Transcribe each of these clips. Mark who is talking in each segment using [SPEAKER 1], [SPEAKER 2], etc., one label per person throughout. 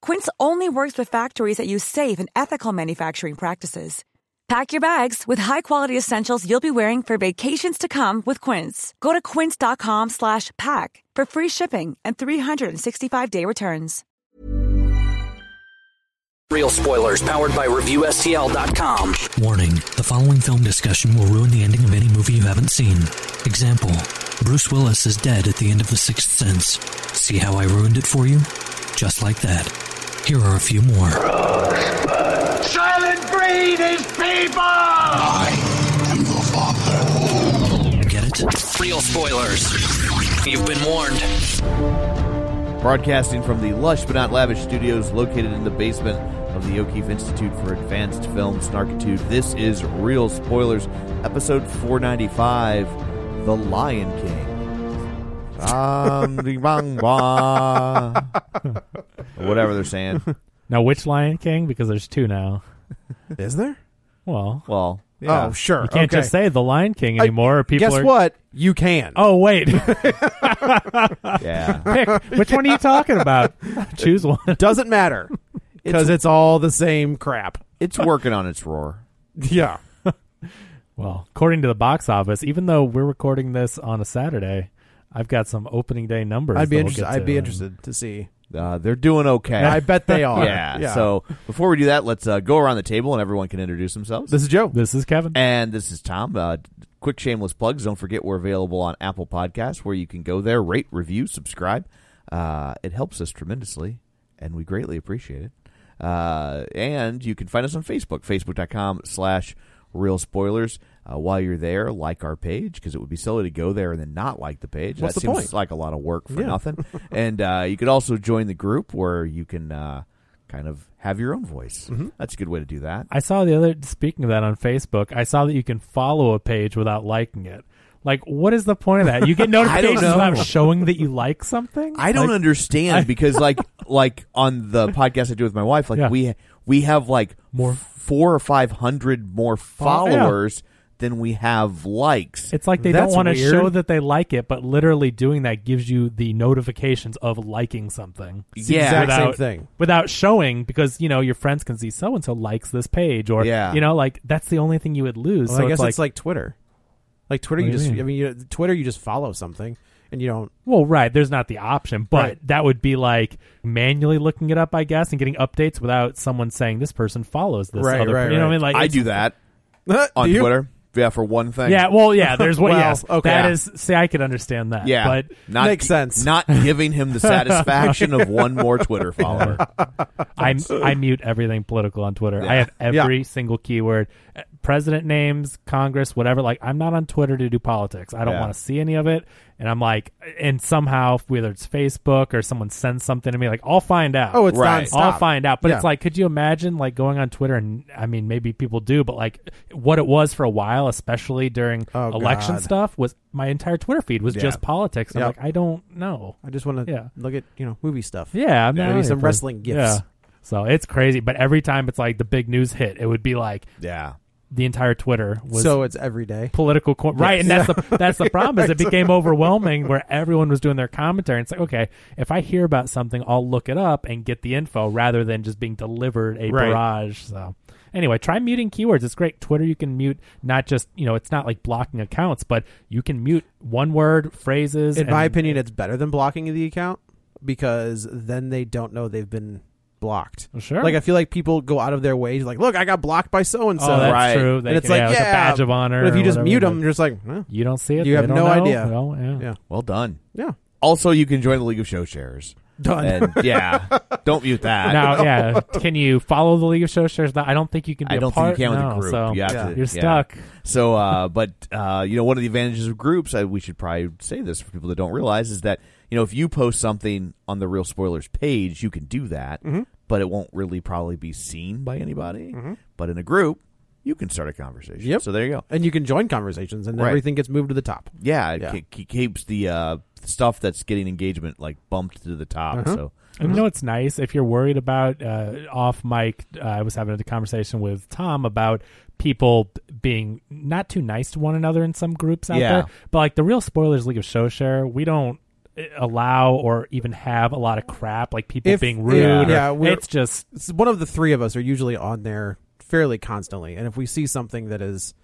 [SPEAKER 1] Quince only works with factories that use safe and ethical manufacturing practices. Pack your bags with high-quality essentials you'll be wearing for vacations to come with Quince. Go to quince.com slash pack for free shipping and 365-day returns.
[SPEAKER 2] Real spoilers powered by ReviewSTL.com.
[SPEAKER 3] Warning the following film discussion will ruin the ending of any movie you haven't seen. Example Bruce Willis is dead at the end of The Sixth Sense. See how I ruined it for you? Just like that. Here are a few more.
[SPEAKER 4] Silent breed is people! I am your father.
[SPEAKER 3] Get it?
[SPEAKER 2] Real spoilers. You've been warned.
[SPEAKER 5] Broadcasting from the lush but not lavish studios located in the basement of the O'Keefe Institute for Advanced Film Snarkitude, this is Real Spoilers, episode 495 The Lion King. Um, the bang, bah. Whatever they're saying.
[SPEAKER 6] Now, which Lion King? Because there's two now.
[SPEAKER 7] Is there?
[SPEAKER 6] Well,
[SPEAKER 5] Well,
[SPEAKER 7] Oh, sure.
[SPEAKER 6] you can't
[SPEAKER 7] okay.
[SPEAKER 6] just say the Lion King anymore. or people
[SPEAKER 7] Guess
[SPEAKER 6] are,
[SPEAKER 7] what? You can.
[SPEAKER 6] Oh wait,
[SPEAKER 5] yeah.
[SPEAKER 6] pick which one are you talking about? Choose one.
[SPEAKER 7] Doesn't matter because it's all the same crap.
[SPEAKER 5] It's working on its roar.
[SPEAKER 7] Yeah.
[SPEAKER 6] Well, according to the box office, even though we're recording this on a Saturday, I've got some opening day numbers.
[SPEAKER 7] I'd
[SPEAKER 6] that
[SPEAKER 7] be
[SPEAKER 6] we'll
[SPEAKER 7] interested.
[SPEAKER 6] get
[SPEAKER 7] I'd
[SPEAKER 6] to,
[SPEAKER 7] be
[SPEAKER 6] and-
[SPEAKER 7] interested to see.
[SPEAKER 5] Uh, they're doing okay.
[SPEAKER 7] I bet they are.
[SPEAKER 5] yeah. So before we do that, let's uh, go around the table and everyone can introduce themselves.
[SPEAKER 7] this is Joe.
[SPEAKER 6] This is Kevin.
[SPEAKER 5] And this is Tom. Uh, quick shameless plugs. Don't forget we're available on Apple Podcasts, where you can go there, rate, review, subscribe. Uh, it helps us tremendously, and we greatly appreciate it. Uh, and you can find us on Facebook, facebook.com slash real spoilers. Uh, while you're there, like our page because it would be silly to go there and then not like the page.
[SPEAKER 7] What's
[SPEAKER 5] that
[SPEAKER 7] the
[SPEAKER 5] seems
[SPEAKER 7] point?
[SPEAKER 5] like a lot of work for
[SPEAKER 7] Yeah.
[SPEAKER 5] nothing. and uh, you could also join the group where you can uh, kind of have your own voice.
[SPEAKER 7] Mm-hmm.
[SPEAKER 5] That's a good way to do that.
[SPEAKER 6] I saw the other. Speaking of that on Facebook, I saw that you can follow a page without liking it. Like, what is the point of that? You get notifications
[SPEAKER 5] know.
[SPEAKER 6] about showing that you like something.
[SPEAKER 5] I don't
[SPEAKER 6] Like,
[SPEAKER 5] understand
[SPEAKER 6] I-
[SPEAKER 5] because like like on the podcast I do with my wife, like
[SPEAKER 6] Yeah.
[SPEAKER 5] we we have like
[SPEAKER 6] More-
[SPEAKER 5] f- four or five hundred more
[SPEAKER 6] Fol- yeah.
[SPEAKER 5] followers than we have likes.
[SPEAKER 6] It's like they
[SPEAKER 7] That's
[SPEAKER 6] don't want to
[SPEAKER 7] weird.
[SPEAKER 6] show that they like it, but literally doing that gives you the notifications of liking something.
[SPEAKER 5] yeah,
[SPEAKER 7] exact
[SPEAKER 6] without,
[SPEAKER 7] same thing.
[SPEAKER 6] Without showing, because you know your friends can see so and so likes this page, or
[SPEAKER 5] Yeah.
[SPEAKER 6] you know, like that's the only thing you would lose.
[SPEAKER 7] Well,
[SPEAKER 6] so
[SPEAKER 7] I guess
[SPEAKER 6] it's like,
[SPEAKER 7] it's like Twitter. Like Twitter,
[SPEAKER 6] What
[SPEAKER 7] you
[SPEAKER 6] do you
[SPEAKER 7] just.
[SPEAKER 6] mean?
[SPEAKER 7] I mean, you, Twitter, you just follow something, and you don't.
[SPEAKER 6] well, right? There's not the option, but
[SPEAKER 7] Right.
[SPEAKER 6] that would be like manually looking it up, I guess, and getting updates without someone saying this person follows this
[SPEAKER 7] Right,
[SPEAKER 6] other.
[SPEAKER 7] right,
[SPEAKER 6] per-" you know what I mean? Like
[SPEAKER 5] I
[SPEAKER 6] it's-
[SPEAKER 5] do that on
[SPEAKER 7] Do you?
[SPEAKER 5] Twitter. Yeah, for one thing.
[SPEAKER 6] Yeah, well, yeah. There's what?
[SPEAKER 7] Well,
[SPEAKER 6] yes,
[SPEAKER 7] okay.
[SPEAKER 6] that is. See, I could understand that.
[SPEAKER 5] yeah,
[SPEAKER 6] but
[SPEAKER 5] not
[SPEAKER 7] Makes sense.
[SPEAKER 5] Not giving him the satisfaction of one more Twitter follower.
[SPEAKER 6] I I mute everything political on Twitter. I have
[SPEAKER 7] Yeah.
[SPEAKER 6] every single keyword, Uh, president names, Congress, whatever. Like I'm not on Twitter to do politics. I don't
[SPEAKER 5] Yeah.
[SPEAKER 6] want to see any of it. And I'm like, and somehow whether it's Facebook or someone sends something to me, like I'll find out.
[SPEAKER 7] Oh, it's
[SPEAKER 5] Right.
[SPEAKER 7] nonstop.
[SPEAKER 6] I'll find out. But
[SPEAKER 7] Yeah.
[SPEAKER 6] it's like, could you imagine like going on Twitter and I mean, maybe people do, but like what it was for a while, especially during
[SPEAKER 7] Oh,
[SPEAKER 6] election
[SPEAKER 7] God.
[SPEAKER 6] stuff, was my entire Twitter feed was
[SPEAKER 7] Yeah.
[SPEAKER 6] just politics. I'm
[SPEAKER 7] Yep.
[SPEAKER 6] like, I don't know.
[SPEAKER 7] I just want to
[SPEAKER 6] Yeah.
[SPEAKER 7] look at you know movie stuff.
[SPEAKER 6] Yeah, I'm
[SPEAKER 7] Yeah,
[SPEAKER 6] not
[SPEAKER 7] maybe
[SPEAKER 6] really
[SPEAKER 7] some
[SPEAKER 6] opposed-
[SPEAKER 7] wrestling gifts.
[SPEAKER 6] Yeah. So it's crazy, but every time it's like the big news hit, it would be like
[SPEAKER 5] Yeah.
[SPEAKER 6] the entire Twitter was
[SPEAKER 7] so it's every day.
[SPEAKER 6] political, cor- right? And that's the that's the problem is it became overwhelming where everyone was doing their commentary. And it's like, okay, if I hear about something, I'll look it up and get the info rather than just being delivered a
[SPEAKER 7] Right.
[SPEAKER 6] barrage. So anyway, try muting keywords. It's great. Twitter, you can mute not just you know, it's not like blocking accounts, but you can mute one word phrases.
[SPEAKER 7] In my
[SPEAKER 6] and-
[SPEAKER 7] opinion, it's better than blocking the account because then they don't know they've been blocked.
[SPEAKER 6] Sure.
[SPEAKER 7] Like I feel like people go out of their way to like, look, I got blocked by so and so.
[SPEAKER 6] oh, that's
[SPEAKER 5] right.
[SPEAKER 6] true. They
[SPEAKER 7] And it's
[SPEAKER 6] can-
[SPEAKER 7] like,
[SPEAKER 6] yeah,
[SPEAKER 7] yeah,
[SPEAKER 6] it's a badge of honor.
[SPEAKER 7] But if
[SPEAKER 6] or
[SPEAKER 7] you just
[SPEAKER 6] whatever,
[SPEAKER 7] mute
[SPEAKER 6] but
[SPEAKER 7] them, you're just like, eh,
[SPEAKER 6] you don't see it.
[SPEAKER 7] you
[SPEAKER 6] they
[SPEAKER 7] have
[SPEAKER 6] don't
[SPEAKER 7] no
[SPEAKER 6] know.
[SPEAKER 7] idea.
[SPEAKER 6] Well, yeah.
[SPEAKER 7] yeah,
[SPEAKER 5] Well done.
[SPEAKER 7] yeah,
[SPEAKER 5] Also, you can join the League of Show Sharers.
[SPEAKER 7] done.
[SPEAKER 5] And yeah, don't mute that.
[SPEAKER 6] Now, yeah, can you follow the League of Show Shares? I don't think you can. Be
[SPEAKER 5] I
[SPEAKER 6] a
[SPEAKER 5] don't
[SPEAKER 6] part,
[SPEAKER 5] think you can
[SPEAKER 6] no,
[SPEAKER 5] with a group.
[SPEAKER 6] So
[SPEAKER 5] You have to-
[SPEAKER 6] are
[SPEAKER 5] yeah.
[SPEAKER 6] stuck.
[SPEAKER 5] So, uh, but uh, you know, one of the advantages of groups, I, we should probably say this for people that don't realize, is that you know if you post something on the Real Spoilers page, you can do that,
[SPEAKER 7] Mm-hmm.
[SPEAKER 5] but it won't really probably be seen by anybody. But in a group, you can start a conversation.
[SPEAKER 7] Yep.
[SPEAKER 5] So there you go.
[SPEAKER 7] and you can join conversations, and
[SPEAKER 5] Right.
[SPEAKER 7] everything gets moved to the top.
[SPEAKER 5] Yeah, it
[SPEAKER 7] Yeah.
[SPEAKER 5] ke- ke- keeps the uh, stuff that's getting engagement like bumped to the top.
[SPEAKER 7] Uh-huh.
[SPEAKER 5] So
[SPEAKER 7] Mm-hmm.
[SPEAKER 6] And you know what's nice? If you're worried about uh, off mic, uh, I was having a conversation with Tom about people being not too nice to one another in some groups out
[SPEAKER 5] Yeah.
[SPEAKER 6] there. But like the real spoilers League of Show Share, we don't uh, allow or even have a lot of crap like people
[SPEAKER 7] If-
[SPEAKER 6] being rude.
[SPEAKER 7] yeah,
[SPEAKER 6] or-
[SPEAKER 7] yeah, we're-
[SPEAKER 6] it's just
[SPEAKER 7] It's one of the three of us are usually on there fairly constantly, and if we see something that is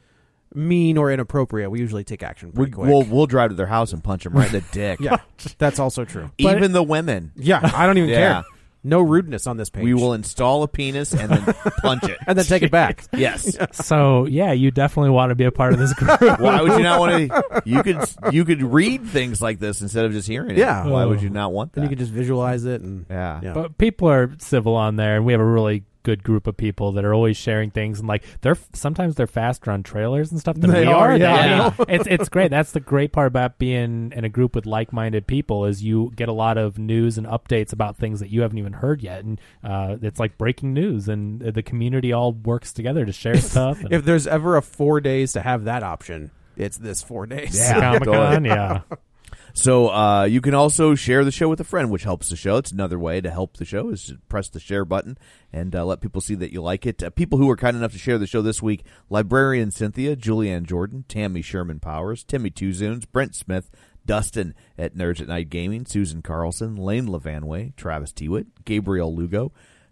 [SPEAKER 7] mean or inappropriate, we usually take action
[SPEAKER 5] we,
[SPEAKER 7] pretty quick.
[SPEAKER 5] we'll we'll drive to their house and punch them right in the dick.
[SPEAKER 7] yeah, that's also true.
[SPEAKER 5] Even the women.
[SPEAKER 7] Yeah, I don't even
[SPEAKER 5] Yeah.
[SPEAKER 7] care. No rudeness on this page.
[SPEAKER 5] We will install a penis and then punch it.
[SPEAKER 7] and then take it back.
[SPEAKER 5] yes.
[SPEAKER 6] so. Yeah, you definitely want to be a part of this group.
[SPEAKER 5] Why would you not want to? You could you could read things like this instead of just hearing it.
[SPEAKER 7] Yeah.
[SPEAKER 5] Why would you not want that?
[SPEAKER 7] And you can just visualize it, and
[SPEAKER 5] Yeah.
[SPEAKER 7] yeah.
[SPEAKER 6] but people are civil on there and we have a really good group of people that are always sharing things and like they're sometimes they're faster on trailers and stuff than we
[SPEAKER 7] They are, yeah,
[SPEAKER 6] I
[SPEAKER 5] I
[SPEAKER 6] mean,
[SPEAKER 5] know.
[SPEAKER 6] it's it's great that's the great part about being in a group with like-minded people is you get a lot of news and updates about things that you haven't even heard yet and uh, it's like breaking news and the community all works together to share stuff and
[SPEAKER 7] if there's ever a four days to have that option, it's this four days.
[SPEAKER 5] Yeah.
[SPEAKER 6] Comic-Con yeah
[SPEAKER 5] so uh, you can also share the show with a friend, which helps the show. It's another way to help the show is to press the share button and uh, let people see that you like it. Uh, people who were kind enough to share the show this week: librarian Cynthia, Julianne Jordan, Tammy Sherman Powers, Timmy Tuzoons, Brent Smith. Dustin at Nerds at Night Gaming, Susan Carlson, Lane Levanway, Travis Tewitt, Gabriel Lugo,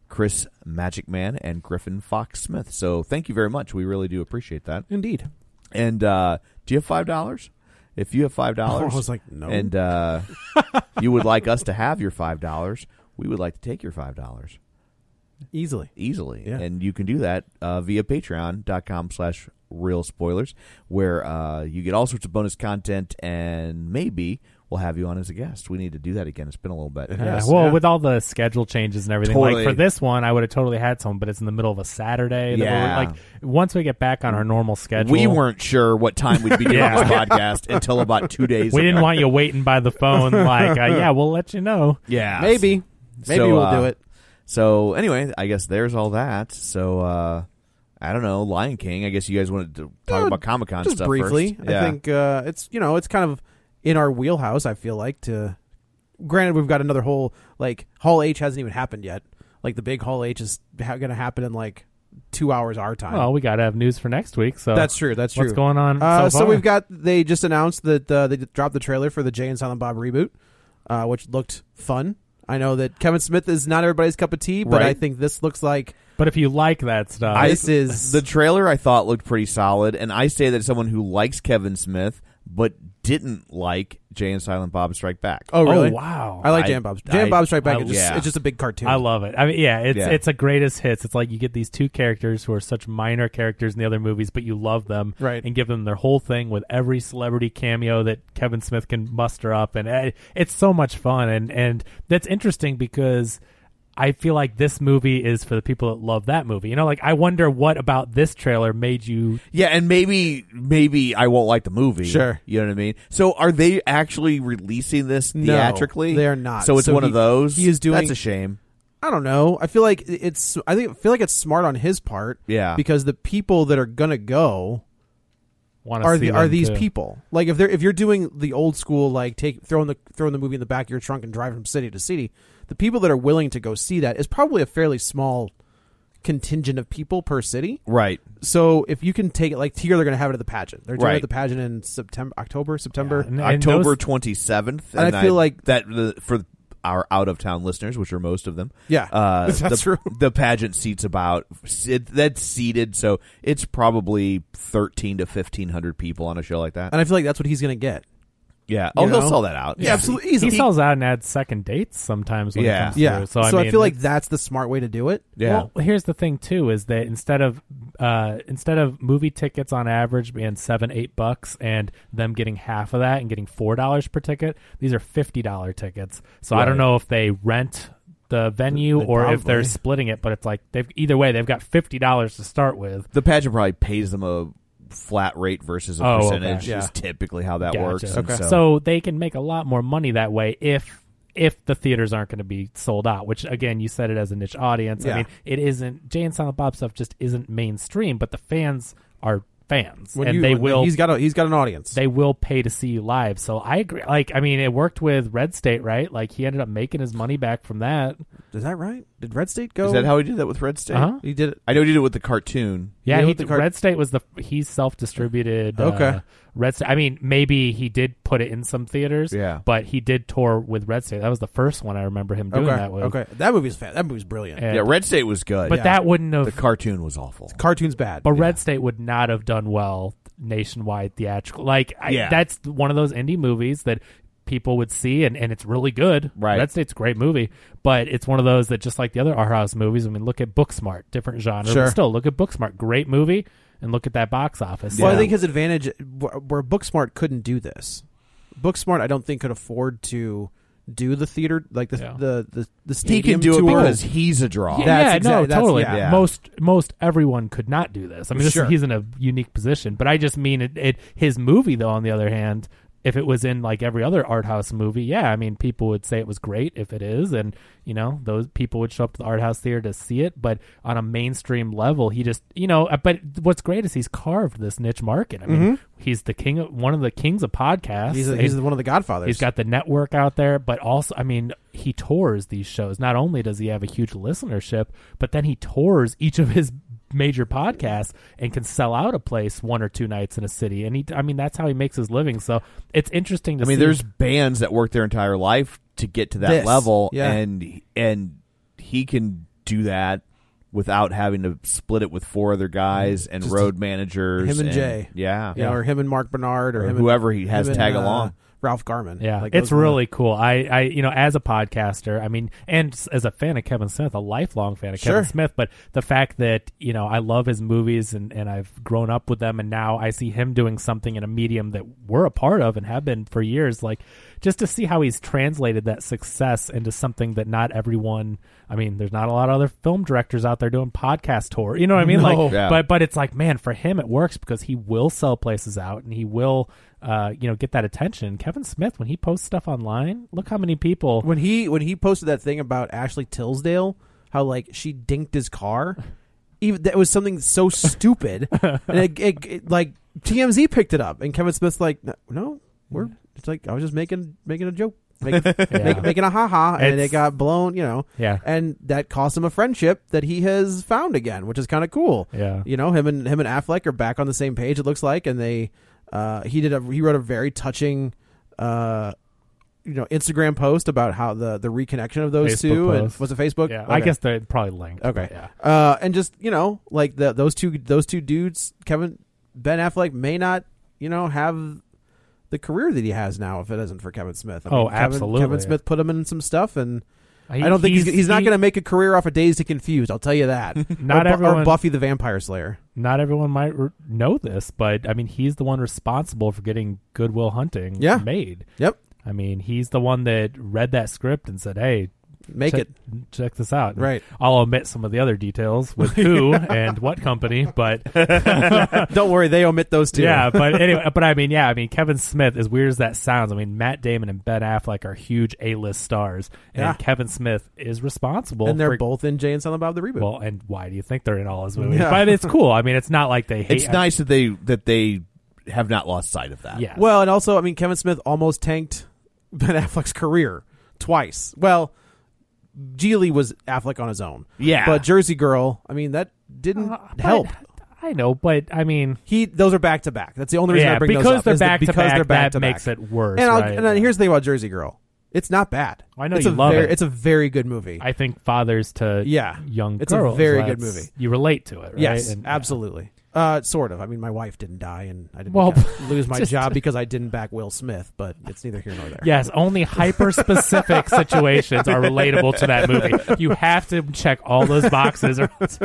[SPEAKER 5] Chris Magic Man, and Griffin Fox Smith. So thank you very much. We really do appreciate that.
[SPEAKER 7] Indeed.
[SPEAKER 5] And uh, do you have five dollars? If you have five dollars,
[SPEAKER 7] I was like, no.
[SPEAKER 5] And uh, you would like us to have your five dollars, we would like to take your five dollars
[SPEAKER 7] Easily.
[SPEAKER 5] easily,
[SPEAKER 7] Yeah.
[SPEAKER 5] and you can do that uh, via Patreon.com/slash Real Spoilers, where uh, you get all sorts of bonus content, and maybe we'll have you on as a guest. We need to do that again. It's been a little bit.
[SPEAKER 6] Yeah,
[SPEAKER 7] Yes,
[SPEAKER 6] well,
[SPEAKER 7] yeah.
[SPEAKER 6] with all the schedule changes and everything,
[SPEAKER 5] Totally.
[SPEAKER 6] like for this one, I would have totally had some, but it's in the middle of a Saturday. that we're-
[SPEAKER 5] Yeah.
[SPEAKER 6] Like once we get back on our normal schedule,
[SPEAKER 5] We weren't sure what time we'd be doing
[SPEAKER 6] Yeah.
[SPEAKER 5] this podcast until about two days.
[SPEAKER 6] We didn't
[SPEAKER 5] ago.
[SPEAKER 6] want you waiting by the phone. Like, uh, yeah, we'll let you know.
[SPEAKER 5] yeah,
[SPEAKER 7] Maybe. Maybe
[SPEAKER 5] So,
[SPEAKER 7] we'll
[SPEAKER 5] uh,
[SPEAKER 7] do it.
[SPEAKER 5] So anyway, I guess there's all that. So uh I don't know, Lion King. I guess you guys wanted to talk
[SPEAKER 7] Yeah,
[SPEAKER 5] about Comic Con
[SPEAKER 7] Just
[SPEAKER 5] stuff
[SPEAKER 7] briefly.
[SPEAKER 5] first.
[SPEAKER 7] I think uh, it's you know, it's kind of in our wheelhouse, I feel like, to granted we've got another whole like Hall H hasn't even happened yet. Like the big Hall H is ha- gonna happen in like two hours our time.
[SPEAKER 6] Well, we got to have news for next week. So
[SPEAKER 7] that's true, that's true.
[SPEAKER 6] What's going
[SPEAKER 5] Mm-hmm.
[SPEAKER 6] on? so,
[SPEAKER 7] Uh, so,
[SPEAKER 6] far?
[SPEAKER 7] we've got they just announced that uh, they dropped the trailer for the Jay and Silent Bob reboot, uh, which looked fun. I know that Kevin Smith is not everybody's cup of tea, but
[SPEAKER 5] Right.
[SPEAKER 7] I think this looks like
[SPEAKER 6] But if you like that stuff, oh,
[SPEAKER 5] I-
[SPEAKER 7] this is
[SPEAKER 5] the trailer I thought looked pretty solid, and I say that as someone who likes Kevin Smith but didn't like Jay and Silent Bob Strike Back.
[SPEAKER 7] oh really
[SPEAKER 6] wow.
[SPEAKER 7] I like
[SPEAKER 5] I-
[SPEAKER 7] Jam Bob's Jam
[SPEAKER 5] I-
[SPEAKER 7] Bob's Strike Back.
[SPEAKER 5] I-
[SPEAKER 7] is just,
[SPEAKER 5] yeah.
[SPEAKER 7] It's just a big cartoon.
[SPEAKER 6] I love it. I mean, yeah, it's
[SPEAKER 5] Yeah.
[SPEAKER 6] it's a greatest hits. It's like you get these two characters who are such minor characters in the other movies, but you love them,
[SPEAKER 7] Right.
[SPEAKER 6] And give them their whole thing with every celebrity cameo that Kevin Smith can muster up, and eh, it's so much fun. And and that's interesting because. I feel like this movie is for the people that love that movie. You know, like I wonder what about this trailer made you
[SPEAKER 5] Yeah, and maybe maybe I won't like the movie.
[SPEAKER 7] Sure.
[SPEAKER 5] You know what I mean? So are they actually releasing this
[SPEAKER 7] No,
[SPEAKER 5] theatrically?
[SPEAKER 7] they are not.
[SPEAKER 5] So it's
[SPEAKER 7] So
[SPEAKER 5] one
[SPEAKER 7] he-
[SPEAKER 5] of those.
[SPEAKER 7] he is doing-
[SPEAKER 5] That's a shame.
[SPEAKER 7] I don't know. I feel like it's. I think I feel like it's smart on his part.
[SPEAKER 5] Yeah.
[SPEAKER 7] Because the people that are gonna go
[SPEAKER 6] want to
[SPEAKER 7] are
[SPEAKER 6] see?
[SPEAKER 7] the, are
[SPEAKER 6] them,
[SPEAKER 7] these
[SPEAKER 6] too?
[SPEAKER 7] people. Like if they're if you're doing the old school like take throwing the throwing the movie in the back of your trunk and drive from city to city, the people that are willing to go see that is probably a fairly small contingent of people per city.
[SPEAKER 5] Right.
[SPEAKER 7] So if you can take it like here, they're gonna have it at the pageant. They're doing it
[SPEAKER 5] Right.
[SPEAKER 7] at the pageant in September, October, September.
[SPEAKER 6] And- and
[SPEAKER 5] October
[SPEAKER 6] those-
[SPEAKER 5] twenty seventh,
[SPEAKER 7] And I feel like-
[SPEAKER 5] that the, for our out of town listeners, which are most of them,
[SPEAKER 7] Yeah.
[SPEAKER 5] uh,
[SPEAKER 7] That's
[SPEAKER 5] the,
[SPEAKER 7] true.
[SPEAKER 5] The pageant seats about it, that's seated, so it's probably thirteen to fifteen hundred people on a show like that.
[SPEAKER 7] And I feel like that's what he's gonna get.
[SPEAKER 5] Yeah. Oh,
[SPEAKER 7] Uh, You
[SPEAKER 5] they'll
[SPEAKER 7] know?
[SPEAKER 5] sell that out.
[SPEAKER 7] Yeah, absolutely.
[SPEAKER 6] He
[SPEAKER 7] Easily.
[SPEAKER 6] sells out and adds second dates sometimes when
[SPEAKER 5] Yeah.
[SPEAKER 6] it comes
[SPEAKER 7] e yeah.
[SPEAKER 6] through.
[SPEAKER 7] So,
[SPEAKER 6] So, I,
[SPEAKER 7] I,
[SPEAKER 6] mean,
[SPEAKER 7] feel like that's the smart way to do it.
[SPEAKER 5] Yeah.
[SPEAKER 6] Well, here's the thing too: is that instead of uh, instead of movie tickets on average being seven, eight bucks, and them getting half of that and getting four dollars per ticket, these are fifty dollar tickets. So I don't know if they rent the venue
[SPEAKER 7] They
[SPEAKER 6] or if they're
[SPEAKER 7] probably-
[SPEAKER 6] splitting it, but it's like they've either way they've got fifty dollars to start with.
[SPEAKER 5] the pageant probably pays them a flat rate versus a
[SPEAKER 6] Oh, okay.
[SPEAKER 5] percentage
[SPEAKER 7] Yeah.
[SPEAKER 5] is typically how that
[SPEAKER 6] Gotcha.
[SPEAKER 5] works. and
[SPEAKER 6] So.
[SPEAKER 5] So,
[SPEAKER 6] they can make a lot more money that way if if the theaters aren't going to be sold out, which again you said it as a niche audience. I
[SPEAKER 7] Yeah.
[SPEAKER 6] mean, it isn't Jay and Silent Bob stuff just isn't mainstream, but the fans are fans
[SPEAKER 7] When
[SPEAKER 6] and
[SPEAKER 7] you-
[SPEAKER 6] they
[SPEAKER 7] when
[SPEAKER 6] will
[SPEAKER 7] He's got a, he's got an audience.
[SPEAKER 6] they will pay to see you live. So I agree. Like I mean, it worked with Red State, right? Like he ended up making his money back from that.
[SPEAKER 7] Is that right? Did Red State go?
[SPEAKER 5] is that how he did that with Red State?
[SPEAKER 6] Uh-huh.
[SPEAKER 7] he did it?
[SPEAKER 5] I know he did it with the cartoon.
[SPEAKER 6] Yeah,
[SPEAKER 7] You know
[SPEAKER 6] he,
[SPEAKER 7] what the card-
[SPEAKER 6] Red State was the he self distributed. uh,
[SPEAKER 7] Okay.
[SPEAKER 6] Red State. I mean, maybe he did put it in some theaters.
[SPEAKER 5] Yeah.
[SPEAKER 6] but he did tour with Red State. That was the first one I remember him doing
[SPEAKER 7] Okay.
[SPEAKER 6] that with.
[SPEAKER 7] okay. That movie's fan. That movie's brilliant.
[SPEAKER 6] And-
[SPEAKER 5] yeah, Red State was good.
[SPEAKER 6] but
[SPEAKER 7] yeah.
[SPEAKER 6] that wouldn't have.
[SPEAKER 5] the cartoon was awful.
[SPEAKER 7] Cartoon's bad.
[SPEAKER 6] but Red State would not have done well nationwide theatrical. Like I,
[SPEAKER 5] Yeah.
[SPEAKER 6] that's one of those indie movies that people would see, and, and it's really good.
[SPEAKER 5] Right.
[SPEAKER 6] Red State's a great movie, but it's one of those that just like the other art house movies. I mean, look at Booksmart, different genre,
[SPEAKER 7] Sure.
[SPEAKER 6] but still look at Booksmart, great movie, and look at that box office.
[SPEAKER 7] Well,
[SPEAKER 6] So-
[SPEAKER 7] I think his advantage wh- where Booksmart couldn't do this. Booksmart, I don't think could afford to do the theater like the
[SPEAKER 6] Yeah.
[SPEAKER 7] the, the
[SPEAKER 5] He
[SPEAKER 7] the
[SPEAKER 5] can
[SPEAKER 7] stadium
[SPEAKER 5] do it
[SPEAKER 7] tour.
[SPEAKER 5] because he's a draw.
[SPEAKER 6] Yeah,
[SPEAKER 7] That's
[SPEAKER 6] yeah,
[SPEAKER 7] exact-
[SPEAKER 6] no,
[SPEAKER 7] that's-
[SPEAKER 6] totally.
[SPEAKER 7] yeah.
[SPEAKER 5] Yeah.
[SPEAKER 6] Most most everyone could not do this. I mean, this,
[SPEAKER 7] Sure.
[SPEAKER 6] he's in a unique position, but I just mean it, it. His movie, though, on the other hand, if it was in like every other art house movie, yeah, I mean, people would say it was great if it is, and you know, those people would show up to the art house theater to see it. But on a mainstream level, he just, you know, uh, but what's great is he's carved this niche market. I mean, he's the king, of, one of the kings of podcasts.
[SPEAKER 7] Mm-hmm. he's a,
[SPEAKER 6] and-
[SPEAKER 7] he's one of the Godfathers.
[SPEAKER 6] He's got the network out there, but also, I mean, he tours these shows. Not only does he have a huge listenership, but then he tours each of his major podcasts and can sell out a place one or two nights in a city. And he, I mean, that's how he makes his living. So it's interesting to
[SPEAKER 5] I mean,
[SPEAKER 6] see.
[SPEAKER 5] there's bands that work their entire life to get to that
[SPEAKER 7] This,
[SPEAKER 5] level,
[SPEAKER 7] yeah.
[SPEAKER 5] and and he can do that without having to split it with four other guys and
[SPEAKER 7] Mm. Just
[SPEAKER 5] road managers.
[SPEAKER 7] him and Jay.
[SPEAKER 5] Yeah,
[SPEAKER 7] you know, or him and Mark Bernard or,
[SPEAKER 5] Or
[SPEAKER 7] him
[SPEAKER 5] whoever
[SPEAKER 7] and,
[SPEAKER 5] he has
[SPEAKER 7] him and,
[SPEAKER 5] tag
[SPEAKER 7] uh,
[SPEAKER 5] along.
[SPEAKER 7] Ralph Garman.
[SPEAKER 6] Yeah,
[SPEAKER 7] Like,
[SPEAKER 6] it's
[SPEAKER 7] those were-
[SPEAKER 6] really cool. I, I, you know, as a podcaster, I mean, and s- as a fan of Kevin Smith, a lifelong fan of Kevin
[SPEAKER 7] Sure.
[SPEAKER 6] Smith, but the fact that you know I love his movies and and I've grown up with them, and now I see him doing something in a medium that we're a part of and have been for years. Like, just to see how he's translated that success into something that not everyone. I mean, there's not a lot of other film directors out there doing podcast tour. You know what I mean? Like,
[SPEAKER 5] Yeah.
[SPEAKER 6] but but it's like, man, for him it works because he will sell places out and he will, uh, you know, get that attention. Kevin Smith, when he posts stuff online, look how many people.
[SPEAKER 7] when he when he posted that thing about Ashley Tisdale, how like she dinked his car. Even that was something so stupid, and it, it, it, like TMZ picked it up, and Kevin Smith's like, "No, no, we're it's like I was just making making a joke, making, make, making a ha ha, and
[SPEAKER 6] It's-
[SPEAKER 7] it got blown, you know,
[SPEAKER 6] Yeah.
[SPEAKER 7] and that cost him a friendship that he has found again, which is kind of cool.
[SPEAKER 6] Yeah.
[SPEAKER 7] you know, him and him and Affleck are back on the same page. It looks like, and they uh, he did a he wrote a very touching. Uh, you know, Instagram post about how the the reconnection of those
[SPEAKER 6] Facebook
[SPEAKER 7] two
[SPEAKER 6] post.
[SPEAKER 7] and was it Facebook?
[SPEAKER 6] Yeah, I
[SPEAKER 7] Okay.
[SPEAKER 6] guess they're probably linked.
[SPEAKER 7] Okay.
[SPEAKER 6] but Yeah.
[SPEAKER 7] Uh, and just you know, like the, those two those two dudes, Kevin Ben Affleck may not you know have the career that he has now if it isn't for Kevin Smith. I
[SPEAKER 6] Oh,
[SPEAKER 7] Kevin-
[SPEAKER 6] absolutely.
[SPEAKER 7] Kevin Smith put him in some stuff, and
[SPEAKER 6] He-
[SPEAKER 7] I don't think he's he's, not
[SPEAKER 6] he-
[SPEAKER 7] going to make a career off of Days to Confused. I'll tell you that.
[SPEAKER 6] Not
[SPEAKER 7] or, Bu-
[SPEAKER 6] everyone-
[SPEAKER 7] or Buffy the Vampire Slayer.
[SPEAKER 6] Not everyone might re- know this, but I mean, he's the one responsible for getting Goodwill Hunting
[SPEAKER 7] Yeah.
[SPEAKER 6] made.
[SPEAKER 7] Yep,
[SPEAKER 6] I mean, he's the one that read that script and said, "Hey,
[SPEAKER 7] make
[SPEAKER 6] check,
[SPEAKER 7] it.
[SPEAKER 6] Check this out. And
[SPEAKER 7] Right.
[SPEAKER 6] I'll omit some of the other details with who and what company, but
[SPEAKER 7] Don't worry, they omit those two.
[SPEAKER 6] yeah, but anyway, but I mean, yeah, I mean, Kevin Smith, as weird as that sounds, I mean, Matt Damon and Ben Affleck are huge A list stars, and
[SPEAKER 7] Yeah.
[SPEAKER 6] Kevin Smith is responsible.
[SPEAKER 7] and they're
[SPEAKER 6] for,
[SPEAKER 7] both in Jay and Silent Bob the reboot.
[SPEAKER 6] well, and why do you think they're in all his movies?
[SPEAKER 7] Yeah.
[SPEAKER 6] But it's cool. I mean, it's not like they hate.
[SPEAKER 5] it's nice that they that they have not lost sight of that.
[SPEAKER 6] Yeah.
[SPEAKER 7] Well, and also, I mean, Kevin Smith almost tanked Ben Affleck's career twice. Well, Geely was Affleck on his own.
[SPEAKER 5] Yeah.
[SPEAKER 7] But Jersey Girl, I mean, that didn't
[SPEAKER 6] Uh, but-
[SPEAKER 7] help.
[SPEAKER 6] I know, but I mean,
[SPEAKER 7] He those are back to back. That's the only reason
[SPEAKER 6] Yeah,
[SPEAKER 7] I bring those
[SPEAKER 6] because
[SPEAKER 7] up,
[SPEAKER 6] they're
[SPEAKER 7] is that-
[SPEAKER 6] back to
[SPEAKER 7] because
[SPEAKER 6] back,
[SPEAKER 7] they're back
[SPEAKER 6] that
[SPEAKER 7] to back.
[SPEAKER 6] makes it worse,
[SPEAKER 7] And, I'll-
[SPEAKER 6] right?
[SPEAKER 7] and then here's the thing about Jersey Girl. It's not bad.
[SPEAKER 6] I know
[SPEAKER 7] it's
[SPEAKER 6] you
[SPEAKER 7] a
[SPEAKER 6] love
[SPEAKER 7] very,
[SPEAKER 6] it.
[SPEAKER 7] It's a very good movie.
[SPEAKER 6] I think fathers to
[SPEAKER 7] Yeah.
[SPEAKER 6] young
[SPEAKER 7] It's a
[SPEAKER 6] girls.
[SPEAKER 7] very good
[SPEAKER 6] that's-
[SPEAKER 7] movie.
[SPEAKER 6] You relate to it, right?
[SPEAKER 7] yes,
[SPEAKER 6] And-
[SPEAKER 7] absolutely. Uh, sort of. I mean, my wife didn't die, and I didn't
[SPEAKER 6] Well,
[SPEAKER 7] have- lose my
[SPEAKER 6] just-
[SPEAKER 7] job because I didn't back Will Smith. But it's neither here nor there.
[SPEAKER 6] Yes, only hyper specific situations are relatable to that movie. You have to check all those boxes. Or else-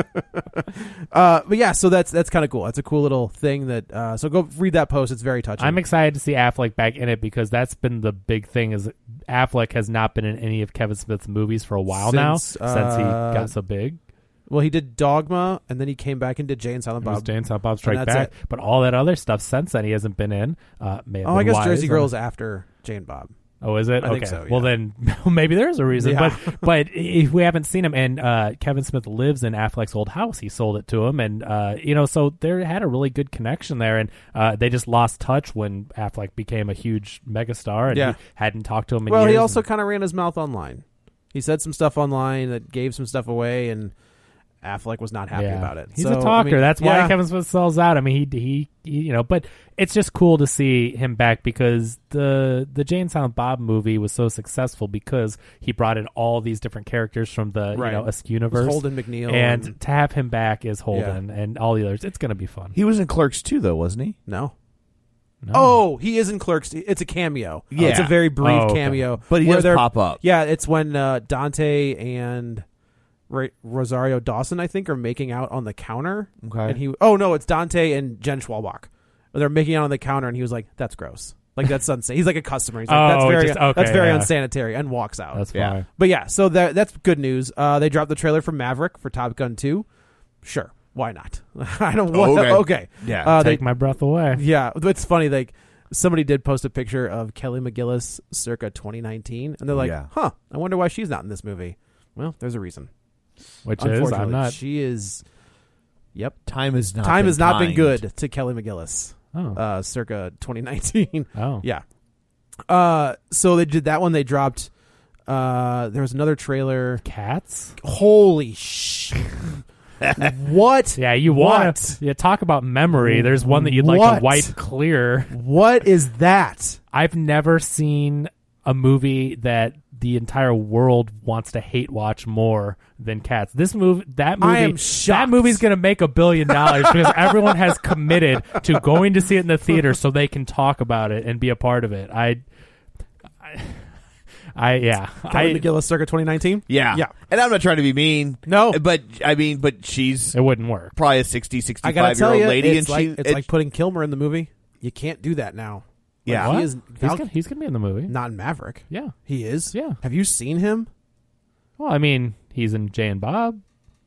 [SPEAKER 7] Uh, but yeah, so that's that's kind of cool. That's a cool little thing that. Uh, so go read that post. It's very touching.
[SPEAKER 6] I'm excited to see Affleck back in it because that's been the big thing. Is Affleck has not been in any of Kevin Smith's movies for a while now
[SPEAKER 7] Since,
[SPEAKER 6] since he
[SPEAKER 7] uh,
[SPEAKER 6] got so big.
[SPEAKER 7] well, he did Dogma, and then he came back and did Jay and Silent
[SPEAKER 6] It was
[SPEAKER 7] Bob.
[SPEAKER 6] Jane Silent Bob Strike
[SPEAKER 7] and that's
[SPEAKER 6] Back,
[SPEAKER 7] it.
[SPEAKER 6] but all that other stuff since then he hasn't been in. Uh, may have
[SPEAKER 7] Oh, I
[SPEAKER 6] been
[SPEAKER 7] guess
[SPEAKER 6] wise
[SPEAKER 7] Jersey
[SPEAKER 6] on-
[SPEAKER 7] Girl's after Jay and Bob.
[SPEAKER 6] Oh, is it?
[SPEAKER 7] I
[SPEAKER 6] okay.
[SPEAKER 7] think so,
[SPEAKER 6] Well,
[SPEAKER 7] yeah.
[SPEAKER 6] then maybe there is a reason,
[SPEAKER 7] Yeah.
[SPEAKER 6] but but if we haven't seen him, and uh, Kevin Smith lives in Affleck's old house. He sold it to him, and uh, you know, so they had a really good connection there, and uh, they just lost touch when Affleck became a huge megastar, and
[SPEAKER 7] Yeah.
[SPEAKER 6] he hadn't talked to him. In
[SPEAKER 7] Well, he
[SPEAKER 6] years,
[SPEAKER 7] also
[SPEAKER 6] and-
[SPEAKER 7] kind of ran his mouth online. He said some stuff online that gave some stuff away, and Affleck was not happy
[SPEAKER 6] Yeah.
[SPEAKER 7] about it.
[SPEAKER 6] He's
[SPEAKER 7] So, I
[SPEAKER 6] a talker.
[SPEAKER 7] mean,
[SPEAKER 6] That's
[SPEAKER 7] yeah.
[SPEAKER 6] why Kevin Smith sells out. I mean, he, he he you know, but it's just cool to see him back because the the Jane Silent Bob movie was so successful because he brought in all these different characters from the
[SPEAKER 7] Right.
[SPEAKER 6] you know Askew
[SPEAKER 7] It was
[SPEAKER 6] universe.
[SPEAKER 7] Holden McNeil
[SPEAKER 6] and,
[SPEAKER 7] and-
[SPEAKER 6] to have him back is Holden and all the others. It's gonna be fun.
[SPEAKER 5] He was in Clerks too, though, wasn't he?
[SPEAKER 7] No.
[SPEAKER 6] No.
[SPEAKER 7] Oh, he is in Clerks. It's a cameo.
[SPEAKER 5] Yeah.
[SPEAKER 7] it's a very brief
[SPEAKER 6] Oh, okay.
[SPEAKER 7] cameo.
[SPEAKER 5] But he
[SPEAKER 7] where
[SPEAKER 5] does
[SPEAKER 7] they're-
[SPEAKER 5] pop up.
[SPEAKER 7] Yeah, it's when uh, Dante and Ra- Rosario Dawson, I think, are making out on the counter.
[SPEAKER 5] Okay.
[SPEAKER 7] And he, oh no, it's Dante and Jen Schwalbach. They're making out on the counter, and he was like, "That's gross." Like that's unsanitary. He's like a customer. He's like,
[SPEAKER 6] Oh,
[SPEAKER 7] "That's very,
[SPEAKER 6] just- okay,
[SPEAKER 7] that's very
[SPEAKER 6] yeah.
[SPEAKER 7] unsanitary," and walks out.
[SPEAKER 6] that's
[SPEAKER 5] Yeah.
[SPEAKER 6] fine.
[SPEAKER 7] But yeah, so that that's good news. Uh, they dropped the trailer for Maverick for Top Gun Two. Sure, why not? I don't want.
[SPEAKER 5] Okay.
[SPEAKER 7] Okay, okay.
[SPEAKER 5] Yeah,
[SPEAKER 7] Uh, they,
[SPEAKER 6] Take my breath away.
[SPEAKER 7] yeah, it's funny. Like somebody did post a picture of Kelly McGillis circa 2019, and they're like,
[SPEAKER 5] Yeah.
[SPEAKER 7] "Huh, I wonder why she's not in this movie." Well, there's a reason.
[SPEAKER 6] Which is
[SPEAKER 7] Unfortunately,
[SPEAKER 6] I'm not
[SPEAKER 7] she is. Yep,
[SPEAKER 5] Time has not.
[SPEAKER 7] time
[SPEAKER 5] been
[SPEAKER 7] has not been
[SPEAKER 5] kind.
[SPEAKER 7] good to Kelly McGillis
[SPEAKER 6] oh.
[SPEAKER 7] uh, circa 2019.
[SPEAKER 6] oh.
[SPEAKER 7] Yeah. Uh, so they did that one. They dropped. Uh, there was another trailer.
[SPEAKER 6] Cats?
[SPEAKER 7] Holy sh! what?
[SPEAKER 6] Yeah, you
[SPEAKER 7] What?
[SPEAKER 6] want yeah, talk about memory. There's one that you'd like
[SPEAKER 7] What?
[SPEAKER 6] to wipe clear.
[SPEAKER 7] What is that?
[SPEAKER 6] I've never seen a movie that the entire world wants to hate watch more than Cats. This movie, that movie,
[SPEAKER 7] I am
[SPEAKER 6] that
[SPEAKER 7] shocked.
[SPEAKER 6] movie's going to make a billion dollars because everyone has committed to going to see it in the theater so they can talk about it and be a part of it. I, I, I yeah,
[SPEAKER 7] Kelly
[SPEAKER 6] I,
[SPEAKER 7] McGillis circa 2019.
[SPEAKER 5] Yeah.
[SPEAKER 7] Yeah.
[SPEAKER 5] And I'm not trying to be mean.
[SPEAKER 7] No.
[SPEAKER 6] Uh,
[SPEAKER 5] But I mean, but she's
[SPEAKER 6] it wouldn't work.
[SPEAKER 5] probably a 60,
[SPEAKER 7] I
[SPEAKER 5] 65
[SPEAKER 7] gotta
[SPEAKER 5] year
[SPEAKER 7] tell
[SPEAKER 5] old
[SPEAKER 7] you,
[SPEAKER 5] lady,
[SPEAKER 7] it's,
[SPEAKER 5] and
[SPEAKER 7] like,
[SPEAKER 5] she
[SPEAKER 7] it's
[SPEAKER 5] it-
[SPEAKER 7] like putting Kilmer in the movie. You can't do that now. Like,
[SPEAKER 5] Yeah.
[SPEAKER 7] he
[SPEAKER 6] What?
[SPEAKER 7] is
[SPEAKER 6] he's
[SPEAKER 7] Val-
[SPEAKER 6] gonna, he's gonna be in the movie.
[SPEAKER 5] Hmm.
[SPEAKER 7] not in Maverick.
[SPEAKER 6] Yeah.
[SPEAKER 7] He is.
[SPEAKER 6] Yeah.
[SPEAKER 7] Have you seen him?
[SPEAKER 6] Well, I mean, he's in Jay and Bob.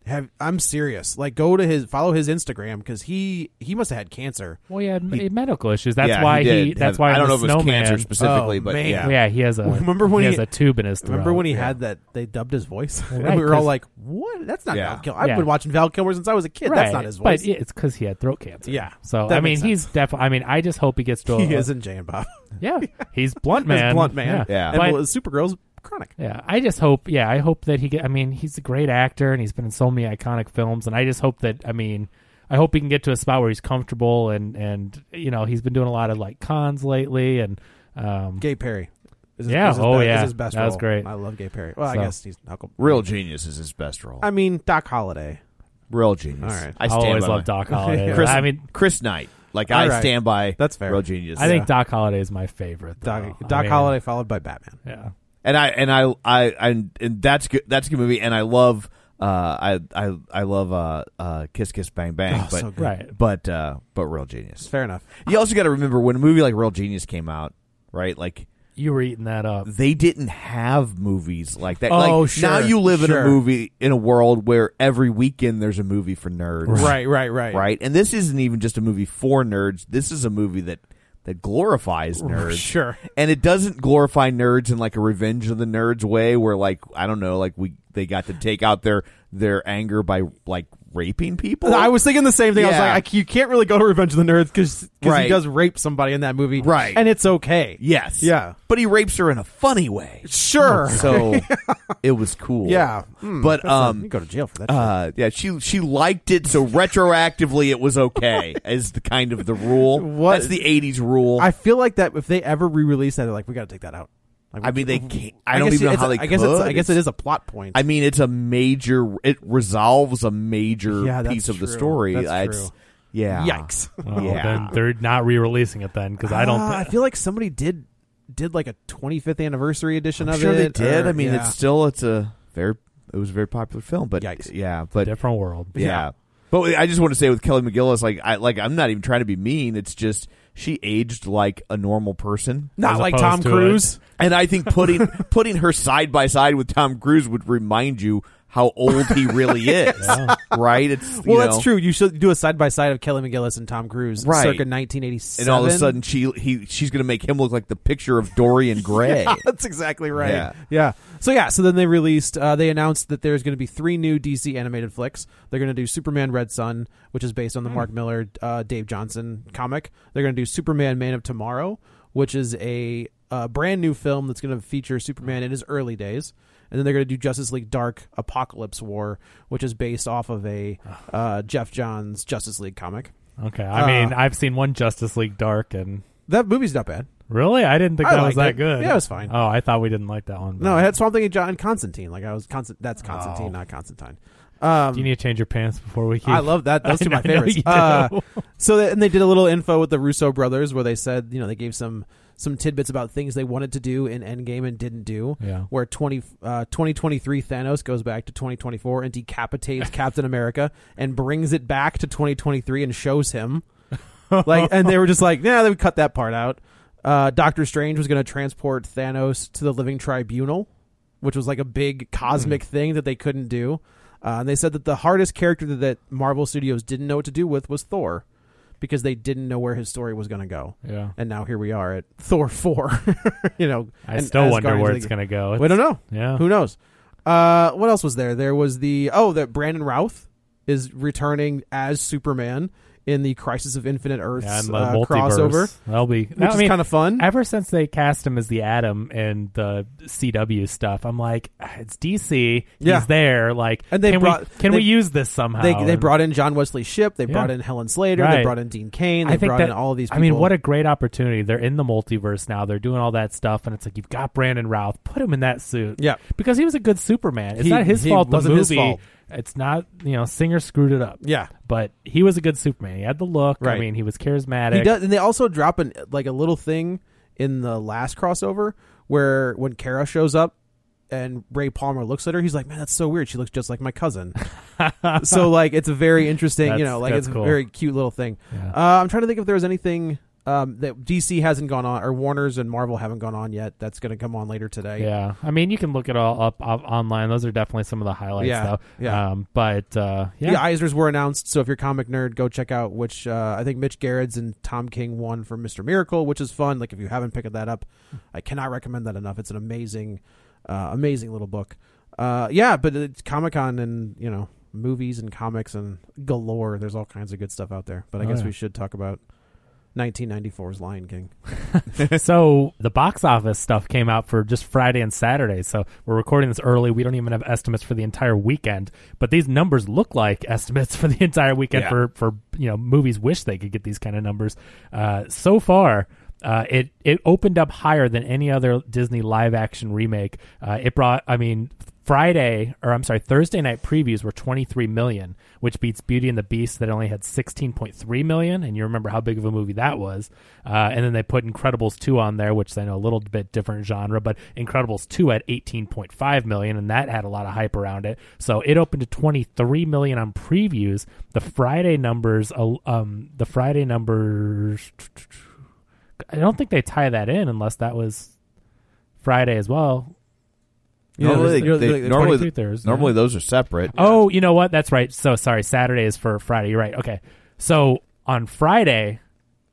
[SPEAKER 7] Have I'm serious. Like, go to his follow his Instagram because he he must have had cancer.
[SPEAKER 6] Well, he had
[SPEAKER 5] He-
[SPEAKER 6] medical issues. That's
[SPEAKER 5] yeah,
[SPEAKER 6] why
[SPEAKER 5] he.
[SPEAKER 6] he.
[SPEAKER 5] did
[SPEAKER 6] that's
[SPEAKER 5] have-
[SPEAKER 6] why
[SPEAKER 5] I don't
[SPEAKER 6] in
[SPEAKER 5] know
[SPEAKER 6] the
[SPEAKER 5] if it was cancer
[SPEAKER 6] snowman-
[SPEAKER 5] specifically,
[SPEAKER 7] Oh,
[SPEAKER 5] but
[SPEAKER 7] man.
[SPEAKER 5] yeah.
[SPEAKER 6] Yeah, he has a.
[SPEAKER 7] Remember when
[SPEAKER 6] he,
[SPEAKER 7] he-
[SPEAKER 6] has a tube in his throat.
[SPEAKER 7] Remember when he
[SPEAKER 6] Yeah.
[SPEAKER 7] had that? They dubbed his voice,
[SPEAKER 6] Right,
[SPEAKER 7] and we were all
[SPEAKER 6] 'cause-
[SPEAKER 7] like, "What? That's not
[SPEAKER 5] Yeah.
[SPEAKER 7] Val Kilmer." I've
[SPEAKER 6] Yeah.
[SPEAKER 7] been watching Val Kilmer since I was a kid. That's not his voice.
[SPEAKER 6] But it's because he had throat cancer.
[SPEAKER 7] Yeah,
[SPEAKER 6] So
[SPEAKER 7] that
[SPEAKER 6] I mean,
[SPEAKER 7] makes
[SPEAKER 6] he's definitely. I mean, I just hope he gets to.
[SPEAKER 7] he
[SPEAKER 6] a,
[SPEAKER 7] is in Jay and Bob.
[SPEAKER 6] Yeah, he's blunt
[SPEAKER 7] As
[SPEAKER 6] man.
[SPEAKER 7] Blunt Man.
[SPEAKER 5] Yeah.
[SPEAKER 7] And
[SPEAKER 6] But-
[SPEAKER 7] well, Supergirl's chronic.
[SPEAKER 6] yeah, I just hope. Yeah, I hope that he. Get, I mean, he's a great actor, and he's been in so many iconic films. And I just hope that. I mean, I hope he can get to a spot where he's comfortable, and and you know, he's been doing a lot of like cons lately, and um,
[SPEAKER 7] Gay Perry. Is
[SPEAKER 6] Yeah,
[SPEAKER 7] is
[SPEAKER 6] oh,
[SPEAKER 7] be- is
[SPEAKER 6] yeah.
[SPEAKER 7] his best
[SPEAKER 6] That was
[SPEAKER 7] role.
[SPEAKER 6] great.
[SPEAKER 7] I love Gay Perry. Well, I
[SPEAKER 6] So.
[SPEAKER 7] guess he's Uncle.
[SPEAKER 5] Real genius is his best role.
[SPEAKER 7] I mean, Doc Holiday.
[SPEAKER 5] Real genius.
[SPEAKER 7] All right.
[SPEAKER 5] I
[SPEAKER 6] I
[SPEAKER 5] stand
[SPEAKER 6] always
[SPEAKER 5] by
[SPEAKER 6] love
[SPEAKER 5] my-
[SPEAKER 6] Doc Holliday.
[SPEAKER 5] Chris,
[SPEAKER 6] I mean,
[SPEAKER 5] Chris Knight. Like
[SPEAKER 7] All
[SPEAKER 5] I
[SPEAKER 7] right.
[SPEAKER 5] stand by.
[SPEAKER 7] That's fair.
[SPEAKER 5] Real genius.
[SPEAKER 6] I think Doc Holliday is my favorite.
[SPEAKER 7] Doc,
[SPEAKER 5] Oh,
[SPEAKER 6] though. I
[SPEAKER 7] Doc
[SPEAKER 6] mean,
[SPEAKER 7] Holiday followed by Batman.
[SPEAKER 6] Yeah.
[SPEAKER 5] and I and I I and, and that's good. That's a good movie, and I love. Uh, I I I love uh, uh, Kiss Kiss Bang Bang,
[SPEAKER 7] Oh,
[SPEAKER 5] but
[SPEAKER 7] so good.
[SPEAKER 6] Right.
[SPEAKER 5] but uh, but Real Genius.
[SPEAKER 7] Fair enough.
[SPEAKER 5] You also got to remember when a movie like Real Genius came out, right? Like
[SPEAKER 6] You were eating that up.
[SPEAKER 5] they didn't have movies like that.
[SPEAKER 7] Oh,
[SPEAKER 5] like,
[SPEAKER 7] sure,
[SPEAKER 5] Now you live in
[SPEAKER 7] sure.
[SPEAKER 5] a movie in a world where every weekend there's a movie for nerds,
[SPEAKER 7] Right, right, right.
[SPEAKER 5] Right, and this isn't even just a movie for nerds. This is a movie that that glorifies nerds.
[SPEAKER 7] Sure.
[SPEAKER 5] and it doesn't glorify nerds in like a revenge of the nerds way where like i don't know like we they got to take out their their anger by like raping people
[SPEAKER 7] I was thinking the same thing. I was
[SPEAKER 5] Yeah.
[SPEAKER 7] like, I, you can't really go to Revenge of the Nerds because
[SPEAKER 5] Right.
[SPEAKER 7] he does rape somebody in that movie.
[SPEAKER 5] Right.
[SPEAKER 7] And it's okay.
[SPEAKER 5] yes
[SPEAKER 7] Yeah.
[SPEAKER 5] but he rapes her in a funny way
[SPEAKER 7] Sure.
[SPEAKER 5] so it was cool
[SPEAKER 7] yeah. Hmm,
[SPEAKER 5] but
[SPEAKER 7] that's not- you
[SPEAKER 5] um
[SPEAKER 7] can go to jail for that. shit.
[SPEAKER 5] uh yeah she she liked it so retroactively it was okay is the kind of the rule
[SPEAKER 7] What-
[SPEAKER 5] that's the 80s rule
[SPEAKER 7] I feel like that if they ever re-release that, they're like, we got to take that out. Like,
[SPEAKER 5] I
[SPEAKER 7] we-
[SPEAKER 5] mean, they can't- I don't
[SPEAKER 7] guess
[SPEAKER 5] even know
[SPEAKER 7] it's-
[SPEAKER 5] how they
[SPEAKER 7] I guess it's,
[SPEAKER 5] could.
[SPEAKER 7] I guess it is a plot point.
[SPEAKER 5] I mean, it's a major. It resolves a major
[SPEAKER 7] Yeah, that's
[SPEAKER 5] piece of the
[SPEAKER 7] true.
[SPEAKER 5] story.
[SPEAKER 7] That's
[SPEAKER 5] Uh, it's-
[SPEAKER 7] true.
[SPEAKER 5] Yeah.
[SPEAKER 7] Yikes.
[SPEAKER 6] Well,
[SPEAKER 5] Yeah.
[SPEAKER 6] Oh, then they're not re-releasing it then because I don't.
[SPEAKER 7] Ah, I
[SPEAKER 6] thi-
[SPEAKER 7] feel like somebody did did like a 25th anniversary edition
[SPEAKER 5] I'm
[SPEAKER 7] of
[SPEAKER 5] sure
[SPEAKER 7] it.
[SPEAKER 5] they did.
[SPEAKER 7] or-
[SPEAKER 5] I mean,
[SPEAKER 7] yeah.
[SPEAKER 5] it's still it's a very it was a very popular film, but
[SPEAKER 7] Yikes.
[SPEAKER 5] yeah, but
[SPEAKER 6] different world.
[SPEAKER 5] yeah. But I just want to say with Kelly McGillis, like I like I'm not even trying to be mean. It's just she aged like a normal person.
[SPEAKER 7] not
[SPEAKER 6] as
[SPEAKER 7] like
[SPEAKER 6] opposed
[SPEAKER 7] Tom
[SPEAKER 6] to
[SPEAKER 7] Cruise.
[SPEAKER 5] And I think putting putting her side by side with Tom Cruise would remind you how old he really is, right? It's you
[SPEAKER 7] Well, that's
[SPEAKER 5] know,
[SPEAKER 7] true. You should do a side by side of Kelly McGillis and Tom Cruise,
[SPEAKER 5] Right.
[SPEAKER 7] circa 1987.
[SPEAKER 5] And all of a sudden, she he she's going to make him look like the picture of Dorian Gray.
[SPEAKER 7] that's exactly right.
[SPEAKER 5] Yeah.
[SPEAKER 7] Yeah. So yeah. So then they released. Uh, they announced that there's going to be three new DC animated flicks. They're going to do Superman Red Sun, which is based on
[SPEAKER 5] Hmm.
[SPEAKER 7] the Mark Miller, uh, Dave Johnson comic. They're going to do Superman Man of Tomorrow, which is a uh, brand new film that's going to feature Superman in his early days. And then they're going to do Justice League Dark Apocalypse War, which is based off of a uh, Jeff Johns Justice League comic.
[SPEAKER 6] Okay. I mean,
[SPEAKER 7] Uh.
[SPEAKER 6] I've seen one Justice League Dark, and
[SPEAKER 7] That movie's not bad.
[SPEAKER 6] really, I didn't think
[SPEAKER 7] I
[SPEAKER 6] that was that
[SPEAKER 7] liked it.
[SPEAKER 6] good.
[SPEAKER 7] Yeah, it was fine.
[SPEAKER 6] Oh, I thought we didn't like that one.
[SPEAKER 7] No,
[SPEAKER 6] but-
[SPEAKER 7] I had Swamp Thing and John Constantine. Like I was Constant. That's
[SPEAKER 6] Oh.
[SPEAKER 7] Constantine, not Constantine. Um,
[SPEAKER 6] Do you need to change your pants before we keep?
[SPEAKER 7] I love that. Those
[SPEAKER 6] I
[SPEAKER 7] two are my
[SPEAKER 6] know you
[SPEAKER 7] favorites.
[SPEAKER 6] do.
[SPEAKER 7] Uh, so they, and they did a little info with the Russo brothers where they said you know they gave some some tidbits about things they wanted to do in Endgame and didn't do.
[SPEAKER 6] Yeah.
[SPEAKER 7] Where 20, uh, 2023 Thanos goes back to 2024 and decapitates Captain America and brings it back to 2023 and shows him. like and they were just like, nah, they would cut that part out. Uh, Doctor Strange was going to transport Thanos to the Living Tribunal which was like a big cosmic
[SPEAKER 6] Hmm.
[SPEAKER 7] thing that they couldn't do. Uh, and they said that the hardest character that- that Marvel Studios didn't know what to do with was Thor, because they didn't know where his story was going to go.
[SPEAKER 6] Yeah.
[SPEAKER 7] And now here we are at Thor four. you know,
[SPEAKER 6] I
[SPEAKER 7] and
[SPEAKER 6] still
[SPEAKER 7] as
[SPEAKER 6] wonder
[SPEAKER 7] Guardians
[SPEAKER 6] where
[SPEAKER 7] of the-
[SPEAKER 6] it's gonna go.
[SPEAKER 7] We don't know.
[SPEAKER 6] Yeah.
[SPEAKER 7] Who knows? Uh, what else was there? There was the oh that Brandon Routh is returning as Superman in the Crisis of Infinite Earths
[SPEAKER 6] Yeah, and the
[SPEAKER 7] uh,
[SPEAKER 6] multiverse.
[SPEAKER 7] crossover,
[SPEAKER 6] That'll be
[SPEAKER 7] which is kind of fun.
[SPEAKER 6] Ever since they cast him as the Atom and the CW stuff, I'm like, "Ah, it's DC.
[SPEAKER 7] Yeah.
[SPEAKER 6] He's there. Like,
[SPEAKER 7] And they
[SPEAKER 6] can we
[SPEAKER 7] brought-
[SPEAKER 6] can
[SPEAKER 7] they-
[SPEAKER 6] we use this somehow?
[SPEAKER 7] They, they
[SPEAKER 6] And
[SPEAKER 7] brought in John Wesley Ship. They
[SPEAKER 6] Yeah.
[SPEAKER 7] brought in Helen Slater. They
[SPEAKER 6] Right.
[SPEAKER 7] brought in Dean Kane. They
[SPEAKER 6] I think
[SPEAKER 7] brought
[SPEAKER 6] that
[SPEAKER 7] in all of these.
[SPEAKER 6] I
[SPEAKER 7] people.
[SPEAKER 6] mean, what a great opportunity! They're in the multiverse now. They're doing all that stuff, and it's like you've got Brandon Routh. Put him in that suit.
[SPEAKER 7] Yeah.
[SPEAKER 6] because he was a good Superman. It's
[SPEAKER 7] He-
[SPEAKER 6] not his
[SPEAKER 7] he
[SPEAKER 6] fault.
[SPEAKER 7] wasn't
[SPEAKER 6] the
[SPEAKER 7] his
[SPEAKER 6] movie.
[SPEAKER 7] fault.
[SPEAKER 6] It's not you know Singer screwed it up.
[SPEAKER 7] Yeah.
[SPEAKER 6] but he was a good Superman. He had the look. I
[SPEAKER 7] Right.
[SPEAKER 6] mean, he was charismatic.
[SPEAKER 7] He does, and they also drop an like a little thing in the last crossover where when Kara shows up and Ray Palmer looks at her, he's like, "Man, that's so weird. She looks just like my cousin." so like, it's a very interesting, you
[SPEAKER 6] That's-
[SPEAKER 7] know, like
[SPEAKER 6] that's
[SPEAKER 7] it's
[SPEAKER 6] cool.
[SPEAKER 7] a very cute little thing.
[SPEAKER 6] Yeah.
[SPEAKER 7] Uh, I'm trying to think if there was anything um, that DC hasn't gone on or Warner's and Marvel haven't gone on yet. That's going to come on later today.
[SPEAKER 6] Yeah, I mean, you can look it all up, o- online. Those are definitely some of the highlights,
[SPEAKER 7] Yeah,
[SPEAKER 6] though.
[SPEAKER 7] yeah.
[SPEAKER 6] Um, but uh, yeah,
[SPEAKER 7] The Eisners were announced, so if you're a comic nerd, go check out which uh, I think Mitch Garrett's and Tom King won for Mister Miracle, which is fun. Like if you haven't picked that up, I cannot recommend that enough. It's an amazing, uh, amazing little book. Uh, yeah, but it's Comic Con and you know movies and comics and galore. There's all kinds of good stuff out there. But I
[SPEAKER 6] Oh,
[SPEAKER 7] guess
[SPEAKER 6] yeah.
[SPEAKER 7] we should talk about 1994's Lion King.
[SPEAKER 6] so the box office stuff came out for just Friday and Saturday. So we're recording this early. We don't even have estimates for the entire weekend, but these numbers look like estimates for the entire weekend
[SPEAKER 5] Yeah.
[SPEAKER 6] for for you know movies. Wish they could get these kind of numbers. Uh, so far. Uh, it it opened up higher than any other Disney live action remake. Uh, it brought, I mean, Friday or I'm sorry, Thursday night previews were 23 million, which beats Beauty and the Beast that only had 16.3 million. And you remember how big of a movie that was. Uh, and then they put Incredibles 2 on there, which I know a little bit different genre, but Incredibles 2 at 18.5 million, and that had a lot of hype around it. So it opened to 23 million on previews. The Friday numbers, uh, um, the Friday numbers. I don't think they tie that in unless that was Friday as well.
[SPEAKER 7] You know,
[SPEAKER 5] normally,
[SPEAKER 7] there's-
[SPEAKER 5] they-
[SPEAKER 7] there's-
[SPEAKER 5] they-
[SPEAKER 7] there's
[SPEAKER 5] normally,
[SPEAKER 6] 23 Thursday.
[SPEAKER 5] normally those are separate.
[SPEAKER 6] Oh, you know what? That's right. So sorry, Saturday is for Friday. You're right. Okay. So on Friday,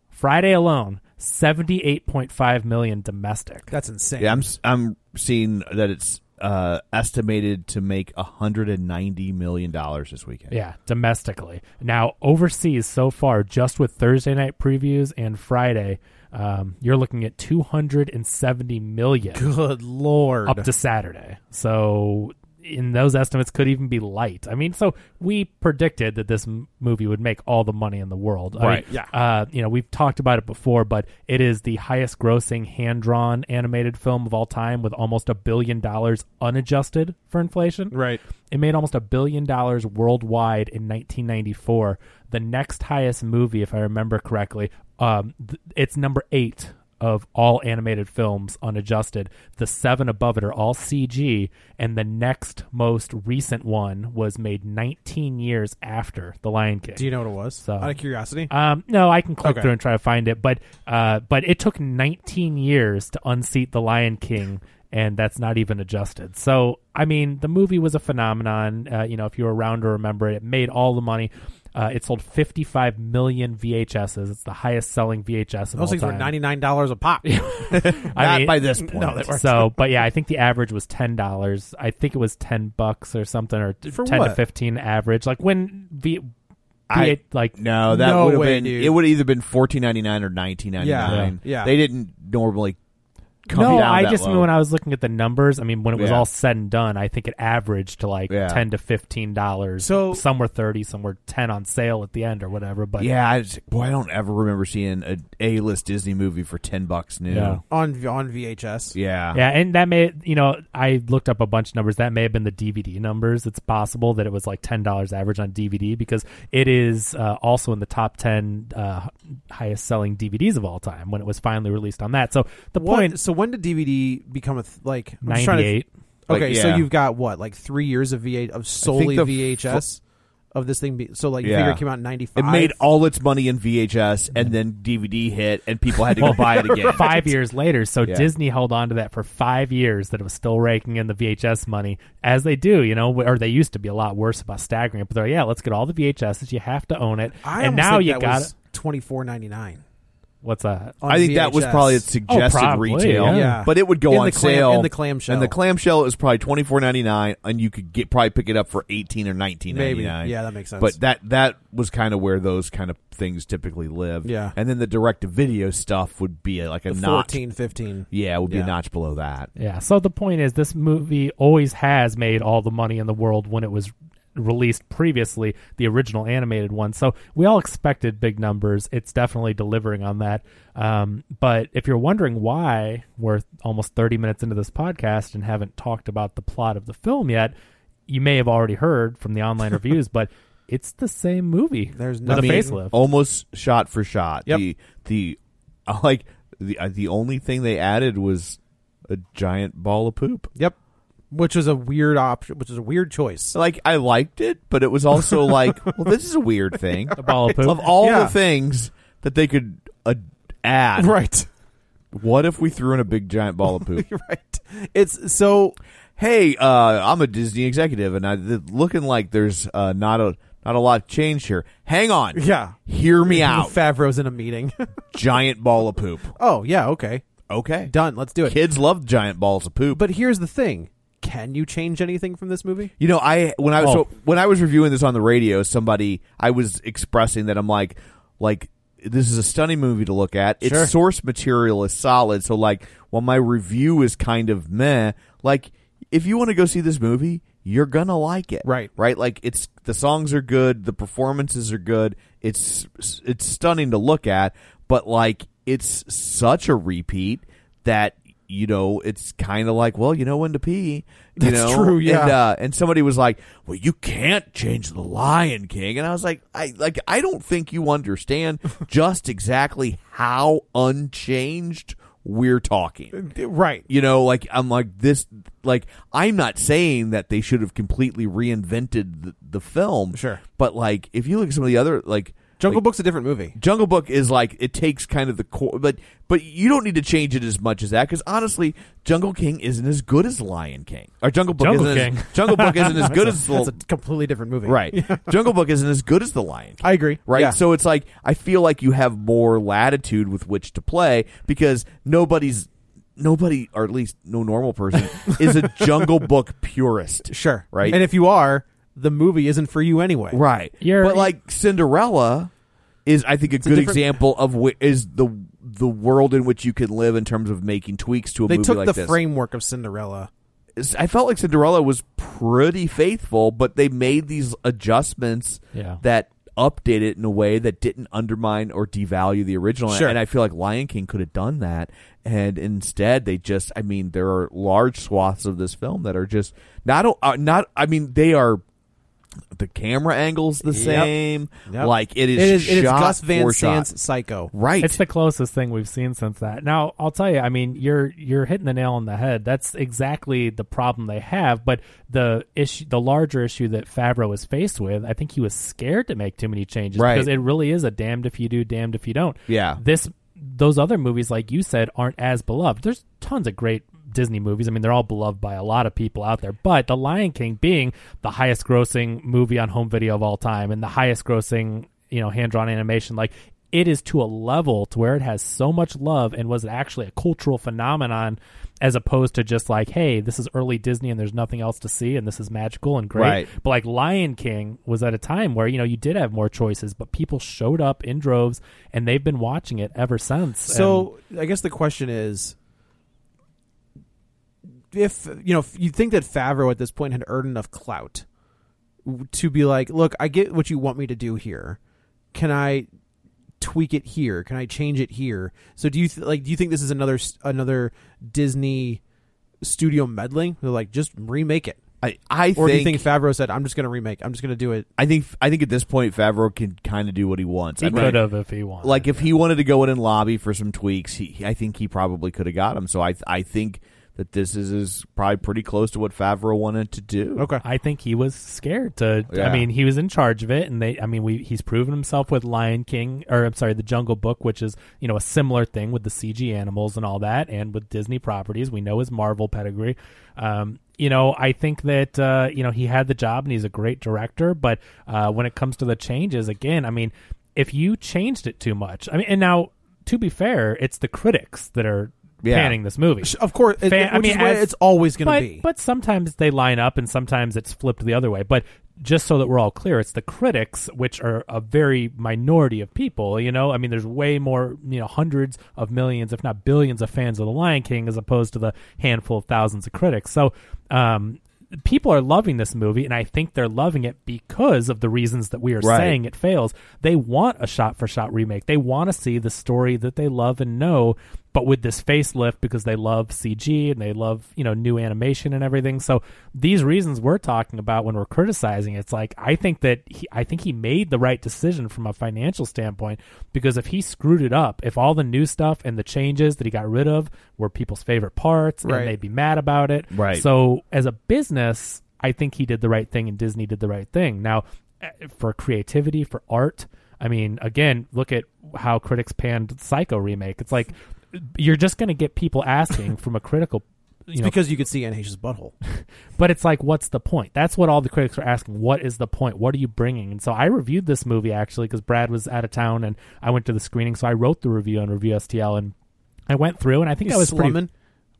[SPEAKER 6] Friday alone, seventy eight point five million domestic.
[SPEAKER 7] That's insane.
[SPEAKER 5] Yeah, I'm s- I'm seeing that it's uh, estimated to make 190 million dollars this weekend.
[SPEAKER 6] Yeah, domestically. Now overseas so far, just with Thursday night previews and Friday, um, you're looking at two hundred and seventy million
[SPEAKER 7] Good lord.
[SPEAKER 6] up to Saturday. So in those estimates could even be light. I mean, so we predicted that this m- movie would make all the money in the world. I
[SPEAKER 5] Right,
[SPEAKER 6] mean, Uh, you know, we've talked about it before, but it is the highest grossing hand drawn animated film of all time with almost a billion dollars unadjusted for inflation.
[SPEAKER 7] Right.
[SPEAKER 6] It made almost a billion dollars worldwide in 1994. The next highest movie, if I remember correctly, um, th- it's number eight of all animated films unadjusted. The seven above it are all CG, and the next most recent one was made 19 years after The Lion King.
[SPEAKER 7] Do you know what it was?
[SPEAKER 6] So-
[SPEAKER 7] Out of curiosity.
[SPEAKER 6] Um, no, I can click
[SPEAKER 7] Okay.
[SPEAKER 6] through and try to find it, but uh, but it took 19 years to unseat the Lion King, and that's not even adjusted. So I mean, the movie was a phenomenon. Uh, you know, if you were around to remember it, it made all the money. Uh, it sold 55 million VHSs. It's the highest selling VHS of all
[SPEAKER 7] Those things
[SPEAKER 6] time.
[SPEAKER 7] were ninety nine dollars a pop.
[SPEAKER 6] I
[SPEAKER 5] Not
[SPEAKER 6] mean-
[SPEAKER 5] by this point.
[SPEAKER 7] No, they weren't.
[SPEAKER 6] So, but yeah, I think the average was ten dollars. I think it was ten bucks or something, or t-
[SPEAKER 7] For
[SPEAKER 6] ten to
[SPEAKER 7] what?
[SPEAKER 6] fifteen average. Like when V,
[SPEAKER 5] I-
[SPEAKER 6] V like
[SPEAKER 5] No, that
[SPEAKER 7] No
[SPEAKER 5] would have
[SPEAKER 7] way,
[SPEAKER 5] been
[SPEAKER 7] dude.
[SPEAKER 5] it would have either been fourteen ninety nine or nineteen ninety nine.
[SPEAKER 7] Yeah, yeah.
[SPEAKER 5] They didn't normally come
[SPEAKER 6] no,
[SPEAKER 5] down
[SPEAKER 6] I
[SPEAKER 5] that
[SPEAKER 6] just
[SPEAKER 5] low.
[SPEAKER 6] mean when I was looking at the numbers. I mean, when it was
[SPEAKER 5] Yeah.
[SPEAKER 6] all said and done, I think it averaged to like
[SPEAKER 5] Yeah.
[SPEAKER 6] ten to fifteen dollars.
[SPEAKER 7] So-
[SPEAKER 6] some were thirty, some were ten on sale at the end or whatever. But
[SPEAKER 5] Yeah, I just, boy, I don't ever remember seeing a A list Disney movie for ten bucks new.
[SPEAKER 6] Yeah.
[SPEAKER 7] on on VHS.
[SPEAKER 5] Yeah.
[SPEAKER 6] yeah, and that may you know I looked up a bunch of numbers. That may have been the DVD numbers. It's possible that it was like ten dollars average on DVD because it is uh, also in the top ten uh, highest selling DVDs of all time when it was finally released on that. So the
[SPEAKER 7] What-
[SPEAKER 6] point
[SPEAKER 7] So when did DVD become a th- like I'm just trying
[SPEAKER 6] ninety
[SPEAKER 7] to
[SPEAKER 6] eight.
[SPEAKER 5] Like,
[SPEAKER 7] Okay, so
[SPEAKER 5] yeah.
[SPEAKER 7] you've got what, like three years of VH of solely
[SPEAKER 5] the
[SPEAKER 7] VHS of this thing. Be- so like, you
[SPEAKER 5] Yeah.
[SPEAKER 7] figure it came out in '95.
[SPEAKER 5] It made all its money in VHS, and then DVD hit, and people had to go buy it again.
[SPEAKER 6] five years later. So
[SPEAKER 5] Yeah.
[SPEAKER 6] Disney held on to that for five years that it was still raking in the VHS money, as they do, you know, wh- or they used to be a lot worse about staggering it. But they're, yeah, let's get all the VHSs. You have to own it.
[SPEAKER 7] I
[SPEAKER 6] and
[SPEAKER 7] almost
[SPEAKER 6] now
[SPEAKER 7] think
[SPEAKER 6] you
[SPEAKER 7] that
[SPEAKER 6] got
[SPEAKER 7] was twenty four ninety nine.
[SPEAKER 6] What's that?
[SPEAKER 5] I think that was probably its suggested
[SPEAKER 6] Oh, probably,
[SPEAKER 5] retail,
[SPEAKER 6] yeah.
[SPEAKER 7] Yeah.
[SPEAKER 5] but it would go
[SPEAKER 7] In
[SPEAKER 5] on
[SPEAKER 7] the clam-
[SPEAKER 5] sale
[SPEAKER 7] in the clamshell.
[SPEAKER 5] And the clamshell is probably twenty four ninety nine, and you could get probably pick it up for eighteen or nineteen ninety
[SPEAKER 7] Maybe.
[SPEAKER 5] nine.
[SPEAKER 7] Yeah, that makes sense.
[SPEAKER 5] But that that was kind of where those kind of things typically live.
[SPEAKER 7] Yeah.
[SPEAKER 5] and then the direct to video stuff would be like a
[SPEAKER 7] the
[SPEAKER 5] notch.
[SPEAKER 7] 14, 15.
[SPEAKER 5] Yeah, it would be a
[SPEAKER 7] Yeah.
[SPEAKER 5] notch below that.
[SPEAKER 6] Yeah. So the point is, this movie always has made all the money in the world when it was released previously, the original animated one. So we all expected big numbers. It's definitely delivering on that. Um, but if you're wondering why we're almost 30 minutes into this podcast and haven't talked about the plot of the film yet, you may have already heard from the online reviews, but it's the same movie.
[SPEAKER 7] There's
[SPEAKER 6] with a
[SPEAKER 7] nothing- Oh,
[SPEAKER 6] facelift.
[SPEAKER 5] almost shot for shot.
[SPEAKER 7] Yep.
[SPEAKER 5] The the I like the uh, the only thing they added was a giant ball of poop.
[SPEAKER 7] Yep. Which was a weird option. Which was a weird choice.
[SPEAKER 5] Like I liked it, but it was also like, well, this is a weird thing.
[SPEAKER 6] A ball of poop.
[SPEAKER 5] Of all
[SPEAKER 7] Yeah.
[SPEAKER 5] the things that they could uh, add,
[SPEAKER 7] Right.
[SPEAKER 5] What if we threw in a big giant ball of poop?
[SPEAKER 7] right. It's so.
[SPEAKER 5] hey, uh, I'm a Disney executive, and I th- looking like there's uh, not a not a lot of change here. Hang on,
[SPEAKER 7] Yeah.
[SPEAKER 5] hear me out.
[SPEAKER 7] Favreau's in a meeting.
[SPEAKER 5] giant ball of poop.
[SPEAKER 7] oh yeah. Okay.
[SPEAKER 5] Okay,
[SPEAKER 7] Done. Let's do it.
[SPEAKER 5] Kids love giant balls of poop.
[SPEAKER 7] But here's the thing. Can you change anything from this movie?
[SPEAKER 5] You know, I when I was
[SPEAKER 6] Oh.
[SPEAKER 5] so, when I was reviewing this on the radio, somebody I was expressing that I'm like, like this is a stunning movie to look at. Its
[SPEAKER 7] Sure.
[SPEAKER 5] source material is solid. So like, while my review is kind of meh, like if you want to go see this movie, you're gonna like it,
[SPEAKER 7] Right.
[SPEAKER 5] Right? Like it's the songs are good, the performances are good. It's it's stunning to look at, but like it's such a repeat that. You know, it's kind of like, well, you know when to pee. You
[SPEAKER 7] That's
[SPEAKER 5] know?
[SPEAKER 7] true, yeah.
[SPEAKER 5] And, uh, uh, and somebody was like, "Well, you can't change the Lion King," and I was like, "I like I don't think you understand just exactly how unchanged we're talking."
[SPEAKER 7] Right.
[SPEAKER 5] You know, like I'm like this, like I'm not saying that they should have completely reinvented the, the film,
[SPEAKER 7] Sure.
[SPEAKER 5] but like if you look at some of the other like
[SPEAKER 7] Jungle
[SPEAKER 5] like,
[SPEAKER 7] Book's a different movie.
[SPEAKER 5] Jungle Book is like it takes kind of the core, but but you don't need to change it as much as that because honestly, Jungle King isn't as good as Lion King or Jungle Book.
[SPEAKER 6] Jungle
[SPEAKER 5] isn't
[SPEAKER 6] King.
[SPEAKER 5] As, Jungle Book isn't as good as
[SPEAKER 7] That's a
[SPEAKER 5] the
[SPEAKER 7] completely different movie.
[SPEAKER 5] right. Jungle Book isn't as good as the Lion King.
[SPEAKER 7] I agree.
[SPEAKER 5] Right,
[SPEAKER 7] Yeah.
[SPEAKER 5] so it's like I feel like you have more latitude with which to play because nobody's nobody, or at least no normal person, is a Jungle Book purist.
[SPEAKER 7] Sure.
[SPEAKER 5] Right.
[SPEAKER 7] And if you are, the movie isn't for you anyway.
[SPEAKER 5] Right.
[SPEAKER 6] You're-
[SPEAKER 5] but like Cinderella is I think a good
[SPEAKER 7] different-
[SPEAKER 5] example of wh- is the the world in which you can live in terms of making tweaks to a
[SPEAKER 7] They
[SPEAKER 5] movie
[SPEAKER 7] took
[SPEAKER 5] like
[SPEAKER 7] the
[SPEAKER 5] this.
[SPEAKER 7] framework of Cinderella
[SPEAKER 5] I felt like Cinderella was pretty faithful, but they made these adjustments
[SPEAKER 6] Yeah.
[SPEAKER 5] that update it in a way that didn't undermine or devalue the original.
[SPEAKER 7] Sure.
[SPEAKER 5] And I feel like Lion King could have done that. And instead, they just, I mean, there are large swaths of this film that are just not, uh, not, I mean, they are. The camera angles the
[SPEAKER 7] Yep.
[SPEAKER 5] same,
[SPEAKER 7] Yep.
[SPEAKER 5] like it is.
[SPEAKER 7] It is, it is
[SPEAKER 5] shot
[SPEAKER 7] Gus Van
[SPEAKER 5] for shot.
[SPEAKER 7] Sant's Psycho.
[SPEAKER 5] right?
[SPEAKER 6] It's the closest thing we've seen since that. Now, I'll tell you, I mean, you're you're hitting the nail on the head. That's exactly the problem they have, but the issue the larger issue that Favreau was faced with, I think he was scared to make too many changes
[SPEAKER 5] Right.
[SPEAKER 6] because it really is a damned if you do, damned if you don't.
[SPEAKER 5] Yeah.
[SPEAKER 6] This those other movies like you said aren't as beloved. There's tons of great Disney movies. I mean, they're all beloved by a lot of people out there. But The Lion King being the highest grossing movie on home video of all time and the highest grossing, you know, hand drawn animation, like it is to a level to where it has so much love and was actually a cultural phenomenon as opposed to just like, hey, this is early Disney and there's nothing else to see and this is magical and great.
[SPEAKER 5] Right.
[SPEAKER 6] But like Lion King was at a time where, you know, you did have more choices, but people showed up in droves and they've been watching it ever since. And-
[SPEAKER 7] So I guess the question is, if you know, if you think that Favreau at this point had earned enough clout w- to be like, look, I get what you want me to do here. Can I tweak it here? Can I change it here? So do you th- like? Do you think this is another s- another Disney studio meddling? They're like, just remake it,
[SPEAKER 5] I, I
[SPEAKER 7] or do you
[SPEAKER 5] think,
[SPEAKER 7] think Favreau said, I'm just going to remake? I'm just going to do it.
[SPEAKER 5] I think I think at this point Favreau can kind of do what he wants.
[SPEAKER 6] he
[SPEAKER 5] I mean,
[SPEAKER 6] could have if he wanted.
[SPEAKER 5] like if he wanted to go in and lobby for some tweaks, he, he- I think he probably could have got him. So I I think that this is, is probably pretty close to what Favreau wanted to do.
[SPEAKER 7] Okay.
[SPEAKER 6] I think he was scared to.
[SPEAKER 5] Yeah.
[SPEAKER 6] I mean, he was in charge of it, and they. I mean, we. He's proven himself with Lion King, or I'm sorry, The Jungle Book, which is you know a similar thing with the CG animals and all that, and with Disney properties. We know his Marvel pedigree. Um, you know, I think that uh, you know he had the job, and he's a great director. But uh, when it comes to the changes, again, I mean, if you changed it too much, I mean, and now to be fair, it's the critics that are.
[SPEAKER 5] Yeah.
[SPEAKER 6] Panning this movie,
[SPEAKER 7] Of course, it-
[SPEAKER 6] Fan-
[SPEAKER 7] it- which is where
[SPEAKER 6] as-
[SPEAKER 7] it's always going
[SPEAKER 6] but-
[SPEAKER 7] to be.
[SPEAKER 6] But sometimes they line up, and sometimes it's flipped the other way. But just so that we're all clear, it's the critics, which are a very minority of people. You know, I mean, there's way more, you know, hundreds of millions, if not billions, of fans of The Lion King as opposed to the handful of thousands of critics. So, um, people are loving this movie, and I think they're loving it because of the reasons that we are
[SPEAKER 5] Right.
[SPEAKER 6] saying it fails. They want a shot for shot remake. They want to see the story that they love and know, but with this facelift because they love CG and they love, you know, new animation and everything. So these reasons we're talking about when we're criticizing, it's like I think that he, I think he made the right decision from a financial standpoint because if he screwed it up, if all the new stuff and the changes that he got rid of were people's favorite parts
[SPEAKER 7] Right.
[SPEAKER 6] and they'd be mad about it.
[SPEAKER 5] Right.
[SPEAKER 6] So as a business, I think he did the right thing and Disney did the right thing. Now, eh, for creativity, for art, I mean, again, look at how critics panned Psycho remake. It's like you're just going to get people asking from a critical, you
[SPEAKER 7] it's
[SPEAKER 6] know,
[SPEAKER 7] because you could see Anne Heche's butthole.
[SPEAKER 6] but it's like, what's the point? That's what all the critics are asking. What is the point? What are you bringing? And so I reviewed this movie actually because Brad was out of town and I went to the screening, so I wrote the review on Review STL and I went through and I think
[SPEAKER 7] You
[SPEAKER 6] I was pretty-
[SPEAKER 7] slumming.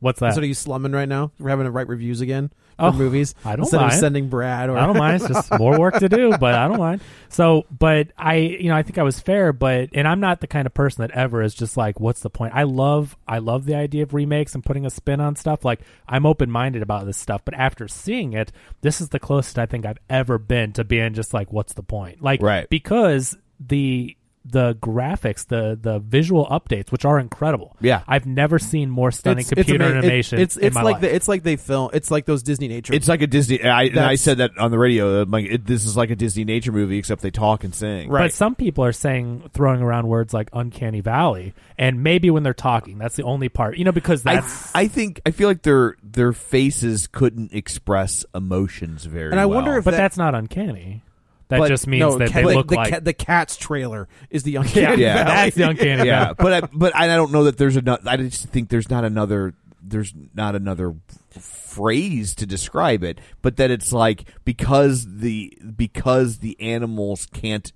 [SPEAKER 6] What's that?
[SPEAKER 7] So are you slumming right now? We're having to write reviews again for
[SPEAKER 6] Uh. Oh,
[SPEAKER 7] movies.
[SPEAKER 6] I don't
[SPEAKER 7] instead
[SPEAKER 6] mind.
[SPEAKER 7] of sending Brad or
[SPEAKER 6] I don't mind. It's just more work to do, but I don't mind. So, but I, you know, I think I was fair, but and I'm not the kind of person that ever is just like, what's the point? I love, I love the idea of remakes and putting a spin on stuff. Like I'm open minded about this stuff, but after seeing it, this is the closest I think I've ever been to being just like, what's the point? Like,
[SPEAKER 5] Right.
[SPEAKER 6] Because the the graphics, the the visual updates, which are incredible.
[SPEAKER 5] Yeah.
[SPEAKER 6] I've never seen more stunning
[SPEAKER 7] It's- it's
[SPEAKER 6] computer
[SPEAKER 7] ama- it-
[SPEAKER 6] animation.
[SPEAKER 7] it's
[SPEAKER 6] in
[SPEAKER 7] it's
[SPEAKER 6] my
[SPEAKER 7] like
[SPEAKER 6] life.
[SPEAKER 7] the, it's like they film. It's like those Disney nature.
[SPEAKER 5] It's like a Disney. I, and I
[SPEAKER 7] That's-
[SPEAKER 5] said that on the radio. I'm like it, this is like a Disney nature movie, except they talk and sing.
[SPEAKER 6] But some people are saying throwing around words like uncanny valley, and maybe when they're talking, that's the only part, you know, because
[SPEAKER 5] I,
[SPEAKER 6] that's
[SPEAKER 5] I think I feel like their their faces couldn't express emotions very.
[SPEAKER 7] And I
[SPEAKER 5] well.
[SPEAKER 7] wonder if
[SPEAKER 6] but
[SPEAKER 7] that-
[SPEAKER 6] that's not uncanny. That
[SPEAKER 5] But-
[SPEAKER 6] just means
[SPEAKER 7] no,
[SPEAKER 6] that
[SPEAKER 7] cat-
[SPEAKER 6] they
[SPEAKER 7] but
[SPEAKER 6] look
[SPEAKER 7] the
[SPEAKER 6] like
[SPEAKER 7] cat, the cat's trailer is the
[SPEAKER 6] yeah,
[SPEAKER 7] uncanny
[SPEAKER 5] Yeah.
[SPEAKER 7] valley.
[SPEAKER 6] that's the uncanny
[SPEAKER 5] yeah,
[SPEAKER 6] valley.
[SPEAKER 5] but I, but I, I don't know that there's another. I just think there's not another. There's not another phrase to describe it, but that it's like because the because the animals can't.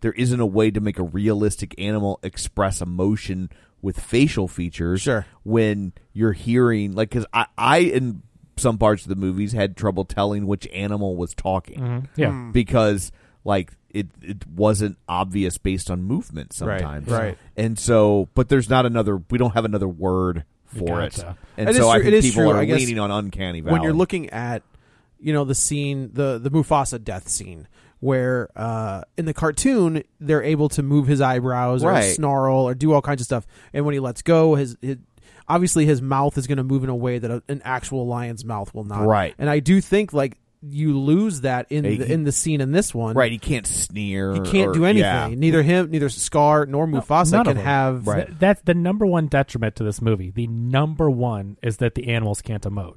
[SPEAKER 5] There isn't a way to make a realistic animal express emotion with facial features.
[SPEAKER 7] Sure.
[SPEAKER 5] When you're hearing, like, because I, I in some parts of the movies had trouble telling which animal was talking
[SPEAKER 7] Mm-hmm.
[SPEAKER 6] Yeah.
[SPEAKER 5] because like it it wasn't obvious based on movement sometimes
[SPEAKER 7] right.
[SPEAKER 5] and so but there's not another we don't have another word for
[SPEAKER 6] Gotcha.
[SPEAKER 5] it. And
[SPEAKER 7] It is
[SPEAKER 5] so I
[SPEAKER 7] true-
[SPEAKER 5] think
[SPEAKER 7] it is
[SPEAKER 5] people
[SPEAKER 7] true,
[SPEAKER 5] are
[SPEAKER 7] I guess,
[SPEAKER 5] leaning on uncanny valley.
[SPEAKER 7] when you're looking at you know the scene the the Mufasa death scene where uh in the cartoon they're able to move his eyebrows or
[SPEAKER 5] Right.
[SPEAKER 7] snarl or do all kinds of stuff and when he lets go his, his obviously his mouth is going to move in a way that a, an actual lion's mouth will not
[SPEAKER 5] Right.
[SPEAKER 7] and I do think like you lose that in
[SPEAKER 5] Hey,
[SPEAKER 7] the,
[SPEAKER 5] he-
[SPEAKER 7] in the scene in this one
[SPEAKER 5] right, he can't sneer.
[SPEAKER 7] he can't
[SPEAKER 5] or-
[SPEAKER 7] do anything
[SPEAKER 5] yeah.
[SPEAKER 7] neither him neither Scar nor Mufasa
[SPEAKER 6] none of
[SPEAKER 7] can
[SPEAKER 6] them.
[SPEAKER 7] have
[SPEAKER 5] Right.
[SPEAKER 6] Th- that's the number one detriment to this movie. The number one is that the animals can't emote.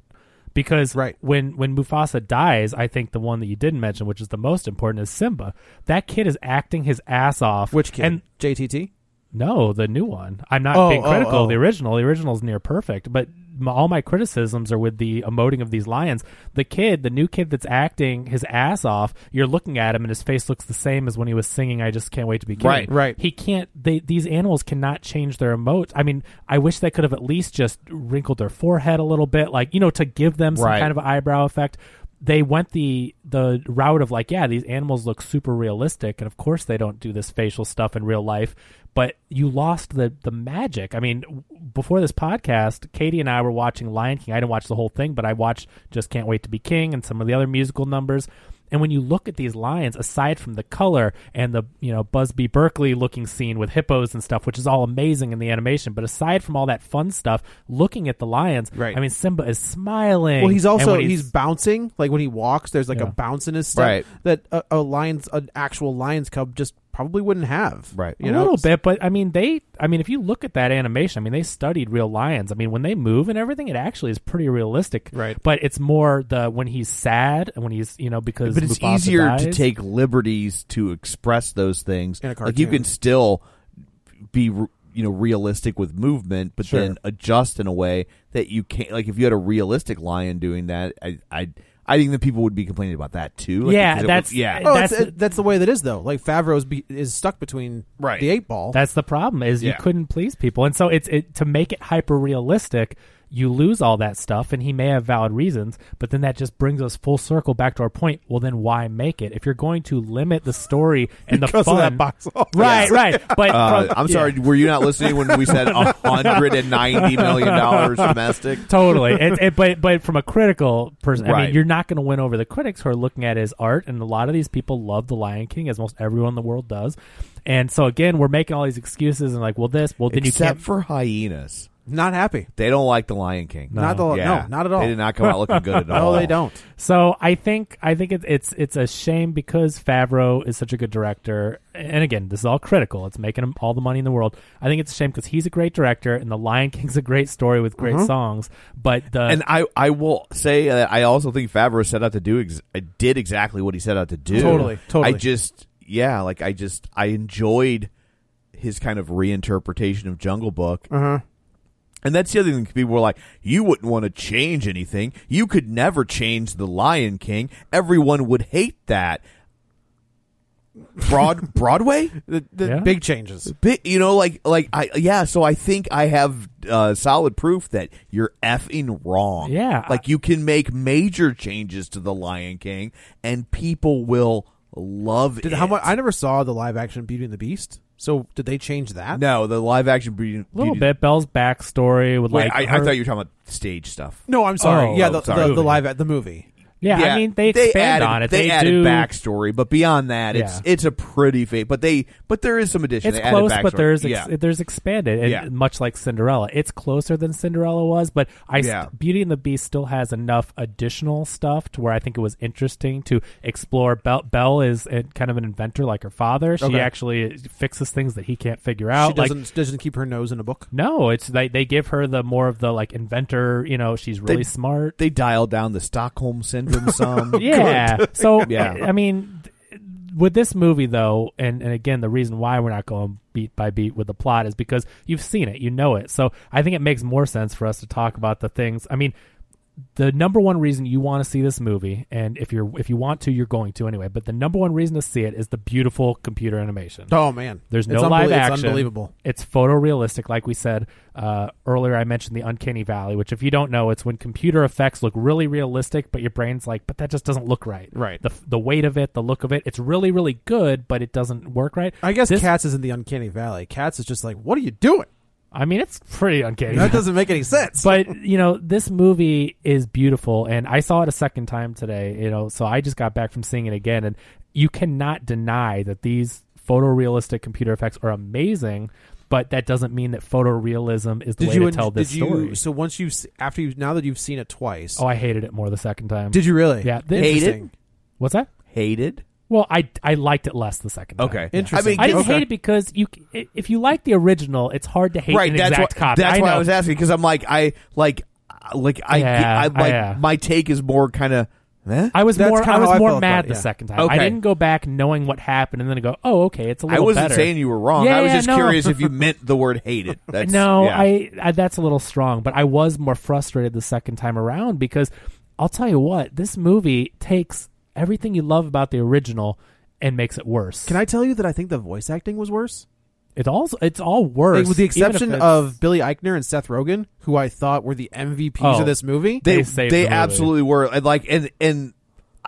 [SPEAKER 6] Because
[SPEAKER 7] Right.
[SPEAKER 6] when when Mufasa dies, I think the one that you didn't mention, which is the most important, is Simba. That kid is acting his ass off.
[SPEAKER 7] which kid
[SPEAKER 6] And
[SPEAKER 7] JTT
[SPEAKER 6] no, the new one. I'm not
[SPEAKER 7] Oh,
[SPEAKER 6] being
[SPEAKER 7] oh,
[SPEAKER 6] critical.
[SPEAKER 7] oh.
[SPEAKER 6] of The original, the original is near perfect. But m all my criticisms are with the emoting of these lions. The kid, the new kid that's acting his ass off, you're looking at him and his face looks the same as when he was singing. I just can't wait to be king.
[SPEAKER 5] Right,
[SPEAKER 7] right.
[SPEAKER 6] He can't. They, these animals cannot change their emotes. I mean, I wish they could have at least just wrinkled their forehead a little bit, like you know, to give them some
[SPEAKER 5] Right.
[SPEAKER 6] kind of eyebrow effect. They went the the route of like, yeah, these animals look super realistic, and of course they don't do this facial stuff in real life. But you lost the the magic. I mean, w- before this podcast, Katie and I were watching Lion King. I didn't watch the whole thing, but I watched Just Can't Wait to Be King and some of the other musical numbers. And when you look at these lions, aside from the color and the you know Busby Berkeley looking scene with hippos and stuff, which is all amazing in the animation, but aside from all that fun stuff, looking at the lions,
[SPEAKER 7] Right.
[SPEAKER 6] I mean Simba is smiling.
[SPEAKER 7] Well, he's
[SPEAKER 6] and
[SPEAKER 7] also
[SPEAKER 6] when
[SPEAKER 7] he's, bouncing. Like when he walks, there's like a
[SPEAKER 6] Yeah.
[SPEAKER 7] bounce in his step
[SPEAKER 5] Right.
[SPEAKER 7] that a, a lion's an actual lion's cub just probably wouldn't have.
[SPEAKER 5] Right.
[SPEAKER 7] You
[SPEAKER 6] a
[SPEAKER 7] know?
[SPEAKER 6] little bit, but I mean they. I mean if you look at that animation, I mean they studied real lions. I mean when they move and everything, it actually is pretty realistic.
[SPEAKER 7] Right.
[SPEAKER 6] But it's more the when he's sad and when he's you know because
[SPEAKER 5] but it's
[SPEAKER 6] Mufasa
[SPEAKER 5] easier to
[SPEAKER 6] dies.
[SPEAKER 5] take liberties to express those things.
[SPEAKER 7] In a
[SPEAKER 5] Like you
[SPEAKER 7] cartoon.
[SPEAKER 5] can still be you know realistic with movement, but
[SPEAKER 7] Sure.
[SPEAKER 5] then adjust in a way that you can't. Like if you had a realistic lion doing that, I I I think that people would be complaining about that too. Like,
[SPEAKER 6] Yeah,
[SPEAKER 5] because it
[SPEAKER 6] that's-
[SPEAKER 5] would- yeah.
[SPEAKER 7] Oh, that's
[SPEAKER 6] That's-
[SPEAKER 7] it, that's the way that is though. Like Favreau's be, is stuck between
[SPEAKER 5] Right.
[SPEAKER 7] the eight ball.
[SPEAKER 6] That's the problem is you
[SPEAKER 5] Yeah.
[SPEAKER 6] couldn't please people, and so it's it to make it hyper realistic. You lose all that stuff, and he may have valid reasons, but then that just brings us full circle back to our point. Well, then why make it if you're going to limit the story and the
[SPEAKER 7] Because
[SPEAKER 6] fun?
[SPEAKER 7] of that box office.
[SPEAKER 6] Right, right. But
[SPEAKER 5] Uh,
[SPEAKER 6] from-
[SPEAKER 5] I'm sorry. Were you not listening when we said 190 million dollars domestic?
[SPEAKER 6] totally. It, it, but but from a critical person, I
[SPEAKER 5] Right.
[SPEAKER 6] mean, you're not going to win over the critics who are looking at his art, and a lot of these people love The Lion King, as most everyone in the world does. And so again, we're making all these excuses and like, well, this, well, then you
[SPEAKER 5] Except
[SPEAKER 6] can't.
[SPEAKER 5] for hyenas,
[SPEAKER 7] Not happy.
[SPEAKER 5] they don't like the Lion King.
[SPEAKER 7] Not the
[SPEAKER 5] Yeah.
[SPEAKER 7] no, not at all.
[SPEAKER 5] They did not come out looking good at all.
[SPEAKER 7] No, they don't.
[SPEAKER 6] So I think I think it, it's it's a shame because Favreau is such a good director, and again, this is all critical. It's making him all the money in the world. I think it's a shame because he's a great director, and The Lion King's a great story with great songs. But
[SPEAKER 7] Uh,
[SPEAKER 6] the
[SPEAKER 5] Mm-hmm. And I, I will say that I also think Favreau set out to do ex- uh, did exactly what he set out to do.
[SPEAKER 7] Totally, totally.
[SPEAKER 5] I just yeah, like I just I enjoyed his kind of reinterpretation of Jungle Book.
[SPEAKER 7] Uh-huh.
[SPEAKER 5] And that's the other thing. People were like, "You wouldn't want to change anything. You could never change the Lion King. Everyone would hate that." Broad Broadway,
[SPEAKER 7] The, the
[SPEAKER 6] Yeah.
[SPEAKER 7] big changes.
[SPEAKER 5] Bi- you know, like like I yeah. So I think I have uh, solid proof that you're effing wrong.
[SPEAKER 6] Yeah.
[SPEAKER 5] like you can make major changes to the Lion King, and people will love it.
[SPEAKER 7] Did how much I never saw the live action Beauty and the Beast. So did they change that?
[SPEAKER 5] no, the live action Beauty.
[SPEAKER 6] little
[SPEAKER 5] Beauty-
[SPEAKER 6] bit Belle's backstory with
[SPEAKER 5] Wait,
[SPEAKER 6] like
[SPEAKER 5] I, I
[SPEAKER 6] her-
[SPEAKER 5] thought you were talking about stage stuff.
[SPEAKER 7] No, I'm sorry.
[SPEAKER 6] Oh,
[SPEAKER 7] yeah, the,
[SPEAKER 5] sorry.
[SPEAKER 7] the, the live at the movie.
[SPEAKER 6] yeah, I mean they expand
[SPEAKER 5] added,
[SPEAKER 6] on it.
[SPEAKER 5] They,
[SPEAKER 6] They,
[SPEAKER 5] added
[SPEAKER 6] do
[SPEAKER 5] backstory, but beyond that, it's
[SPEAKER 6] Yeah.
[SPEAKER 5] it's a pretty fake. But they but there is some addition.
[SPEAKER 6] It's
[SPEAKER 5] They added
[SPEAKER 6] close,
[SPEAKER 5] backstory.
[SPEAKER 6] but there's ex-
[SPEAKER 5] yeah.
[SPEAKER 6] there's expanded, and
[SPEAKER 5] Yeah.
[SPEAKER 6] much like Cinderella, it's closer than Cinderella was. But I, st-
[SPEAKER 5] Yeah.
[SPEAKER 6] Beauty and the Beast still has enough additional stuff to where I think it was interesting to explore. Belle, Belle is a, kind of an inventor, like her father. She
[SPEAKER 7] Okay.
[SPEAKER 6] actually fixes things that he can't figure
[SPEAKER 7] she
[SPEAKER 6] out. like
[SPEAKER 7] doesn't doesn't keep her nose in a book.
[SPEAKER 6] no, it's they they give her the more of the like inventor. You know, she's really
[SPEAKER 5] They-
[SPEAKER 6] smart.
[SPEAKER 5] they dialed down the Stockholm syndrome some.
[SPEAKER 6] Yeah. So
[SPEAKER 5] Yeah.
[SPEAKER 6] I, I mean, th- with this movie though, and and again, the reason why we're not going beat by beat with the plot is because you've seen it, you know it. So I think it makes more sense for us to talk about the things. I mean. The number one reason you want to see this movie, and if you're if you want to, you're going to anyway. But the number one reason to see it is the beautiful computer animation.
[SPEAKER 7] Oh man,
[SPEAKER 6] There's
[SPEAKER 7] It's
[SPEAKER 6] no
[SPEAKER 7] unbelie-
[SPEAKER 6] live
[SPEAKER 7] it's
[SPEAKER 6] action.
[SPEAKER 7] unbelievable.
[SPEAKER 6] It's photorealistic, like we said uh, earlier. I mentioned the uncanny valley, which, if you don't know, it's when computer effects look really realistic, but your brain's like, "But that just doesn't look right."
[SPEAKER 7] Right.
[SPEAKER 6] The the weight of it, the look of it, it's really really good, but it doesn't work right.
[SPEAKER 7] I guess
[SPEAKER 6] This-
[SPEAKER 7] Cats is in the uncanny valley. Cats is just like, what are you doing?
[SPEAKER 6] I mean, it's pretty uncanny.
[SPEAKER 7] That doesn't make any sense.
[SPEAKER 6] but you know this movie is beautiful and i saw it a second time today you know so i just got back from seeing it again and you cannot deny that these photorealistic computer effects are amazing but that doesn't mean that photorealism is the
[SPEAKER 7] did
[SPEAKER 6] way
[SPEAKER 7] you
[SPEAKER 6] to
[SPEAKER 7] en-
[SPEAKER 6] tell this
[SPEAKER 7] did you,
[SPEAKER 6] story
[SPEAKER 7] So once you s- after you now that you've seen it twice,
[SPEAKER 6] oh i hated it more the second time
[SPEAKER 7] did you really?
[SPEAKER 6] yeah the-
[SPEAKER 5] Hate it?
[SPEAKER 7] Interesting.
[SPEAKER 6] what's that
[SPEAKER 5] Hated.
[SPEAKER 6] well i i liked it less the second time
[SPEAKER 5] Okay.
[SPEAKER 6] Yeah.
[SPEAKER 7] Interesting.
[SPEAKER 5] I mean,
[SPEAKER 6] I didn't
[SPEAKER 7] Okay.
[SPEAKER 6] hate it because you, c- i- if you like the original, it's hard to hate
[SPEAKER 5] right.
[SPEAKER 6] an
[SPEAKER 5] That's
[SPEAKER 6] exact
[SPEAKER 5] why,
[SPEAKER 6] copy.
[SPEAKER 5] That's
[SPEAKER 6] I
[SPEAKER 5] why I
[SPEAKER 6] know.
[SPEAKER 5] was asking because I'm like I like uh, like I get-
[SPEAKER 6] Yeah,
[SPEAKER 5] I like
[SPEAKER 6] yeah.
[SPEAKER 5] my take is more kind of. Eh?
[SPEAKER 6] I was
[SPEAKER 7] That's
[SPEAKER 6] more
[SPEAKER 7] kinda
[SPEAKER 6] I was
[SPEAKER 7] how I
[SPEAKER 6] more
[SPEAKER 7] felt
[SPEAKER 6] mad
[SPEAKER 7] about it,
[SPEAKER 6] the
[SPEAKER 7] yeah.
[SPEAKER 6] second time.
[SPEAKER 5] Okay.
[SPEAKER 6] I didn't go back knowing what happened and then go, oh, okay, it's a
[SPEAKER 5] I
[SPEAKER 6] little.
[SPEAKER 5] wasn't
[SPEAKER 6] better.
[SPEAKER 5] saying you were wrong.
[SPEAKER 6] Yeah,
[SPEAKER 5] I was
[SPEAKER 6] yeah,
[SPEAKER 5] just
[SPEAKER 6] no.
[SPEAKER 5] curious if you meant the word hated. That's,
[SPEAKER 6] no,
[SPEAKER 5] yeah.
[SPEAKER 6] I, I that's a little strong, but I was more frustrated the second time around because I'll tell you what, this movie takes everything you love about the original and makes it worse.
[SPEAKER 7] Can I tell you that I think the voice acting was worse?
[SPEAKER 6] It's all it's all worse,
[SPEAKER 7] Like, with the
[SPEAKER 6] even if
[SPEAKER 7] exception
[SPEAKER 6] it's-
[SPEAKER 7] of Billy Eichner and Seth Rogen, who I thought were the MVPs
[SPEAKER 6] Oh.
[SPEAKER 7] of this movie.
[SPEAKER 5] they
[SPEAKER 6] They
[SPEAKER 5] they,
[SPEAKER 6] saved the movie.
[SPEAKER 5] absolutely were and like and and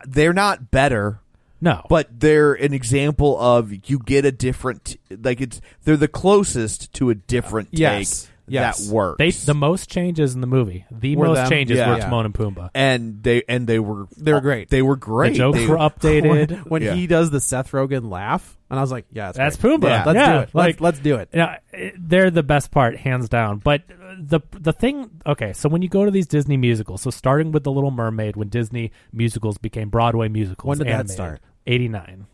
[SPEAKER 5] they're not better
[SPEAKER 6] no,
[SPEAKER 5] but they're an example of you get a different like it's they're the closest to a different take
[SPEAKER 7] Yes. Yes.
[SPEAKER 5] that works
[SPEAKER 6] they the most changes in the movie, the
[SPEAKER 7] Were
[SPEAKER 6] most
[SPEAKER 7] them?
[SPEAKER 6] changes
[SPEAKER 5] Yeah.
[SPEAKER 6] were
[SPEAKER 5] Yeah.
[SPEAKER 6] Timon and Pumbaa.
[SPEAKER 5] and they and they were
[SPEAKER 7] They were great.
[SPEAKER 5] they were great
[SPEAKER 6] the jokes
[SPEAKER 5] They-
[SPEAKER 6] were updated.
[SPEAKER 7] when
[SPEAKER 5] Yeah.
[SPEAKER 7] he does the Seth Rogen laugh, and I was like, "Yeah, that's,
[SPEAKER 6] That's
[SPEAKER 7] great.
[SPEAKER 6] Pumbaa.
[SPEAKER 7] Let's
[SPEAKER 6] Yeah,
[SPEAKER 7] do it.
[SPEAKER 6] like-
[SPEAKER 7] let's, let's do it."
[SPEAKER 6] Yeah, it- they're the best part, hands down. But uh, the the thing, okay, so when you go to these Disney musicals, so starting with the Little Mermaid, when Disney musicals became Broadway musicals,
[SPEAKER 7] When did that
[SPEAKER 6] animated,
[SPEAKER 7] start?
[SPEAKER 6] Eighty nine.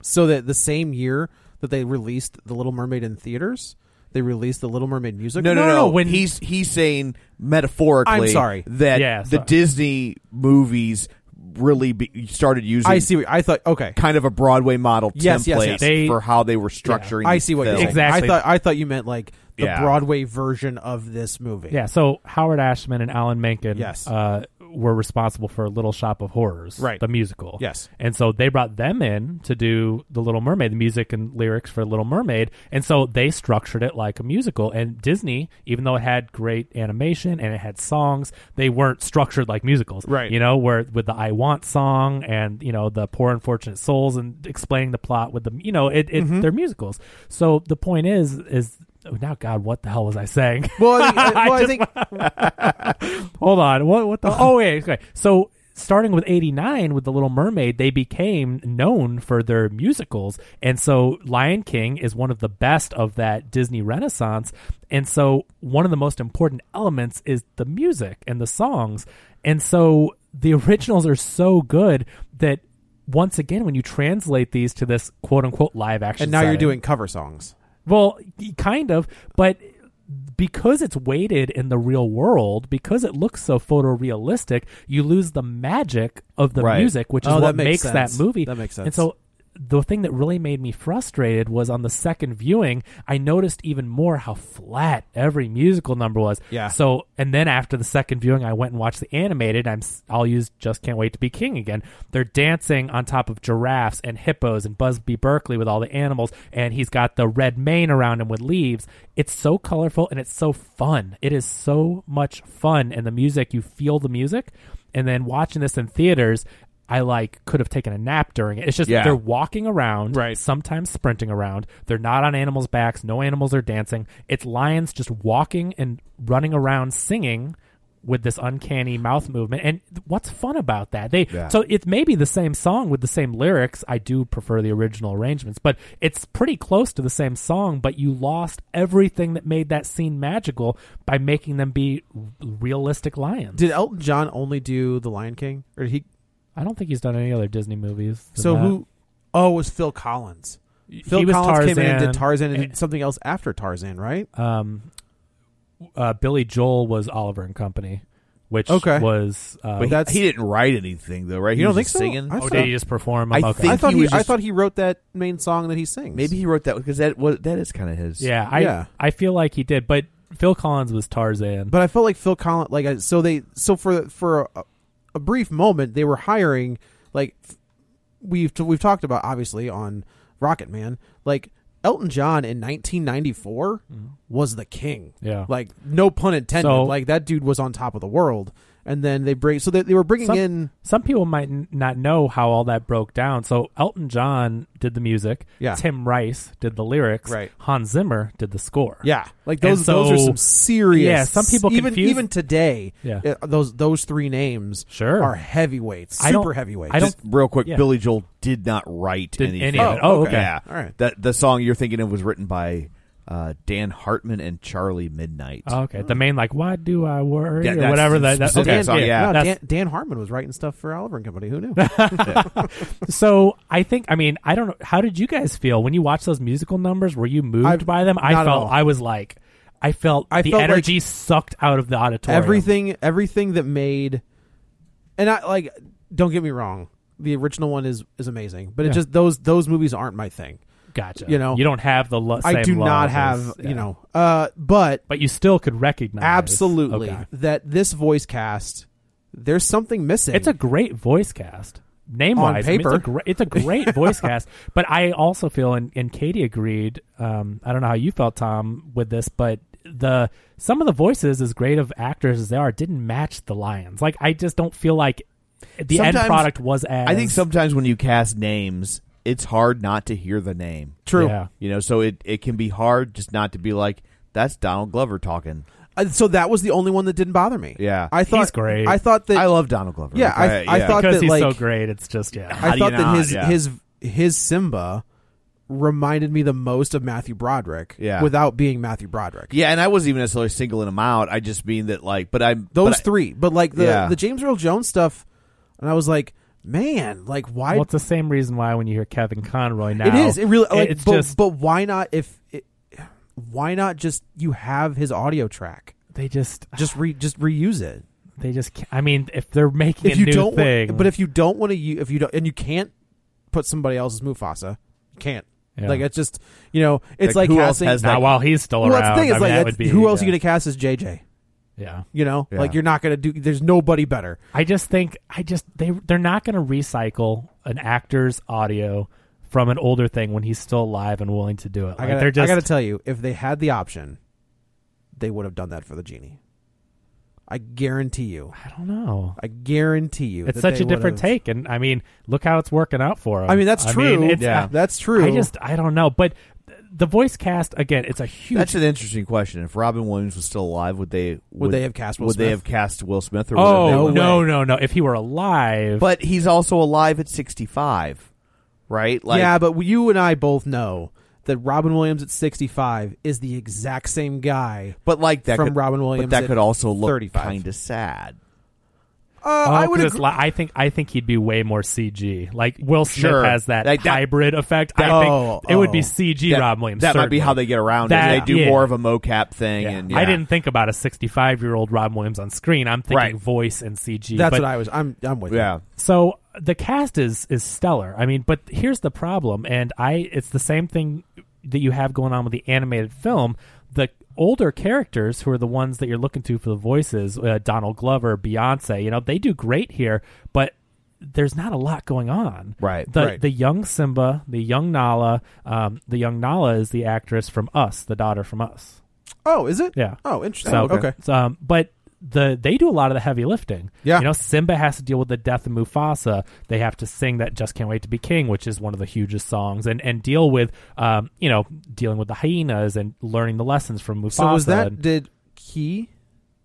[SPEAKER 7] So that the same year that they released The Little Mermaid in theaters, they released The Little Mermaid music.
[SPEAKER 5] no, no, no,
[SPEAKER 6] no, when-
[SPEAKER 5] he's he's saying metaphorically.
[SPEAKER 7] I'm sorry.
[SPEAKER 5] that
[SPEAKER 6] Yeah,
[SPEAKER 5] the
[SPEAKER 6] sorry.
[SPEAKER 5] Disney movies really be, started using
[SPEAKER 7] I see. What, I thought okay.
[SPEAKER 5] kind of a Broadway model
[SPEAKER 7] Yes,
[SPEAKER 5] template
[SPEAKER 7] yes, yes.
[SPEAKER 6] They-
[SPEAKER 5] for how they were structuring.
[SPEAKER 7] I
[SPEAKER 5] these
[SPEAKER 7] see what you're saying.
[SPEAKER 5] films.
[SPEAKER 6] Exactly.
[SPEAKER 7] I thought I thought you meant like the
[SPEAKER 5] Yeah.
[SPEAKER 7] Broadway version of this movie.
[SPEAKER 6] Yeah, so Howard Ashman and Alan Menken,
[SPEAKER 7] Yes.
[SPEAKER 6] uh, were responsible for Little Shop of Horrors,
[SPEAKER 7] Right.
[SPEAKER 6] The musical,
[SPEAKER 7] Yes.
[SPEAKER 6] and so they brought them in to do the Little Mermaid, the music and lyrics for Little Mermaid, and so they structured it like a musical. And Disney, even though it had great animation and it had songs, they weren't structured like musicals,
[SPEAKER 7] Right.
[SPEAKER 6] You know, where with the "I Want" song and you know the "Poor Unfortunate Souls" and explaining the plot with them, you know, it, it
[SPEAKER 7] Mm-hmm.
[SPEAKER 6] they're musicals. So the point is, is oh, now God, what the hell was I saying?
[SPEAKER 7] Well, I think, uh, well, I think
[SPEAKER 6] Hold on. What what the Oh wait, okay. So starting with 89 with the little mermaid they became known for their musicals and so lion king is one of the best of that disney renaissance and so one of the most important elements is the music and the songs and so the originals are so good that once again when you translate these to this quote unquote live action
[SPEAKER 7] and now you're
[SPEAKER 6] setting-
[SPEAKER 7] doing cover songs.
[SPEAKER 6] well, y- kind of, but because it's weighted in the real world, because it looks so photorealistic, you lose the magic of the
[SPEAKER 5] Right.
[SPEAKER 6] music, which is
[SPEAKER 7] Oh,
[SPEAKER 6] what
[SPEAKER 7] that makes
[SPEAKER 6] that
[SPEAKER 7] sense.
[SPEAKER 6] movie.
[SPEAKER 7] That makes
[SPEAKER 6] And
[SPEAKER 7] sense.
[SPEAKER 6] so the thing that really made me frustrated was on the second viewing, I noticed even more how flat every musical number was.
[SPEAKER 7] Yeah.
[SPEAKER 6] So, and then after the second viewing, I went and watched the animated. I'm s- I'll use "Just Can't Wait to Be King" again. They're dancing on top of giraffes and hippos and Busby Berkeley with all the animals, and he's got the red mane around him with leaves. It's so colorful and it's so fun. It is so much fun, and the music you feel the music, and then watching this in theaters. I like could have taken a nap during it. It's just
[SPEAKER 5] Yeah.
[SPEAKER 6] they're walking around,
[SPEAKER 7] Right.
[SPEAKER 6] sometimes sprinting around. They're not on animals' backs. No animals are dancing. It's lions just walking and running around singing with this uncanny mouth movement. And what's fun about that? They
[SPEAKER 5] Yeah.
[SPEAKER 6] so it may be the same song with the same lyrics. I do prefer the original arrangements, but it's pretty close to the same song. But you lost everything that made that scene magical by making them be realistic lions.
[SPEAKER 7] Did Elton John only do The Lion King, or did he?
[SPEAKER 6] I don't think he's done any other Disney movies. than
[SPEAKER 7] So
[SPEAKER 6] that.
[SPEAKER 7] who? Oh, it was Phil Collins. Phil
[SPEAKER 6] he was
[SPEAKER 7] Collins came in and
[SPEAKER 6] Tarzan.
[SPEAKER 7] did Tarzan and
[SPEAKER 6] Eh.
[SPEAKER 7] did something else after Tarzan, right?
[SPEAKER 6] um, uh, Billy Joel was Oliver and Company, which
[SPEAKER 7] Okay.
[SPEAKER 6] was. Uh,
[SPEAKER 5] But he-
[SPEAKER 7] That's-
[SPEAKER 5] he, didn't write anything though, right?
[SPEAKER 7] You
[SPEAKER 5] he
[SPEAKER 7] don't
[SPEAKER 5] was
[SPEAKER 7] think
[SPEAKER 5] just
[SPEAKER 7] so?
[SPEAKER 5] singing.
[SPEAKER 7] I
[SPEAKER 6] oh,
[SPEAKER 7] thought-
[SPEAKER 6] did he just perform?
[SPEAKER 5] I
[SPEAKER 6] I'm okay.
[SPEAKER 5] think
[SPEAKER 7] I thought
[SPEAKER 5] he
[SPEAKER 7] he,
[SPEAKER 5] was
[SPEAKER 7] I
[SPEAKER 5] just-
[SPEAKER 7] thought he wrote that main song that he sings.
[SPEAKER 5] Maybe he wrote that because that was that is kind of his.
[SPEAKER 6] yeah, I
[SPEAKER 7] Yeah.
[SPEAKER 6] I feel like he did, but Phil Collins was Tarzan.
[SPEAKER 7] But I felt like Phil Collins, like I- so they so for for a, a brief moment they were hiring like f- we've t- we've talked about obviously on Rocket Man like Elton John in 1994 was the king.
[SPEAKER 6] Yeah.
[SPEAKER 7] like no pun intended.
[SPEAKER 6] Mm-hmm. So-
[SPEAKER 7] like that dude was on top of the world, and then they bring. So they, they were bringing
[SPEAKER 6] Some-
[SPEAKER 7] in.
[SPEAKER 6] Some people might n- not know how all that broke down. So Elton John did the music.
[SPEAKER 7] Yeah.
[SPEAKER 6] Tim Rice did the lyrics.
[SPEAKER 7] Right.
[SPEAKER 6] Hans Zimmer did the score.
[SPEAKER 7] Yeah, like those.
[SPEAKER 6] And so-
[SPEAKER 7] those are some serious.
[SPEAKER 6] Yeah, some people
[SPEAKER 7] even
[SPEAKER 6] confuse-
[SPEAKER 7] even today.
[SPEAKER 6] Yeah.
[SPEAKER 7] uh, those those three names
[SPEAKER 6] Sure.
[SPEAKER 7] are heavyweights, super
[SPEAKER 6] I don't-
[SPEAKER 7] heavyweights.
[SPEAKER 6] I don't-
[SPEAKER 5] Just real quick,
[SPEAKER 6] yeah.
[SPEAKER 5] Billy Joel did not write
[SPEAKER 6] Did
[SPEAKER 5] anything.
[SPEAKER 6] any of it. Oh, Oh, okay. okay.
[SPEAKER 5] Yeah.
[SPEAKER 7] All right.
[SPEAKER 5] That the song you're thinking of was written by uh, Dan Hartman and Charlie Midnight.
[SPEAKER 6] Oh, okay. The main like, why do I worry
[SPEAKER 5] Yeah,
[SPEAKER 6] or
[SPEAKER 5] that's
[SPEAKER 6] whatever that. that
[SPEAKER 5] specific
[SPEAKER 6] okay.
[SPEAKER 5] song, yeah.
[SPEAKER 7] no,
[SPEAKER 6] that's-
[SPEAKER 7] Dan, Dan Harmon was writing stuff for Oliver and Company. Who knew?
[SPEAKER 6] So I think I mean I don't know how did you guys feel when you watched those musical numbers? Were you moved
[SPEAKER 7] I've-
[SPEAKER 6] by them? I
[SPEAKER 7] not at
[SPEAKER 6] felt
[SPEAKER 7] all.
[SPEAKER 6] I was like I felt
[SPEAKER 7] I
[SPEAKER 6] the
[SPEAKER 7] felt like
[SPEAKER 6] energy sucked out of the auditorium.
[SPEAKER 7] everything everything that made and I like don't get me wrong, the original one is is amazing, but
[SPEAKER 6] Yeah.
[SPEAKER 7] it just those those movies aren't my thing.
[SPEAKER 6] gotcha.
[SPEAKER 7] you know,
[SPEAKER 6] you don't have the lo-
[SPEAKER 7] I
[SPEAKER 6] same
[SPEAKER 7] do
[SPEAKER 6] love
[SPEAKER 7] not
[SPEAKER 6] as-
[SPEAKER 7] have,
[SPEAKER 6] yeah.
[SPEAKER 7] you know, uh but
[SPEAKER 6] but you still could recognize
[SPEAKER 7] absolutely
[SPEAKER 6] Okay.
[SPEAKER 7] that this voice cast there's something missing.
[SPEAKER 6] It's a great voice cast. Name wise,
[SPEAKER 7] On
[SPEAKER 6] I mean,
[SPEAKER 7] paper.
[SPEAKER 6] it's, a gra- it's a great voice cast. But I also feel, and, and Katie agreed. Um, I don't know how you felt, Tom, with this, but the some of the voices, as great of actors as they are, didn't match the Lions. Like I just don't feel like the end
[SPEAKER 5] Sometimes-
[SPEAKER 6] product was as.
[SPEAKER 5] I think sometimes when you cast names, it's hard not to hear the name.
[SPEAKER 7] true.
[SPEAKER 6] Yeah.
[SPEAKER 5] You know, so it, it can be hard just not to be like, that's Donald Glover talking.
[SPEAKER 7] Uh, so that was the only one that didn't bother me.
[SPEAKER 5] Yeah.
[SPEAKER 7] I thought
[SPEAKER 6] He's great.
[SPEAKER 7] I thought that
[SPEAKER 5] I love Donald Glover.
[SPEAKER 7] Yeah, I- I thought-
[SPEAKER 6] because
[SPEAKER 7] that,
[SPEAKER 6] he's
[SPEAKER 7] like-
[SPEAKER 6] so great. It's just yeah.
[SPEAKER 5] How
[SPEAKER 7] I
[SPEAKER 5] do
[SPEAKER 7] thought
[SPEAKER 5] you
[SPEAKER 7] that
[SPEAKER 5] not?
[SPEAKER 7] his
[SPEAKER 5] Yeah.
[SPEAKER 7] his his Simba reminded me the most of Matthew Broderick
[SPEAKER 5] Yeah.
[SPEAKER 7] without being Matthew Broderick.
[SPEAKER 5] Yeah, and I wasn't even necessarily singling him out. I just mean that, like, but I'm
[SPEAKER 7] those
[SPEAKER 5] but I-
[SPEAKER 7] three, but like the
[SPEAKER 5] Yeah.
[SPEAKER 7] the James Earl Jones stuff, and I was like, man, like why?
[SPEAKER 6] well, it's the same reason why when you hear Kevin Conroy now,
[SPEAKER 7] it is. It really. Like,
[SPEAKER 6] it's
[SPEAKER 7] but,
[SPEAKER 6] just
[SPEAKER 7] but why not? If it, why not just you have his audio track?
[SPEAKER 6] they just
[SPEAKER 7] Just re just reuse it.
[SPEAKER 6] they just. ca- I mean, if they're making
[SPEAKER 7] If
[SPEAKER 6] a
[SPEAKER 7] you
[SPEAKER 6] new
[SPEAKER 7] don't, wa-
[SPEAKER 6] thing,
[SPEAKER 7] but if you don't want to, if you don't, and you can't put somebody else's Mufasa, you can't.
[SPEAKER 6] Yeah.
[SPEAKER 7] Like it's just you know, it's
[SPEAKER 5] Like,
[SPEAKER 7] like,
[SPEAKER 5] who else
[SPEAKER 7] casting.
[SPEAKER 5] has
[SPEAKER 6] now
[SPEAKER 5] like-
[SPEAKER 6] while he's still
[SPEAKER 7] well,
[SPEAKER 6] around,
[SPEAKER 7] that's the thing
[SPEAKER 6] I mean,
[SPEAKER 7] is like
[SPEAKER 6] that
[SPEAKER 7] it's-
[SPEAKER 6] would be
[SPEAKER 7] who else
[SPEAKER 6] yeah.
[SPEAKER 7] are you gonna cast as JJ?
[SPEAKER 6] Yeah.
[SPEAKER 7] You know,
[SPEAKER 5] Yeah.
[SPEAKER 7] like you're not gonna do. There's nobody better.
[SPEAKER 6] I just think I just they they're not going to recycle an actor's audio from an older thing when he's still alive and willing to do it. Like
[SPEAKER 7] I gotta,
[SPEAKER 6] they're just
[SPEAKER 7] I gotta tell you, if they had the option, they would have done that for the genie. I guarantee you.
[SPEAKER 6] I don't know.
[SPEAKER 7] I guarantee you.
[SPEAKER 6] It's
[SPEAKER 7] that
[SPEAKER 6] such
[SPEAKER 7] they
[SPEAKER 6] a different
[SPEAKER 7] would've-
[SPEAKER 6] take and I mean, look how it's working out for him.
[SPEAKER 7] I mean, that's true.
[SPEAKER 6] it's-
[SPEAKER 7] yeah,
[SPEAKER 6] I-
[SPEAKER 7] that's true.
[SPEAKER 6] I just I don't know, but th- the voice cast again, it's a huge
[SPEAKER 5] That's an interesting question. If Robin Williams was still alive, would they would,
[SPEAKER 7] they have cast Will
[SPEAKER 5] would they
[SPEAKER 7] Smith?
[SPEAKER 5] have cast Will Smith? Or would
[SPEAKER 6] Oh,
[SPEAKER 5] they-
[SPEAKER 6] no, no, no. If he were alive,
[SPEAKER 5] But he's also alive at sixty five, right? Like,
[SPEAKER 7] yeah, but you and I both know that Robin Williams at 65 is the exact same guy.
[SPEAKER 5] but like that
[SPEAKER 7] From
[SPEAKER 5] could,
[SPEAKER 7] Robin Williams
[SPEAKER 5] But that
[SPEAKER 7] at
[SPEAKER 5] could also look
[SPEAKER 7] 35.
[SPEAKER 5] kind of sad.
[SPEAKER 7] Uh,
[SPEAKER 6] Oh,
[SPEAKER 7] I would
[SPEAKER 6] 'cause it's
[SPEAKER 7] agree.
[SPEAKER 6] li- I think I think he'd be way more CG. Like Will Smith
[SPEAKER 5] Sure.
[SPEAKER 6] has that,
[SPEAKER 5] Like that-
[SPEAKER 6] hybrid effect.
[SPEAKER 5] that-
[SPEAKER 6] I think
[SPEAKER 7] Oh,
[SPEAKER 6] it would be
[SPEAKER 7] oh.
[SPEAKER 6] CG.
[SPEAKER 5] That-
[SPEAKER 6] Rob Williams.
[SPEAKER 5] That might be
[SPEAKER 6] certainly.
[SPEAKER 5] how they get around
[SPEAKER 6] That-
[SPEAKER 5] it. They do
[SPEAKER 6] yeah.
[SPEAKER 5] more of a mocap thing. And yeah.
[SPEAKER 6] I didn't think about a 65 year old Rob Williams on screen. I'm thinking
[SPEAKER 5] Right.
[SPEAKER 6] voice and CG.
[SPEAKER 7] That's
[SPEAKER 6] but,
[SPEAKER 7] what I was. I'm. I'm with
[SPEAKER 5] Yeah.
[SPEAKER 7] you.
[SPEAKER 6] So the cast is is stellar. I mean, but here's the problem, and I it's the same thing that you have going on with the animated film. The older characters who are the ones that you're looking to for the voices, uh, Donald Glover, Beyonce, you know, they do great here, but there's not a lot going on.
[SPEAKER 5] Right,
[SPEAKER 6] The
[SPEAKER 5] right.
[SPEAKER 6] the young Simba, the young Nala, um, the young Nala is the actress from Us, the daughter from Us.
[SPEAKER 7] Oh, is it?
[SPEAKER 6] Yeah.
[SPEAKER 7] Oh, interesting.
[SPEAKER 6] So,
[SPEAKER 7] okay.
[SPEAKER 6] so, um, but the they do a lot of the heavy lifting.
[SPEAKER 7] Yeah.
[SPEAKER 6] You know, Simba has to deal with the death of Mufasa. They have to sing that "Just Can't Wait to Be King," which is one of the hugest songs, and and deal with, um, you know, dealing with the hyenas and learning the lessons from Mufasa.
[SPEAKER 7] So was that?
[SPEAKER 6] and
[SPEAKER 7] Did Key?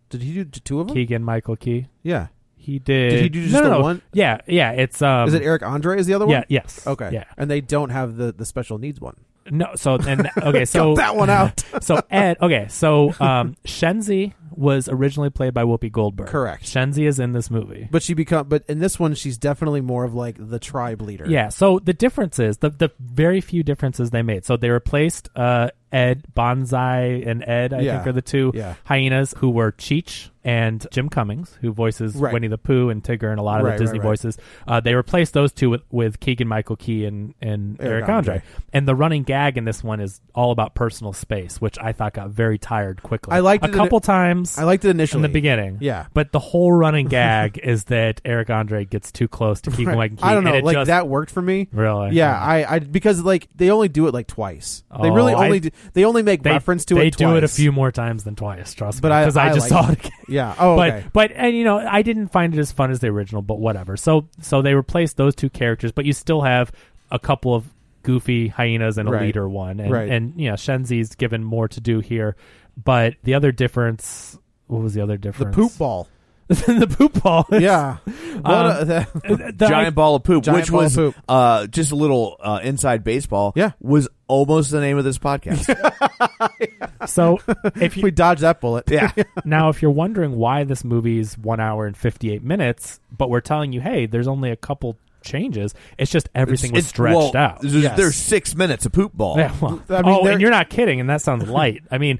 [SPEAKER 7] Did he do t- two of them?
[SPEAKER 6] Keegan Michael Key?
[SPEAKER 7] Yeah.
[SPEAKER 6] He did.
[SPEAKER 7] Did he do just
[SPEAKER 6] no, no,
[SPEAKER 7] the
[SPEAKER 6] no.
[SPEAKER 7] one?
[SPEAKER 6] Yeah, yeah. It's um.
[SPEAKER 7] Is it Eric Andre? Is the other
[SPEAKER 6] Yeah.
[SPEAKER 7] one?
[SPEAKER 6] Yes.
[SPEAKER 7] Okay.
[SPEAKER 6] Yeah.
[SPEAKER 7] And they don't have the the special needs one.
[SPEAKER 6] No. So and okay. So
[SPEAKER 7] Got that one out.
[SPEAKER 6] so Ed, okay, so um, Shenzi was originally played by Whoopi Goldberg.
[SPEAKER 7] Correct.
[SPEAKER 6] Shenzi is in this movie.
[SPEAKER 7] But she become but in this one she's definitely more of like the tribe leader.
[SPEAKER 6] Yeah. So the differences, the the very few differences they made. So they replaced uh, Ed Bonsai and Ed, I
[SPEAKER 7] Yeah.
[SPEAKER 6] think, are the two
[SPEAKER 7] Yeah.
[SPEAKER 6] hyenas who were Cheech and Jim Cummings, who voices
[SPEAKER 7] Right.
[SPEAKER 6] Winnie the Pooh and Tigger and a lot of
[SPEAKER 7] Right,
[SPEAKER 6] the Disney
[SPEAKER 7] right, right.
[SPEAKER 6] voices. Uh, they replaced those two with, with Keegan Michael Key and and Eric,
[SPEAKER 7] Eric
[SPEAKER 6] Andre.
[SPEAKER 7] Andre.
[SPEAKER 6] And the running gag in this one is all about personal space, which I thought got very tired quickly.
[SPEAKER 7] I liked
[SPEAKER 6] a
[SPEAKER 7] it that
[SPEAKER 6] couple
[SPEAKER 7] it-
[SPEAKER 6] times. films.
[SPEAKER 7] I liked it initially.
[SPEAKER 6] in the beginning.
[SPEAKER 7] Yeah.
[SPEAKER 6] But the whole running gag is that Eric Andre gets too close to Keegan Michael Key.
[SPEAKER 7] I don't know.
[SPEAKER 6] and it
[SPEAKER 7] Like
[SPEAKER 6] just-
[SPEAKER 7] that worked for me.
[SPEAKER 6] Really?
[SPEAKER 7] Yeah. I, I because like they only do it like twice. they
[SPEAKER 6] Oh,
[SPEAKER 7] really
[SPEAKER 6] I-
[SPEAKER 7] only do, they only make
[SPEAKER 6] They,
[SPEAKER 7] reference to
[SPEAKER 6] they
[SPEAKER 7] it.
[SPEAKER 6] do it a
[SPEAKER 7] twice.
[SPEAKER 6] few more times than twice, trust
[SPEAKER 7] But
[SPEAKER 6] me.
[SPEAKER 7] I-
[SPEAKER 6] Because I,
[SPEAKER 7] I
[SPEAKER 6] just
[SPEAKER 7] like
[SPEAKER 6] saw it
[SPEAKER 7] it.
[SPEAKER 6] again.
[SPEAKER 7] Yeah. Oh.
[SPEAKER 6] but
[SPEAKER 7] okay.
[SPEAKER 6] but and you know I didn't find it as fun as the original, but whatever. So so they replaced those two characters, but you still have a couple of goofy hyenas and a
[SPEAKER 7] Right.
[SPEAKER 6] leader one, and
[SPEAKER 7] Right.
[SPEAKER 6] and you know Shenzi's given more to do here. But the other difference, what was the other
[SPEAKER 7] the
[SPEAKER 6] difference?
[SPEAKER 7] poop ball.
[SPEAKER 6] the poop ball.
[SPEAKER 7] Yeah. What
[SPEAKER 6] Um,
[SPEAKER 7] a-
[SPEAKER 6] The-
[SPEAKER 5] giant ball of poop,
[SPEAKER 7] Giant
[SPEAKER 5] which
[SPEAKER 7] ball
[SPEAKER 5] was
[SPEAKER 7] of poop.
[SPEAKER 5] Uh, just a little uh, inside baseball.
[SPEAKER 7] Yeah.
[SPEAKER 5] was almost the name of this podcast.
[SPEAKER 6] So if you
[SPEAKER 7] we dodged that bullet.
[SPEAKER 5] yeah,
[SPEAKER 6] now if you're wondering why this movie's one hour and 58 minutes but we're telling you hey there's only a couple changes it's just everything was
[SPEAKER 5] It's-
[SPEAKER 6] stretched
[SPEAKER 5] well,
[SPEAKER 6] out
[SPEAKER 5] There's,
[SPEAKER 7] Yes.
[SPEAKER 5] there's six minutes of poop ball.
[SPEAKER 6] yeah, well,
[SPEAKER 7] I mean,
[SPEAKER 6] oh
[SPEAKER 7] there-
[SPEAKER 6] and you're not kidding and that sounds light i mean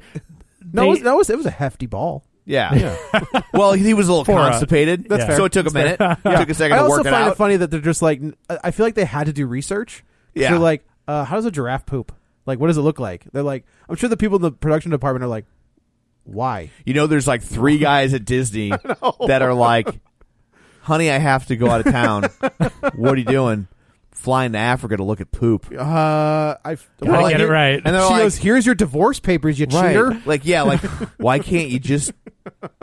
[SPEAKER 7] No,
[SPEAKER 6] they-
[SPEAKER 7] it was, that was it was a hefty ball.
[SPEAKER 5] Yeah. well, he was a little
[SPEAKER 6] a-
[SPEAKER 5] constipated.
[SPEAKER 6] uh, that's
[SPEAKER 5] So
[SPEAKER 6] fair.
[SPEAKER 5] it took a minute. Took a second
[SPEAKER 7] I
[SPEAKER 5] to
[SPEAKER 7] also
[SPEAKER 5] work it
[SPEAKER 7] find
[SPEAKER 5] out.
[SPEAKER 7] it funny that they're just like n- I I feel like they had to do research. 'Cause
[SPEAKER 5] Yeah.
[SPEAKER 7] They're like, uh, how does a giraffe poop? Like, what does it look like? They're like, I'm sure the people in the production department are like, why?
[SPEAKER 5] You know, there's like three guys at Disney that are like, "Honey, I have to go out of town. what are you doing? Flying to Africa to look at poop."
[SPEAKER 7] Uh, I
[SPEAKER 6] Gotta get it right.
[SPEAKER 5] And
[SPEAKER 7] And
[SPEAKER 5] they're
[SPEAKER 7] she
[SPEAKER 5] like-
[SPEAKER 7] goes, here's your divorce papers, you cheater.
[SPEAKER 5] Like, yeah, like why can't you just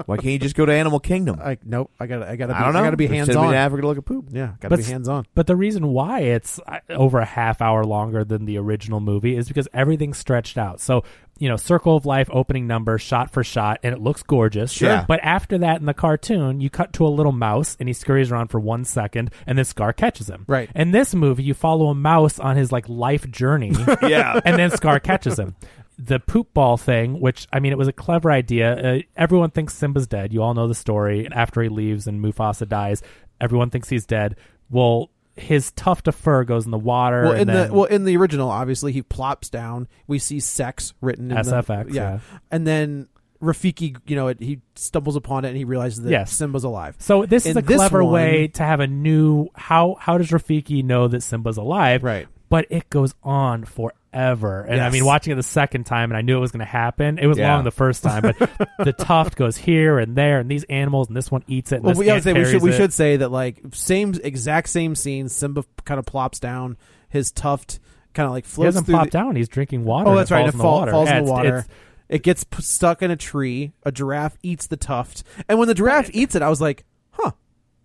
[SPEAKER 5] why can't you just go to Animal Kingdom? I,
[SPEAKER 7] Like, nope, I gotta, I gotta, be,
[SPEAKER 5] don't know.
[SPEAKER 7] I gotta be
[SPEAKER 5] Just
[SPEAKER 7] hands
[SPEAKER 5] send me to
[SPEAKER 7] on.
[SPEAKER 5] Africa to look at poop.
[SPEAKER 7] Yeah, gotta
[SPEAKER 6] But
[SPEAKER 7] be
[SPEAKER 6] s-
[SPEAKER 7] hands on.
[SPEAKER 6] but the reason why it's uh, over a half hour longer than the original movie is because everything's stretched out so you know circle of life opening number shot for shot and it looks gorgeous
[SPEAKER 5] Sure. Yeah.
[SPEAKER 6] but after that in the cartoon you cut to a little mouse and he scurries around for one second and then scar catches him
[SPEAKER 7] Right.
[SPEAKER 6] in this movie you follow a mouse on his like life journey
[SPEAKER 5] Yeah.
[SPEAKER 6] and then Scar catches him. The poop ball thing, which I mean, it was a clever idea. Uh, everyone thinks Simba's dead. You all know the story. After he leaves and Mufasa dies, everyone thinks he's dead. Well, his tuft of fur goes in the water.
[SPEAKER 7] Well,
[SPEAKER 6] and
[SPEAKER 7] in
[SPEAKER 6] then,
[SPEAKER 7] the well, in the original, obviously he plops down. We see sex written in
[SPEAKER 6] SFX,
[SPEAKER 7] The,
[SPEAKER 6] yeah.
[SPEAKER 7] and then Rafiki, you know, it, he stumbles upon it and he realizes that
[SPEAKER 6] Yes.
[SPEAKER 7] Simba's alive.
[SPEAKER 6] so this is
[SPEAKER 7] in
[SPEAKER 6] a
[SPEAKER 7] this
[SPEAKER 6] clever
[SPEAKER 7] one-
[SPEAKER 6] way to have a new. How how does Rafiki know that Simba's alive?
[SPEAKER 7] Right.
[SPEAKER 6] But it goes on forever, and I
[SPEAKER 7] Yes.
[SPEAKER 6] mean, watching it the second time, and I knew it was going to happen. It was
[SPEAKER 5] Yeah.
[SPEAKER 6] long the first time, but the tuft goes here and there, and these animals, and this one eats it. And
[SPEAKER 7] Well,
[SPEAKER 6] this
[SPEAKER 7] we, I would
[SPEAKER 6] ant
[SPEAKER 7] say we should
[SPEAKER 6] carries
[SPEAKER 7] we
[SPEAKER 6] it.
[SPEAKER 7] should say that like same exact same scene. Simba kind of plops down, his tuft kind of like
[SPEAKER 6] He
[SPEAKER 7] floats
[SPEAKER 6] hasn't
[SPEAKER 7] through.
[SPEAKER 6] popped
[SPEAKER 7] the,
[SPEAKER 6] down. He's drinking water.
[SPEAKER 7] oh,
[SPEAKER 6] and
[SPEAKER 7] that's right.
[SPEAKER 6] Falls
[SPEAKER 7] It
[SPEAKER 6] in
[SPEAKER 7] fall-
[SPEAKER 6] the water.
[SPEAKER 7] falls
[SPEAKER 6] Yeah,
[SPEAKER 7] in the
[SPEAKER 6] it's-
[SPEAKER 7] water.
[SPEAKER 6] it's-
[SPEAKER 7] it gets p- stuck in a tree. A giraffe eats the tuft, and when the giraffe eats it, I was like, huh.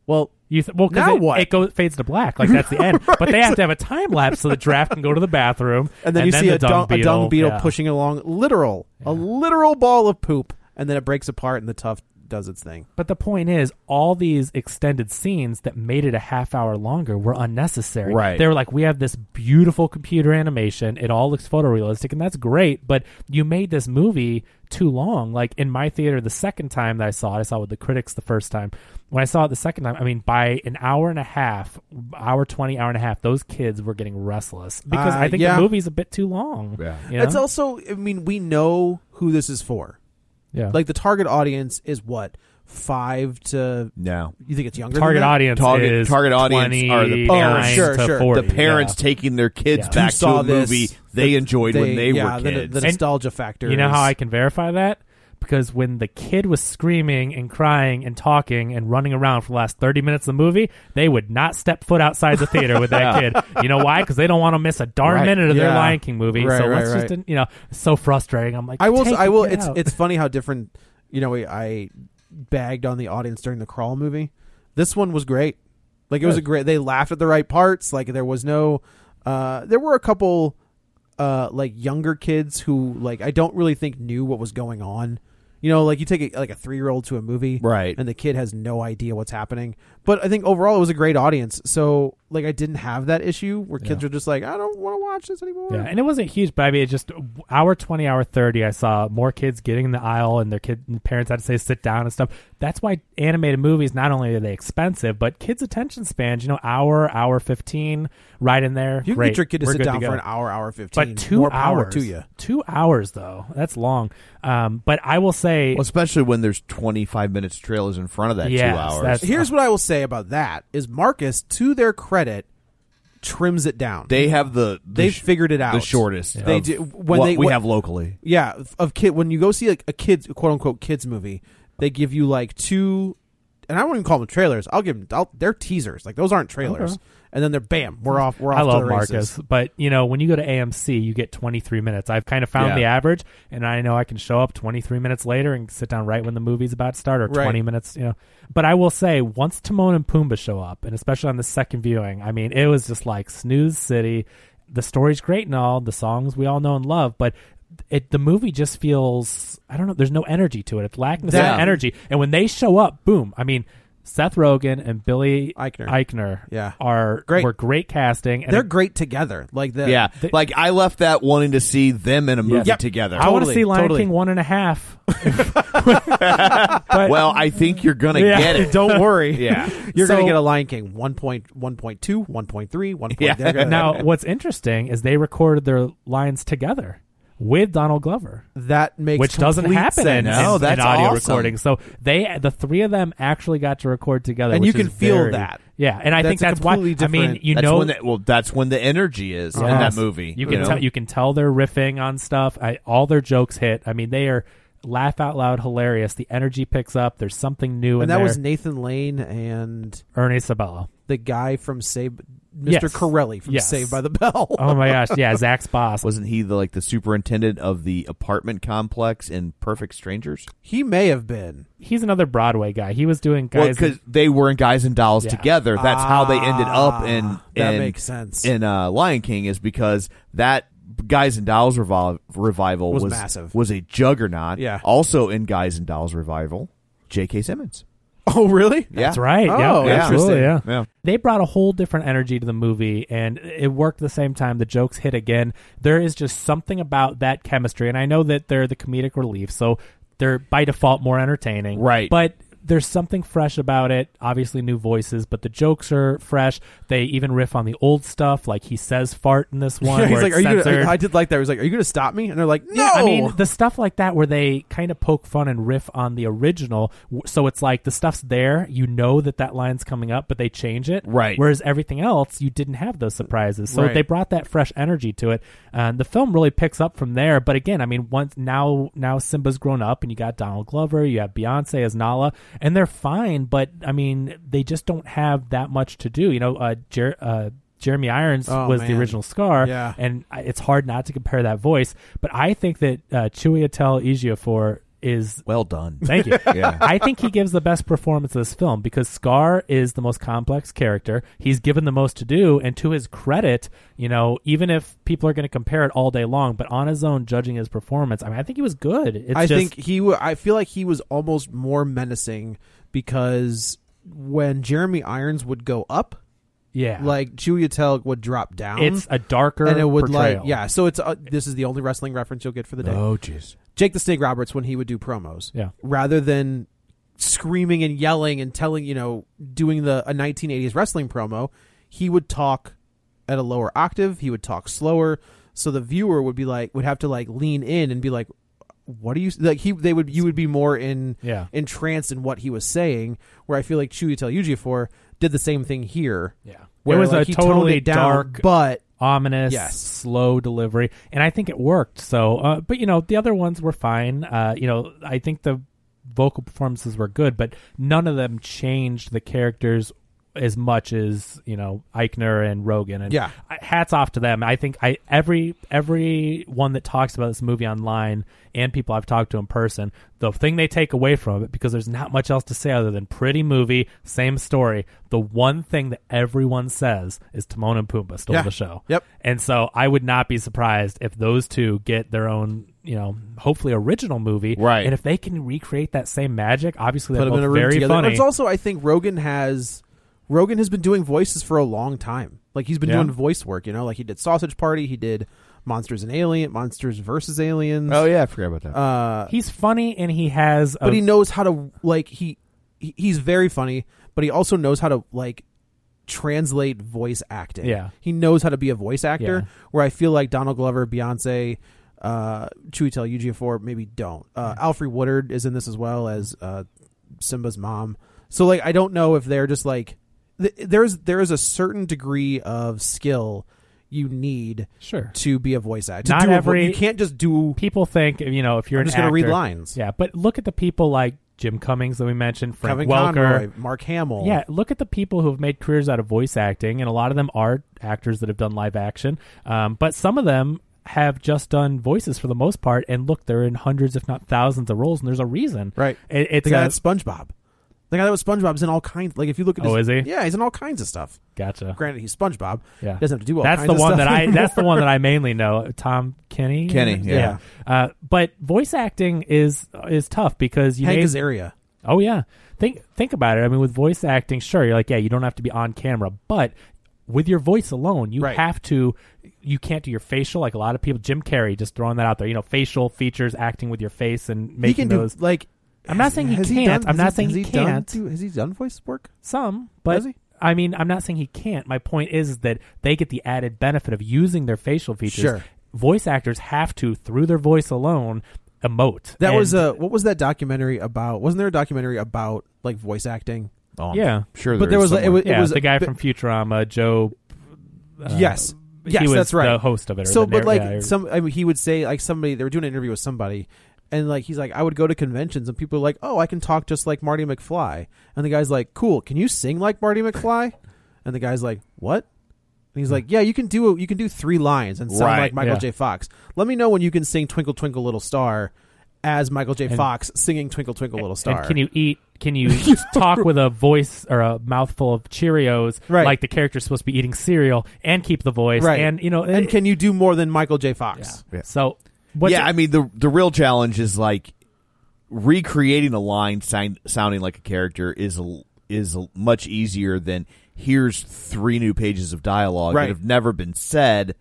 [SPEAKER 7] Well,
[SPEAKER 6] you th- well, 'cause
[SPEAKER 7] Now
[SPEAKER 6] it,
[SPEAKER 7] what?
[SPEAKER 6] It goes fades to black. Like that's the end. But they have to have a time lapse so the draft can go to the bathroom.
[SPEAKER 7] and then you see
[SPEAKER 6] the
[SPEAKER 7] a, dung, a dung beetle
[SPEAKER 6] yeah.
[SPEAKER 7] pushing along literal a literal ball of poop and then it breaks apart and the tuft does its thing
[SPEAKER 6] But the point is, all these extended scenes that made it a half hour longer were unnecessary.
[SPEAKER 5] Right.
[SPEAKER 6] They were like, we have this beautiful computer animation. It all looks photorealistic, and that's great. But you made this movie too long. Like in my theater, the second time that I saw it, I saw it with the critics the first time. When I saw it the second time, I mean, by an hour and a half, hour 20, hour and a half, those kids were getting restless because
[SPEAKER 7] Uh,
[SPEAKER 6] I think
[SPEAKER 7] yeah.
[SPEAKER 6] the movie's a bit too long.
[SPEAKER 5] Yeah.
[SPEAKER 6] You know?
[SPEAKER 7] it's also i mean we know who this is for
[SPEAKER 6] yeah.
[SPEAKER 7] like the target audience is what five to
[SPEAKER 5] No.
[SPEAKER 7] you think it's younger
[SPEAKER 6] target
[SPEAKER 7] than that?
[SPEAKER 6] audience
[SPEAKER 5] Target-
[SPEAKER 6] is
[SPEAKER 5] target audience are the
[SPEAKER 6] 29
[SPEAKER 5] parents.
[SPEAKER 7] Sure,
[SPEAKER 6] to
[SPEAKER 7] sure.
[SPEAKER 6] 40,
[SPEAKER 5] the parents
[SPEAKER 6] yeah.
[SPEAKER 5] taking their kids
[SPEAKER 6] Yeah.
[SPEAKER 5] back
[SPEAKER 7] Who
[SPEAKER 5] to
[SPEAKER 7] saw
[SPEAKER 5] a
[SPEAKER 7] this,
[SPEAKER 5] movie they enjoyed when they
[SPEAKER 7] yeah,
[SPEAKER 5] were
[SPEAKER 7] the,
[SPEAKER 5] kids.
[SPEAKER 7] the
[SPEAKER 6] And
[SPEAKER 7] nostalgia factor
[SPEAKER 6] You know
[SPEAKER 7] is-
[SPEAKER 6] how I can verify that? Because when the kid was screaming and crying and talking and running around for the last 30 minutes of the movie, they would not step foot outside the theater with that kid. You know why? Because they don't want to miss a darn
[SPEAKER 5] Right.
[SPEAKER 6] minute of their
[SPEAKER 7] Yeah.
[SPEAKER 6] Lion King movie.
[SPEAKER 7] Right,
[SPEAKER 6] so
[SPEAKER 7] right,
[SPEAKER 6] let's
[SPEAKER 7] right.
[SPEAKER 6] just, you know, it's so frustrating. I'm like,
[SPEAKER 7] I will.
[SPEAKER 6] take
[SPEAKER 7] I
[SPEAKER 6] it,
[SPEAKER 7] will.
[SPEAKER 6] get
[SPEAKER 7] It's
[SPEAKER 6] out.
[SPEAKER 7] it's funny how different. You know, I bagged on the audience during the crawl movie. This one was great. Like it was a great. They laughed at the right parts. Like there was no. Uh, there were a couple, uh, like younger kids who like I don't really think knew what was going on. You know, like you take a, like a three year old to a movie,
[SPEAKER 5] Right.
[SPEAKER 7] And the kid has no idea what's happening. But I think overall it was a great audience. So like I didn't have that issue where kids were just like, I don't want to watch this anymore.
[SPEAKER 6] Yeah, and it wasn't huge, but I mean, it just hour twenty, hour thirty. I saw more kids getting in the aisle, and their kid and parents had to say sit down and stuff. That's why animated movies not only are they expensive, but kids' attention spans. You know, hour, hour fifteen, right in there.
[SPEAKER 7] You can
[SPEAKER 6] Great,
[SPEAKER 7] get your kid to
[SPEAKER 6] we're
[SPEAKER 7] sit
[SPEAKER 6] good
[SPEAKER 7] down
[SPEAKER 6] go.
[SPEAKER 7] for an hour, hour fifteen.
[SPEAKER 6] But two
[SPEAKER 7] more
[SPEAKER 6] hours
[SPEAKER 7] power to you.
[SPEAKER 6] Two hours though, that's long. Um, but I will say,
[SPEAKER 5] Well, especially when there's 25 minutes trailers in front of that
[SPEAKER 6] Yes,
[SPEAKER 5] two hours.
[SPEAKER 6] that's-
[SPEAKER 7] Here's what I will say about that: is Marcus, to their credit, trims it down.
[SPEAKER 5] They have the, the
[SPEAKER 7] They've figured it out.
[SPEAKER 5] The shortest.
[SPEAKER 7] They
[SPEAKER 5] of
[SPEAKER 7] do- when
[SPEAKER 5] what
[SPEAKER 7] they-
[SPEAKER 5] we
[SPEAKER 7] what-
[SPEAKER 5] have locally.
[SPEAKER 7] yeah, of- of kid when you go see like a kids quote unquote kids movie, they give you like two, and I won't even call them trailers. I'll give them I'll, they're teasers. Like those aren't trailers. And then they're bam, we're off. We're off.
[SPEAKER 6] I love
[SPEAKER 7] to the races.
[SPEAKER 6] Marcus, but you know when you go to AMC, you get 23 minutes. I've kind of found
[SPEAKER 5] Yeah.
[SPEAKER 6] the average, and I know I can show up 23 minutes later and sit down right when the movie's about to start, or
[SPEAKER 7] Right.
[SPEAKER 6] 20 minutes. You know, but I will say once Timon and Pumbaa show up, and especially on the second viewing, I mean it was just like snooze city. The story's great and all, the songs we all know and love, but. It the movie just feels I don't know. There's no energy to it. It's lacking
[SPEAKER 7] That-
[SPEAKER 6] that energy. And when they show up, boom! I mean, Seth Rogen and Billy
[SPEAKER 7] Eichner.
[SPEAKER 6] Eichner
[SPEAKER 7] Yeah.
[SPEAKER 6] are
[SPEAKER 7] Great.
[SPEAKER 6] were great casting. And
[SPEAKER 7] They're great together. Like the
[SPEAKER 5] Yeah.
[SPEAKER 6] They-
[SPEAKER 5] like I left that wanting to see them in a movie
[SPEAKER 6] Yep.
[SPEAKER 5] together.
[SPEAKER 6] I want to
[SPEAKER 7] Totally,
[SPEAKER 6] see Lion
[SPEAKER 7] totally.
[SPEAKER 6] King one and a half. but,
[SPEAKER 5] well, I think you're gonna
[SPEAKER 6] Yeah.
[SPEAKER 5] get it.
[SPEAKER 7] Don't worry.
[SPEAKER 5] Yeah.
[SPEAKER 7] You're
[SPEAKER 6] So-
[SPEAKER 7] gonna get a Lion King 1.1.2, 1.3, 1.
[SPEAKER 5] Yeah.
[SPEAKER 7] they're gonna-
[SPEAKER 6] now what's interesting is they recorded their lines together with Donald Glover,
[SPEAKER 7] that makes
[SPEAKER 6] which doesn't
[SPEAKER 7] complete
[SPEAKER 6] happen in,
[SPEAKER 7] sense.
[SPEAKER 6] in-
[SPEAKER 5] No, that's
[SPEAKER 6] in audio
[SPEAKER 5] awesome.
[SPEAKER 6] recording. So they, the three of them, actually got to record together,
[SPEAKER 7] And
[SPEAKER 6] which
[SPEAKER 7] you can
[SPEAKER 6] is
[SPEAKER 7] feel
[SPEAKER 6] very-
[SPEAKER 7] that.
[SPEAKER 6] Yeah, and I
[SPEAKER 7] That's
[SPEAKER 6] think
[SPEAKER 7] a
[SPEAKER 6] that's why.
[SPEAKER 7] completely
[SPEAKER 6] I mean,
[SPEAKER 7] different-
[SPEAKER 6] you
[SPEAKER 5] that's
[SPEAKER 6] know,
[SPEAKER 5] when the, well, that's when the energy is in
[SPEAKER 6] Yes.
[SPEAKER 5] that movie.
[SPEAKER 6] You can
[SPEAKER 5] know?
[SPEAKER 6] tell you can tell they're riffing on stuff. I, all their jokes hit. I mean, they are laugh out loud hilarious. The energy picks up. There's something new in
[SPEAKER 7] And that
[SPEAKER 6] there.
[SPEAKER 7] was Nathan Lane and
[SPEAKER 6] Ernie Sabella.
[SPEAKER 7] the guy from Save Mr.
[SPEAKER 6] Yes.
[SPEAKER 7] Corelli from
[SPEAKER 6] Yes.
[SPEAKER 7] Saved by the Bell.
[SPEAKER 6] Oh my gosh, yeah, Zach's boss.
[SPEAKER 5] wasn't he the like the superintendent of the apartment complex in Perfect Strangers?
[SPEAKER 7] He may have been.
[SPEAKER 6] He's another Broadway guy. He was doing
[SPEAKER 5] Well,
[SPEAKER 6] guys.
[SPEAKER 5] because they were in Guys and Dolls
[SPEAKER 6] Yeah.
[SPEAKER 5] together. That's how they ended up in.
[SPEAKER 7] Ah, that
[SPEAKER 5] in-
[SPEAKER 7] makes sense.
[SPEAKER 5] In uh, Lion King is because that Guys and Dolls revol- revival
[SPEAKER 7] Was
[SPEAKER 5] was,
[SPEAKER 7] massive.
[SPEAKER 5] was a juggernaut.
[SPEAKER 7] Yeah.
[SPEAKER 5] Also in Guys and Dolls revival, J.K. Simmons.
[SPEAKER 7] Oh, really?
[SPEAKER 5] Yeah.
[SPEAKER 6] That's right.
[SPEAKER 7] Oh,
[SPEAKER 6] yeah, absolutely.
[SPEAKER 7] interesting.
[SPEAKER 6] Yeah.
[SPEAKER 5] Yeah.
[SPEAKER 6] They brought a whole different energy to the movie, and it worked at the same time. The jokes hit again. There is just something about that chemistry, and I know that they're the comedic relief, so they're by default more entertaining.
[SPEAKER 5] Right.
[SPEAKER 6] But there's something fresh about it. Obviously, new voices, but the jokes are fresh. They even riff on the old stuff, like he says "fart" in this one.
[SPEAKER 7] Yeah, he's
[SPEAKER 6] where
[SPEAKER 7] like,
[SPEAKER 6] it's
[SPEAKER 7] are you
[SPEAKER 6] censored.
[SPEAKER 7] gonna, I did like that. He's like, are you going to stop me? And they're like, no.
[SPEAKER 6] Yeah, I mean the stuff like that where they kind of poke fun and riff on the original. w- So it's like the stuff's there, you know that that line's coming up, but they change it.
[SPEAKER 5] Right.
[SPEAKER 6] Whereas everything else, you didn't have those surprises. So
[SPEAKER 7] Right.
[SPEAKER 6] they brought that fresh energy to it, and the film really picks up from there. But again, I mean, once now now Simba's grown up, and you got Donald Glover, you have Beyonce as Nala, and they're fine. But I mean, they just don't have that much to do. You know, uh, Jer- uh, Jeremy Irons
[SPEAKER 7] Oh,
[SPEAKER 6] was
[SPEAKER 7] man.
[SPEAKER 6] the original Scar,
[SPEAKER 7] Yeah.
[SPEAKER 6] and I- it's hard not to compare that voice. But I think that uh, Chiwetel Ejiofor is.
[SPEAKER 5] Well done.
[SPEAKER 6] Thank you.
[SPEAKER 5] Yeah.
[SPEAKER 6] I think he gives the best performance of this film because Scar is the most complex character. He's given the most to do, and to his credit, you know, even if people are going to compare it all day long, but on his own, judging his performance, I mean, I think he was good. It's
[SPEAKER 7] I
[SPEAKER 6] just,
[SPEAKER 7] think he. wa- I feel like he was almost more menacing because when Jeremy Irons would go up,
[SPEAKER 6] yeah,
[SPEAKER 7] like Chiwetel would drop down.
[SPEAKER 6] it's a darker
[SPEAKER 7] and it would
[SPEAKER 6] portrayal. Oh,
[SPEAKER 7] like yeah. So it's uh, this is the only wrestling reference you'll get for the day.
[SPEAKER 5] jeez.
[SPEAKER 7] Jake the Snake Roberts when he would do promos.
[SPEAKER 6] Yeah.
[SPEAKER 7] Rather than screaming and yelling and telling, you know, doing the a 1980s wrestling promo, he would talk at a lower octave, he would talk slower, so the viewer would be like would have to like lean in and be like what are you like he they would you would be more in
[SPEAKER 6] Yeah.
[SPEAKER 7] entranced in what he was saying where I feel like Chewy Tell Ujifor did the same thing here.
[SPEAKER 6] Yeah.
[SPEAKER 7] where,
[SPEAKER 6] It was
[SPEAKER 7] like,
[SPEAKER 6] a
[SPEAKER 7] he toned
[SPEAKER 6] totally
[SPEAKER 7] it down,
[SPEAKER 6] dark-
[SPEAKER 7] but
[SPEAKER 6] ominous,
[SPEAKER 7] Yes.
[SPEAKER 6] slow delivery, and I think it worked. So, uh, but you know, the other ones were fine. Uh, you know, I think the vocal performances were good, but none of them changed the characters as much as you know Eichner and Rogan. And
[SPEAKER 7] Yeah.
[SPEAKER 6] I- hats off to them. I think I every every one that talks about this movie online and people I've talked to in person, the thing they take away from it because there's not much else to say other than pretty movie, same story. The one thing that everyone says is Timon and Pumbaa stole
[SPEAKER 7] Yeah.
[SPEAKER 6] the show.
[SPEAKER 7] Yep.
[SPEAKER 6] And so I would not be surprised if those two get their own, you know, hopefully original movie.
[SPEAKER 5] Right.
[SPEAKER 6] And if they can recreate that same magic, obviously
[SPEAKER 7] put
[SPEAKER 6] they're
[SPEAKER 7] them
[SPEAKER 6] both
[SPEAKER 7] in a room
[SPEAKER 6] very
[SPEAKER 7] together. And
[SPEAKER 6] funny.
[SPEAKER 7] It's also, I think Rogan has Rogan has been doing voices for a long time. Like he's been
[SPEAKER 6] Yeah.
[SPEAKER 7] doing voice work. You know, like he did Sausage Party, he did Monsters and Alien, Monsters versus Aliens.
[SPEAKER 5] Oh yeah, I forgot about that.
[SPEAKER 7] Uh,
[SPEAKER 6] He's funny and he has a
[SPEAKER 7] but he knows how to like he he- he's very funny, but he also knows how to like translate voice acting.
[SPEAKER 6] Yeah.
[SPEAKER 7] he knows how to be a voice actor.
[SPEAKER 6] Yeah.
[SPEAKER 7] Where I feel like Donald Glover, Beyonce. Uh, Chiwetel Ejiofor maybe don't. Uh,
[SPEAKER 6] Mm-hmm.
[SPEAKER 7] Alfred Woodard is in this as well as uh, Simba's mom. So like I don't know if they're just like th- there's there is a certain degree of skill you need
[SPEAKER 6] Sure.
[SPEAKER 7] to be a voice actor. To
[SPEAKER 6] Not
[SPEAKER 7] do a vo-
[SPEAKER 6] every-
[SPEAKER 7] you can't just do.
[SPEAKER 6] people think you know if you're
[SPEAKER 7] I'm
[SPEAKER 6] an
[SPEAKER 7] just gonna read
[SPEAKER 6] actor-
[SPEAKER 7] lines.
[SPEAKER 6] Yeah, but look at the people like Jim Cummings that we mentioned, Frank
[SPEAKER 7] Kevin
[SPEAKER 6] Welker.
[SPEAKER 7] Conroy, Mark Hamill.
[SPEAKER 6] Yeah, look at the people who have made careers out of voice acting, and a lot of them are actors that have done live action. Um, but some of them have just done voices for the most part, and look, they're in hundreds, if not thousands, of roles, and there's a reason.
[SPEAKER 7] Right.
[SPEAKER 6] It, it's
[SPEAKER 7] the guy
[SPEAKER 6] a,
[SPEAKER 7] that's SpongeBob. The guy that was SpongeBob's in all kinds. Like if you look at
[SPEAKER 6] Oh,
[SPEAKER 7] his,
[SPEAKER 6] is he?
[SPEAKER 7] Yeah, he's in all kinds of stuff.
[SPEAKER 6] gotcha.
[SPEAKER 7] Granted, he's SpongeBob.
[SPEAKER 6] Yeah,
[SPEAKER 7] He doesn't have to do all.
[SPEAKER 6] that's
[SPEAKER 7] kinds
[SPEAKER 6] the
[SPEAKER 7] of
[SPEAKER 6] one
[SPEAKER 7] stuff
[SPEAKER 6] that I. That's the
[SPEAKER 7] anymore.
[SPEAKER 6] one that I mainly know. Tom Kenny.
[SPEAKER 5] Kenny, yeah.
[SPEAKER 6] Uh, but voice acting is is tough because you
[SPEAKER 7] Hank
[SPEAKER 6] name-
[SPEAKER 7] Azaria.
[SPEAKER 6] Oh yeah. Think think about it. I mean, with voice acting, sure, you're like, yeah, you don't have to be on camera, but with your voice alone, you
[SPEAKER 7] Right.
[SPEAKER 6] have to. You can't do your facial like a lot of people. Jim Carrey, just throwing that out there. You know, facial features, acting with your face, and
[SPEAKER 7] He
[SPEAKER 6] making
[SPEAKER 7] can
[SPEAKER 6] those.
[SPEAKER 7] do like.
[SPEAKER 6] I'm not saying he
[SPEAKER 7] has
[SPEAKER 6] can't.
[SPEAKER 7] done-
[SPEAKER 6] I'm
[SPEAKER 7] has
[SPEAKER 6] not saying
[SPEAKER 7] has
[SPEAKER 6] he
[SPEAKER 7] done-
[SPEAKER 6] can't.
[SPEAKER 7] do- has he done voice work?
[SPEAKER 6] Some, but
[SPEAKER 7] Does he?
[SPEAKER 6] I mean, I'm not saying he can't. My point is that they get the added benefit of using their facial features.
[SPEAKER 7] Sure.
[SPEAKER 6] Voice actors have to, through their voice alone, emote.
[SPEAKER 7] That
[SPEAKER 6] And-
[SPEAKER 7] was a what was that documentary about? Wasn't there a documentary about like voice acting?
[SPEAKER 5] Oh, I'm
[SPEAKER 6] Yeah.
[SPEAKER 5] sure.
[SPEAKER 7] But there
[SPEAKER 5] is
[SPEAKER 7] was like- it
[SPEAKER 5] somewhere.
[SPEAKER 7] was-
[SPEAKER 6] yeah, the guy
[SPEAKER 7] but-
[SPEAKER 6] from Futurama, Joe. uh,
[SPEAKER 7] yes, yes,
[SPEAKER 6] he was
[SPEAKER 7] that's right.
[SPEAKER 6] the host of it or
[SPEAKER 7] So,
[SPEAKER 6] the
[SPEAKER 7] but
[SPEAKER 6] narr-
[SPEAKER 7] like
[SPEAKER 6] yeah, or-
[SPEAKER 7] some, I mean, he would say like somebody they were doing an interview with somebody, and like he's like, I would go to conventions and people are like, oh, I can talk just like Marty McFly, and the guy's like, cool, can you sing like Marty McFly? And the guy's like, what? And he's like, yeah, you can do you can do three lines and sound
[SPEAKER 5] Right,
[SPEAKER 7] like Michael
[SPEAKER 6] yeah.
[SPEAKER 7] J. Fox. Let me know when you can sing Twinkle Twinkle Little Star as Michael J. Fox singing Twinkle Twinkle Little Star.
[SPEAKER 6] And can you eat? Can you talk with a voice or a mouthful of Cheerios
[SPEAKER 7] Right.
[SPEAKER 6] like the character's supposed to be eating cereal and keep the voice?
[SPEAKER 7] right?
[SPEAKER 6] And you know,
[SPEAKER 7] and
[SPEAKER 6] it-
[SPEAKER 7] can you do more than Michael J. Fox?
[SPEAKER 5] Yeah.
[SPEAKER 6] so what's
[SPEAKER 5] yeah, I mean the the real challenge is like recreating a line sound, sounding like a character is l- is l- much easier than here's three new pages of dialogue
[SPEAKER 7] Right.
[SPEAKER 5] that have never been said.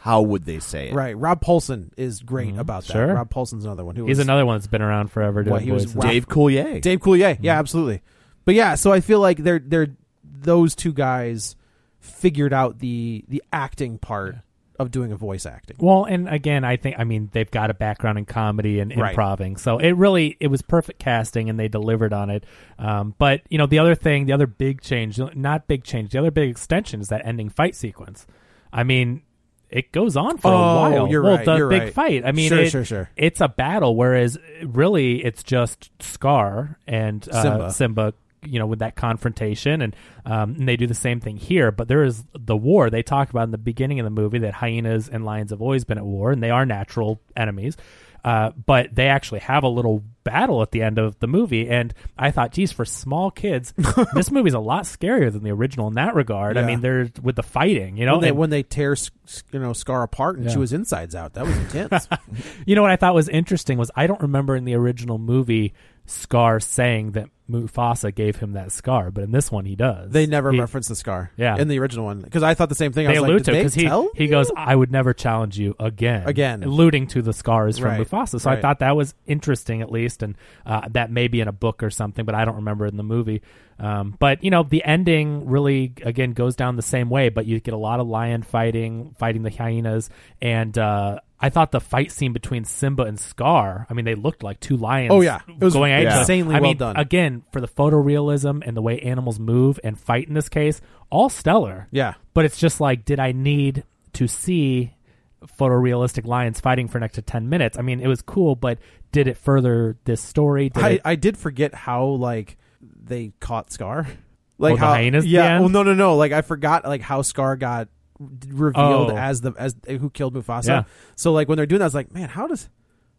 [SPEAKER 5] How would they say it?
[SPEAKER 7] Right. Rob Paulson is great about that.
[SPEAKER 6] Mm-hmm. sure.
[SPEAKER 7] Rob Paulson's another one who
[SPEAKER 6] he's
[SPEAKER 7] was,
[SPEAKER 6] another one that's been around forever doing
[SPEAKER 7] What, he was
[SPEAKER 6] voices.
[SPEAKER 7] Ralph-
[SPEAKER 5] Dave Coulier.
[SPEAKER 7] Dave Coulier.
[SPEAKER 6] Mm-hmm.
[SPEAKER 7] Yeah, absolutely. But yeah, so I feel like they're they're those two guys figured out the the acting part of doing a voice acting.
[SPEAKER 6] Well, and again, I think I mean they've got a background in comedy and
[SPEAKER 7] Right.
[SPEAKER 6] improving, so it really it was perfect casting, and they delivered on it. Um, but you know, the other thing, the other big change, not big change, the other big extension is that ending fight sequence. I mean, it goes on for
[SPEAKER 7] Oh,
[SPEAKER 6] a while.
[SPEAKER 7] you're
[SPEAKER 6] well,
[SPEAKER 7] right,
[SPEAKER 6] the
[SPEAKER 7] you're
[SPEAKER 6] big
[SPEAKER 7] right.
[SPEAKER 6] fight. I mean,
[SPEAKER 7] Sure,
[SPEAKER 6] it-
[SPEAKER 7] sure, sure.
[SPEAKER 6] It's a battle, whereas really it's just Scar and uh,
[SPEAKER 7] Simba.
[SPEAKER 6] Simba, you know, with that confrontation, and, um, and they do the same thing here. But there is the war they talk about in the beginning of the movie that hyenas and lions have always been at war, and they are natural enemies. Uh, but they actually have a little battle at the end of the movie, and I thought, geez, for small kids, this movie's a lot scarier than the original in that regard. I
[SPEAKER 7] Yeah.
[SPEAKER 6] mean, there's with the fighting, you know,
[SPEAKER 7] When they
[SPEAKER 6] and-
[SPEAKER 7] when they tear S- S- you know Scar apart and
[SPEAKER 6] Yeah.
[SPEAKER 7] chew his insides out, that was intense.
[SPEAKER 6] You know what I thought was interesting was I don't remember in the original movie Scar saying that Mufasa gave him that scar, but in this one he does.
[SPEAKER 7] they never
[SPEAKER 6] he,
[SPEAKER 7] referenced the Scar.
[SPEAKER 6] Yeah.
[SPEAKER 7] in the original one because I thought the same thing. I
[SPEAKER 6] They
[SPEAKER 7] was
[SPEAKER 6] allude
[SPEAKER 7] like,
[SPEAKER 6] to
[SPEAKER 7] did
[SPEAKER 6] because
[SPEAKER 7] they
[SPEAKER 6] he
[SPEAKER 7] tell
[SPEAKER 6] he
[SPEAKER 7] you?
[SPEAKER 6] goes, "I would never challenge you again."
[SPEAKER 7] Again.
[SPEAKER 6] alluding to the scars from
[SPEAKER 7] Right,
[SPEAKER 6] Mufasa. So I
[SPEAKER 7] right.
[SPEAKER 6] thought that was interesting, at least, and uh, that may be in a book or something, but I don't remember it in the movie. Um, but you know, the ending really again goes down the same way, but you get a lot of lion fighting, fighting the hyenas, and. Uh, I thought the fight scene between Simba and Scar. I mean, they looked like two lions.
[SPEAKER 7] Oh, yeah. It was
[SPEAKER 6] going at each other.
[SPEAKER 7] insanely
[SPEAKER 6] I
[SPEAKER 7] well
[SPEAKER 6] mean,
[SPEAKER 7] done.
[SPEAKER 6] Again, for the photorealism and the way animals move and fight in this case, all stellar
[SPEAKER 7] Yeah,
[SPEAKER 6] but it's just like did i need to see photorealistic lions fighting for an extra 10 minutes i mean it was cool but did it further this story did
[SPEAKER 7] I,
[SPEAKER 6] it,
[SPEAKER 7] I did forget how like they caught Scar.
[SPEAKER 6] Oh,
[SPEAKER 7] Like
[SPEAKER 6] the
[SPEAKER 7] how
[SPEAKER 6] hyenas at the
[SPEAKER 7] Yeah.
[SPEAKER 6] end?
[SPEAKER 7] Well, no, no, no. Like I forgot like how Scar got d- revealed
[SPEAKER 6] Oh.
[SPEAKER 7] as the as who killed Mufasa.
[SPEAKER 6] Yeah.
[SPEAKER 7] So like when they're doing that, I was like, man, how does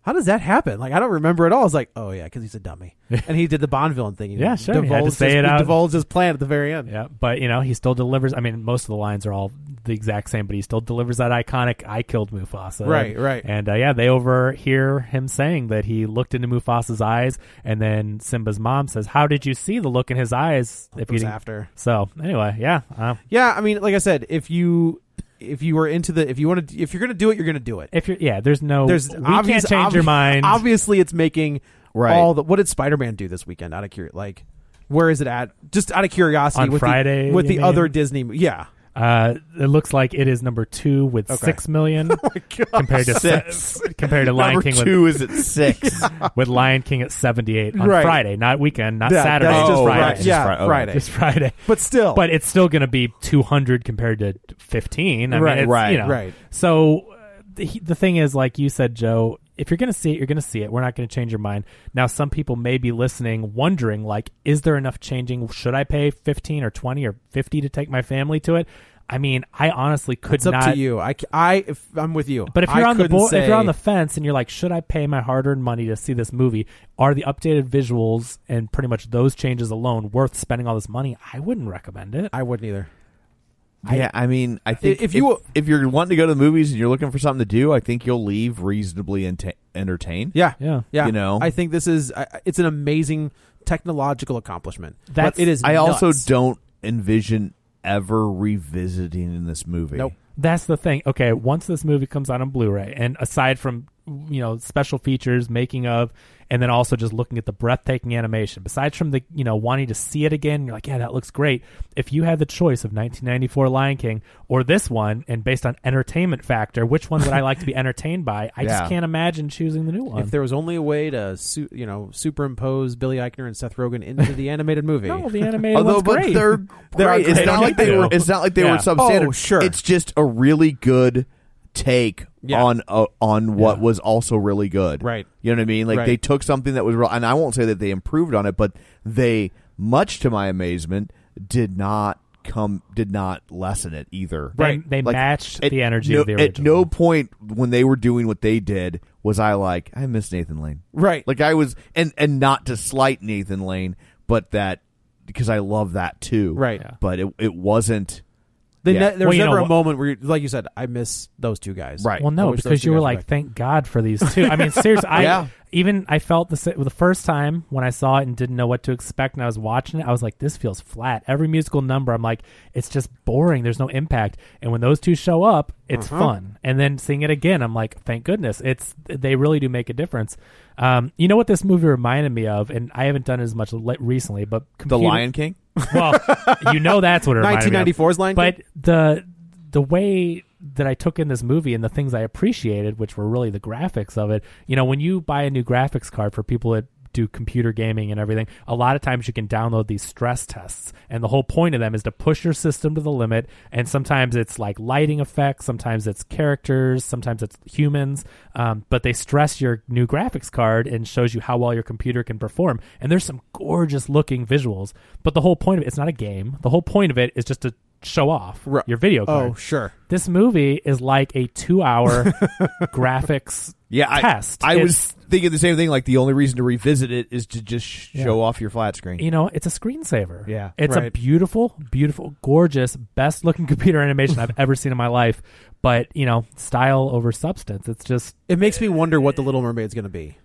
[SPEAKER 7] how does that happen? Like I don't remember at all. I was like, oh yeah, because he's a dummy, and he did the Bond villain thing. He
[SPEAKER 6] Yeah, sure, he had to
[SPEAKER 7] divulged
[SPEAKER 6] say
[SPEAKER 7] his,
[SPEAKER 6] it out.
[SPEAKER 7] Divulged his plan at the very end.
[SPEAKER 6] yeah but you know he still delivers i mean most of the lines are all the exact same but he still delivers that iconic i killed mufasa
[SPEAKER 7] Right, right.
[SPEAKER 6] and uh, yeah they overhear him saying that he looked into mufasa's eyes and then simba's mom says how did you see the look in his eyes
[SPEAKER 7] It
[SPEAKER 6] if you
[SPEAKER 7] was
[SPEAKER 6] didn't
[SPEAKER 7] after.
[SPEAKER 6] so anyway yeah uh,
[SPEAKER 7] Yeah, I mean, like I said, if you if you were into the if you want to if you're gonna do it, you're gonna do it.
[SPEAKER 6] if you're yeah there's no
[SPEAKER 7] There's
[SPEAKER 6] we
[SPEAKER 7] obvious-
[SPEAKER 6] can't change
[SPEAKER 7] obvi-
[SPEAKER 6] your mind
[SPEAKER 7] Obviously, it's making
[SPEAKER 5] Right.
[SPEAKER 7] all the. What did Spider Man do this weekend? Out of curiosity, like where is it at? Just out of curiosity,
[SPEAKER 6] On
[SPEAKER 7] with
[SPEAKER 6] Friday,
[SPEAKER 7] the, with
[SPEAKER 6] you
[SPEAKER 7] the
[SPEAKER 6] mean?
[SPEAKER 7] other Disney. mo- Yeah,
[SPEAKER 6] Uh, it looks like it is number two with six million compared to
[SPEAKER 5] Six.
[SPEAKER 6] compared to Lion
[SPEAKER 5] Number
[SPEAKER 6] King
[SPEAKER 5] two is
[SPEAKER 6] with,
[SPEAKER 5] at six.
[SPEAKER 6] with Lion King at seventy eight on
[SPEAKER 7] Right.
[SPEAKER 6] Friday, not weekend, not
[SPEAKER 7] Yeah,
[SPEAKER 6] Saturday,
[SPEAKER 7] that's
[SPEAKER 5] just
[SPEAKER 6] Friday,
[SPEAKER 5] right.
[SPEAKER 6] just
[SPEAKER 7] Yeah,
[SPEAKER 5] Fri- okay.
[SPEAKER 7] Friday.
[SPEAKER 6] just Friday.
[SPEAKER 7] But still,
[SPEAKER 6] But it's still going to be 200 compared to 15. I
[SPEAKER 7] Right,
[SPEAKER 6] mean, it's,
[SPEAKER 5] right,
[SPEAKER 6] you know.
[SPEAKER 7] right.
[SPEAKER 6] So uh, the, he- the thing is, like you said, Joe, if you're going to see it, you're going to see it. We're not going to change your mind. Now, some people may be listening, wondering, like, is there enough changing? Should I pay 15 or 20 or 50 to take my family to it? I mean, I honestly could
[SPEAKER 7] it's up
[SPEAKER 6] not.
[SPEAKER 7] to you. I, c- I if I'm with you.
[SPEAKER 6] But if
[SPEAKER 7] I
[SPEAKER 6] you're on the
[SPEAKER 7] couldn't
[SPEAKER 6] bo- if
[SPEAKER 7] say-
[SPEAKER 6] you're on the fence and you're like, should I pay my hard-earned money to see this movie? Are the updated visuals and pretty much those changes alone worth spending all this money? I wouldn't recommend it.
[SPEAKER 7] I wouldn't either.
[SPEAKER 5] yeah, I mean, I think
[SPEAKER 7] If you-
[SPEAKER 5] if, if you're wanting to go to the movies and you're looking for something to do, I think you'll leave reasonably enta- entertained.
[SPEAKER 7] Yeah,
[SPEAKER 6] Yeah.
[SPEAKER 7] yeah.
[SPEAKER 5] You know?
[SPEAKER 7] I think this is I- it's an amazing technological accomplishment. But
[SPEAKER 6] That's-
[SPEAKER 7] it is.
[SPEAKER 5] I also
[SPEAKER 7] nuts.
[SPEAKER 5] don't envision ever revisiting in this movie.
[SPEAKER 7] Nope.
[SPEAKER 6] That's the thing. Okay, once this movie comes out on Blu-ray, and aside from you know special features, making of, and then also just looking at the breathtaking animation, besides from the you know wanting to see it again, you're like, yeah, that looks great. If you had the choice of 1994 Lion King or this one, and based on entertainment factor, which one would I like to be entertained by? I
[SPEAKER 5] Yeah.
[SPEAKER 6] just can't imagine choosing the new one.
[SPEAKER 7] If there was only a way to su- you know superimpose Billy Eichner and Seth Rogen into the animated movie,
[SPEAKER 6] no, the animated
[SPEAKER 5] Although,
[SPEAKER 6] one's
[SPEAKER 5] but
[SPEAKER 6] great.
[SPEAKER 5] they're great.
[SPEAKER 6] They
[SPEAKER 5] It's
[SPEAKER 6] don't
[SPEAKER 5] not like
[SPEAKER 6] need
[SPEAKER 5] they
[SPEAKER 6] to.
[SPEAKER 5] were. It's not like they
[SPEAKER 6] Yeah.
[SPEAKER 5] were substandard.
[SPEAKER 7] Oh, sure.
[SPEAKER 5] It's just a really good take
[SPEAKER 7] Yeah.
[SPEAKER 5] on uh, on what was also really good.
[SPEAKER 7] Right.
[SPEAKER 5] You know what I mean? Like
[SPEAKER 7] Right.
[SPEAKER 5] they took something that was real, and I won't say that they improved on it, but they, much to my amazement, did not come did not lessen it either.
[SPEAKER 6] They- they matched the energy
[SPEAKER 5] no,
[SPEAKER 6] of the
[SPEAKER 5] At no
[SPEAKER 6] original.
[SPEAKER 5] point when they were doing what they did was I like I miss Nathan Lane.
[SPEAKER 7] right?
[SPEAKER 5] Like I was, and and not to slight Nathan Lane, but that because I love that too.
[SPEAKER 7] Right.
[SPEAKER 5] But it it wasn't
[SPEAKER 7] They
[SPEAKER 5] yeah.
[SPEAKER 7] ne- there
[SPEAKER 6] Well,
[SPEAKER 7] was
[SPEAKER 6] you
[SPEAKER 7] never
[SPEAKER 6] know
[SPEAKER 7] a
[SPEAKER 6] what-
[SPEAKER 7] moment where, you, like you said, I miss those two guys.
[SPEAKER 5] Right.
[SPEAKER 6] Well, no,
[SPEAKER 7] I wish those
[SPEAKER 6] because
[SPEAKER 7] two
[SPEAKER 6] you were
[SPEAKER 7] guys
[SPEAKER 6] like,
[SPEAKER 7] back.
[SPEAKER 6] thank God for these two. I mean, seriously, I
[SPEAKER 5] Yeah.
[SPEAKER 6] even I felt the sa- the first time when I saw it and didn't know what to expect, and I was watching it, I was like, this feels flat. Every musical number, I'm like, it's just boring. There's no impact. And when those two show up, it's
[SPEAKER 5] Mm-hmm.
[SPEAKER 6] fun. And then seeing it again, I'm like, thank goodness, it's they really do make a difference. Um, you know what this movie reminded me of, and I haven't done it as much li- recently, but
[SPEAKER 5] the
[SPEAKER 6] computer-
[SPEAKER 5] Lion King.
[SPEAKER 6] well, you know that's what it reminded me of.
[SPEAKER 7] 1994's Lion
[SPEAKER 6] But the the way that I took in this movie and the things I appreciated, which were really the graphics of it. You know, when you buy a new graphics card for people that do computer gaming and everything, a lot of times you can download these stress tests, and the whole point of them is to push your system to the limit. And sometimes it's like lighting effects, sometimes it's characters, sometimes it's humans. Um, but they stress your new graphics card and shows you how well your computer can perform. And there's some gorgeous looking visuals, but the whole point of it, it's not a game. The whole point of it is just to show off
[SPEAKER 7] Ru-
[SPEAKER 6] your video card.
[SPEAKER 7] oh sure,
[SPEAKER 6] this movie is like a two-hour graphics
[SPEAKER 5] Yeah, I,
[SPEAKER 6] test.
[SPEAKER 5] I was
[SPEAKER 6] It's-
[SPEAKER 5] thinking the same thing. Like the only reason to revisit it is to just sh- show off your flat screen.
[SPEAKER 6] you know, it's a screensaver.
[SPEAKER 5] Yeah,
[SPEAKER 6] It's a
[SPEAKER 7] right.
[SPEAKER 6] beautiful, beautiful, gorgeous, best looking computer animation I've ever seen in my life. But, you know, style over substance. It's just
[SPEAKER 7] it makes me wonder what the Little Mermaid's going to be.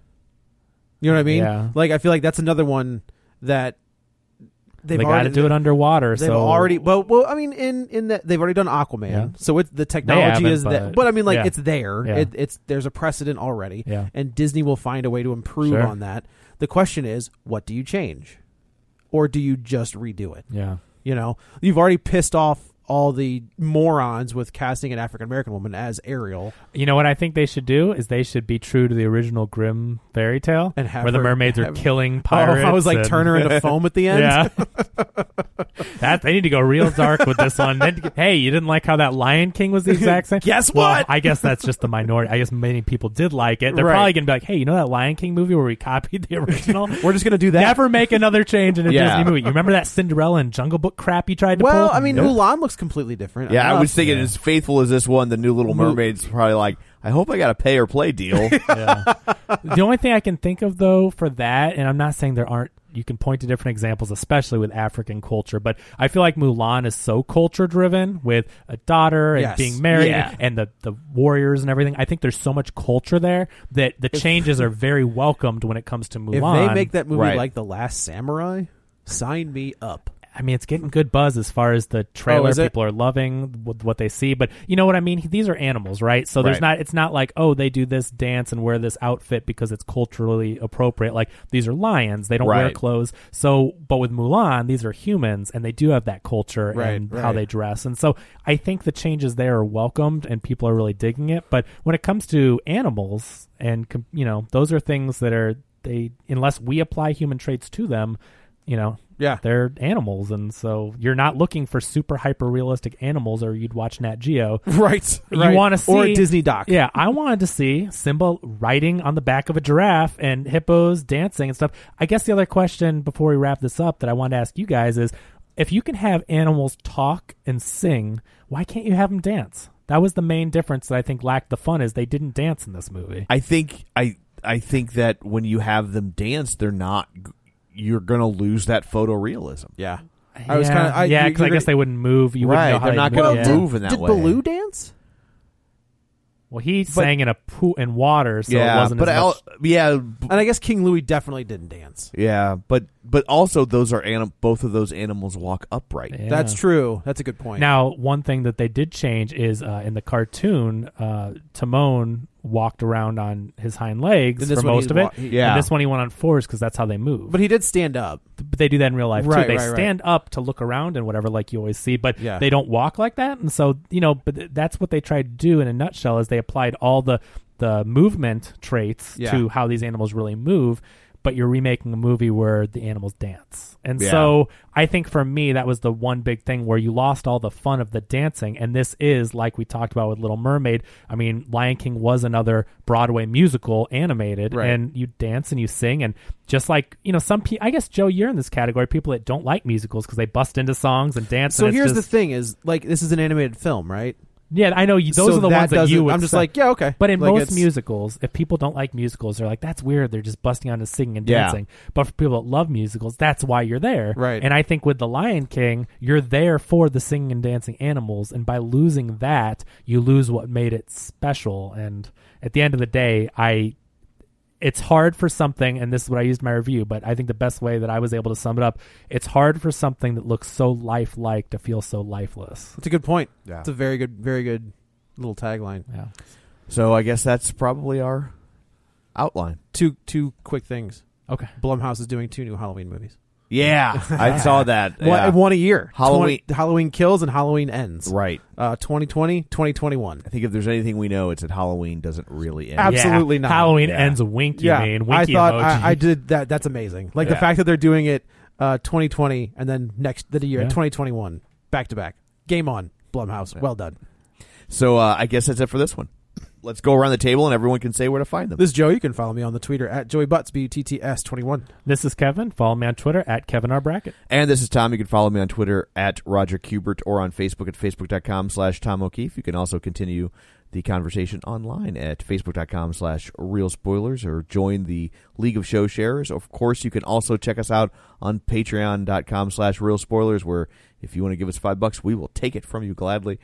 [SPEAKER 7] You know what I mean?
[SPEAKER 6] Yeah.
[SPEAKER 7] Like I feel like that's another one that they've
[SPEAKER 6] they got
[SPEAKER 7] already
[SPEAKER 6] to do it underwater.
[SPEAKER 7] They've
[SPEAKER 6] so
[SPEAKER 7] already well, well, I mean, in in that they've already done Aquaman,
[SPEAKER 6] Yeah.
[SPEAKER 7] so it's the technology
[SPEAKER 6] haven't,
[SPEAKER 7] is there.
[SPEAKER 6] but-
[SPEAKER 7] But I mean, like
[SPEAKER 6] yeah.
[SPEAKER 7] it's there.
[SPEAKER 6] Yeah.
[SPEAKER 7] It, it's there's a precedent already,
[SPEAKER 6] Yeah.
[SPEAKER 7] and Disney will find a way to improve
[SPEAKER 6] Sure.
[SPEAKER 7] on that. The question is, what do you change, or do you just redo it?
[SPEAKER 6] yeah,
[SPEAKER 7] You know, you've already pissed off all the morons with casting an African American woman as Ariel.
[SPEAKER 6] you know what I think they should do is they should be true to the original Grimm fairy tale,
[SPEAKER 7] And have
[SPEAKER 6] where the
[SPEAKER 7] her-
[SPEAKER 6] mermaids are
[SPEAKER 7] have-
[SPEAKER 6] killing
[SPEAKER 7] Oh,
[SPEAKER 6] pirates.
[SPEAKER 7] I was like
[SPEAKER 6] and-
[SPEAKER 7] turn her into foam at the end.
[SPEAKER 6] Yeah, that they need to go real dark with this one. Then, hey, you didn't like how that Lion King was the exact same.
[SPEAKER 7] Guess
[SPEAKER 6] Well,
[SPEAKER 7] what?
[SPEAKER 6] I guess that's just the minority. I guess many people did like it. They're
[SPEAKER 7] Right.
[SPEAKER 6] probably gonna be like, hey, you know that Lion King movie where we copied the original?
[SPEAKER 7] We're just gonna do that.
[SPEAKER 6] Never make another change in a
[SPEAKER 5] Yeah.
[SPEAKER 6] Disney movie. You remember that Cinderella and Jungle Book crap you tried to pull?
[SPEAKER 7] well, I mean,
[SPEAKER 6] Yeah.
[SPEAKER 7] Mulan looks completely different. Uh,
[SPEAKER 5] yeah, I
[SPEAKER 7] enough.
[SPEAKER 5] was thinking as faithful as this one, the new Little Mermaid's probably like, I hope I got a pay or play deal.
[SPEAKER 6] the only thing I can think of though for that, and I'm not saying there aren't you can point to different examples, especially with African culture, but I feel like Mulan is so culture driven with a daughter and
[SPEAKER 7] Yes.
[SPEAKER 6] being married
[SPEAKER 5] Yeah.
[SPEAKER 6] and the, the warriors and everything. I think there's so much culture there that the changes are very welcomed when it comes to
[SPEAKER 7] If
[SPEAKER 6] Mulan.
[SPEAKER 7] they make that movie
[SPEAKER 5] Right.
[SPEAKER 7] like The Last Samurai, sign me up.
[SPEAKER 6] I mean, it's getting good buzz as far as the trailer.
[SPEAKER 7] Oh, is it?
[SPEAKER 6] People are loving what what they see, but you know what I mean. These are animals, right? So there's
[SPEAKER 5] Right.
[SPEAKER 6] not. It's not like oh, they do this dance and wear this outfit because it's culturally appropriate. Like these are lions; they don't wear
[SPEAKER 5] Right.
[SPEAKER 6] clothes. So, but with Mulan, these are humans, and they do have that culture
[SPEAKER 7] Right,
[SPEAKER 6] and how
[SPEAKER 7] right.
[SPEAKER 6] they dress. And so, I think the changes there are welcomed, and people are really digging it. But when it comes to animals, and com- you know, those are things that are they unless we apply human traits to them. You know,
[SPEAKER 7] Yeah.
[SPEAKER 6] they're animals and so you're not looking for super hyper realistic animals or you'd watch Nat Geo.
[SPEAKER 7] Right.
[SPEAKER 6] You
[SPEAKER 7] right.
[SPEAKER 6] wanna see
[SPEAKER 7] or a Disney doc?
[SPEAKER 6] Yeah, I wanted to see Simba riding on the back of a giraffe and hippos dancing and stuff. I guess the other question before we wrap this up that I wanted to ask you guys is if you can have animals talk and sing, why can't you have them dance? That was the main difference that I think lacked the fun is they didn't dance in this movie.
[SPEAKER 5] I think I I think that when you have them dance, they're not. You're gonna lose that photorealism.
[SPEAKER 7] Yeah. I was
[SPEAKER 6] yeah,
[SPEAKER 7] kind of
[SPEAKER 6] yeah, 'cause I guess they wouldn't move. You
[SPEAKER 5] Right,
[SPEAKER 6] wouldn't know how
[SPEAKER 5] they're
[SPEAKER 6] they
[SPEAKER 5] not
[SPEAKER 6] move.
[SPEAKER 5] gonna
[SPEAKER 6] yeah.
[SPEAKER 5] move. in that
[SPEAKER 7] did
[SPEAKER 5] way.
[SPEAKER 7] Baloo dance?
[SPEAKER 6] Well, he sang in a pool in water, so it
[SPEAKER 5] yeah,
[SPEAKER 6] wasn't
[SPEAKER 5] but
[SPEAKER 6] as
[SPEAKER 5] I'll-
[SPEAKER 6] much
[SPEAKER 5] yeah, b-
[SPEAKER 7] And I guess King Louis definitely didn't dance.
[SPEAKER 5] yeah, but but also those are anim- both of those animals walk upright.
[SPEAKER 6] Yeah.
[SPEAKER 7] That's true. That's a good point.
[SPEAKER 6] Now, one thing that they did change is uh, in the cartoon, uh, Timon walked around on his hind legs
[SPEAKER 7] And this
[SPEAKER 6] for
[SPEAKER 7] one
[SPEAKER 6] most
[SPEAKER 7] he's
[SPEAKER 6] of it.
[SPEAKER 7] wa- he-
[SPEAKER 5] Yeah.
[SPEAKER 6] And this one he went on fours because that's how they move.
[SPEAKER 7] but he did stand up.
[SPEAKER 6] But they do that in real life
[SPEAKER 7] Right,
[SPEAKER 6] too. They
[SPEAKER 7] right, right.
[SPEAKER 6] stand up to look around and whatever, like you always see. But
[SPEAKER 7] Yeah.
[SPEAKER 6] they don't walk like that. And so you know, but th- that's what they tried to do in a nutshell is they applied all the the movement traits
[SPEAKER 7] Yeah.
[SPEAKER 6] to how these animals really move. But you're remaking a movie where the animals dance, and
[SPEAKER 5] Yeah.
[SPEAKER 6] so I think for me that was the one big thing where you lost all the fun of the dancing. And this is like we talked about with Little Mermaid. I mean, Lion King was another Broadway musical animated,
[SPEAKER 7] Right.
[SPEAKER 6] and you dance and you sing and just like you know some pe- i guess joe you're in this category people that don't like musicals because they bust into songs and dance
[SPEAKER 7] So
[SPEAKER 6] and it's
[SPEAKER 7] here's the
[SPEAKER 6] just-
[SPEAKER 7] thing: is like this is an animated film, right?
[SPEAKER 6] yeah i know you, those
[SPEAKER 7] So
[SPEAKER 6] are the
[SPEAKER 7] that
[SPEAKER 6] ones that you
[SPEAKER 7] doesn't-
[SPEAKER 6] would
[SPEAKER 7] I'm just
[SPEAKER 6] say.
[SPEAKER 7] like, yeah, okay.
[SPEAKER 6] but in
[SPEAKER 7] Like,
[SPEAKER 6] most
[SPEAKER 7] it's-
[SPEAKER 6] musicals if people don't like musicals they're like that's weird they're just busting out and singing and
[SPEAKER 5] Yeah.
[SPEAKER 6] dancing but for people that love musicals that's why you're there
[SPEAKER 7] Right.
[SPEAKER 6] and i think with the lion king you're there for the singing and dancing animals and by losing that you lose what made it special and at the end of the day i it's hard for something, and this is what I used in my review, but I think the best way that I was able to sum it up, it's hard for something that looks so lifelike to feel so lifeless.
[SPEAKER 7] That's a good point.
[SPEAKER 5] Yeah.
[SPEAKER 7] It's a very good, very good little tagline.
[SPEAKER 6] Yeah.
[SPEAKER 5] So I guess that's probably our outline.
[SPEAKER 7] Two two quick things.
[SPEAKER 6] Okay.
[SPEAKER 7] Blumhouse is doing two new Halloween movies.
[SPEAKER 5] Yeah, I saw that. Yeah.
[SPEAKER 7] One, one a year.
[SPEAKER 5] Halloween-
[SPEAKER 7] 20 Halloween kills and Halloween ends.
[SPEAKER 5] Right.
[SPEAKER 7] Uh, 2020, 2021.
[SPEAKER 5] I think if there's anything we know, it's that Halloween doesn't really end.
[SPEAKER 7] Ab- Absolutely not.
[SPEAKER 6] Halloween
[SPEAKER 5] Yeah.
[SPEAKER 6] ends winky,
[SPEAKER 7] yeah,
[SPEAKER 6] man.
[SPEAKER 7] I
[SPEAKER 6] Winky
[SPEAKER 7] thought
[SPEAKER 6] emoji.
[SPEAKER 7] I, I did that. That's amazing. Like
[SPEAKER 5] Yeah.
[SPEAKER 7] the fact that they're doing it uh, 2020 and then next the year
[SPEAKER 6] Yeah.
[SPEAKER 7] 2021 back to back. Game on Blumhouse. Well done.
[SPEAKER 5] So uh, I guess that's it for this one. Let's go around the table and everyone can say where to find them.
[SPEAKER 7] This is Joe. You can follow me on the Twitter at Joey Butts B U T T S 21.
[SPEAKER 6] This is Kevin. Follow me on Twitter at Kevin R. Brackett.
[SPEAKER 5] And this is Tom. You can follow me on Twitter at Roger Kubert or on Facebook at facebook.com slash Tom O'Keefe. You can also continue the conversation online at facebook.com slash real spoilers or join the League of Show Sharers. Of course, you can also check us out on patreon.com slash real spoilers where if you want to give us five bucks, we will take it from you gladly.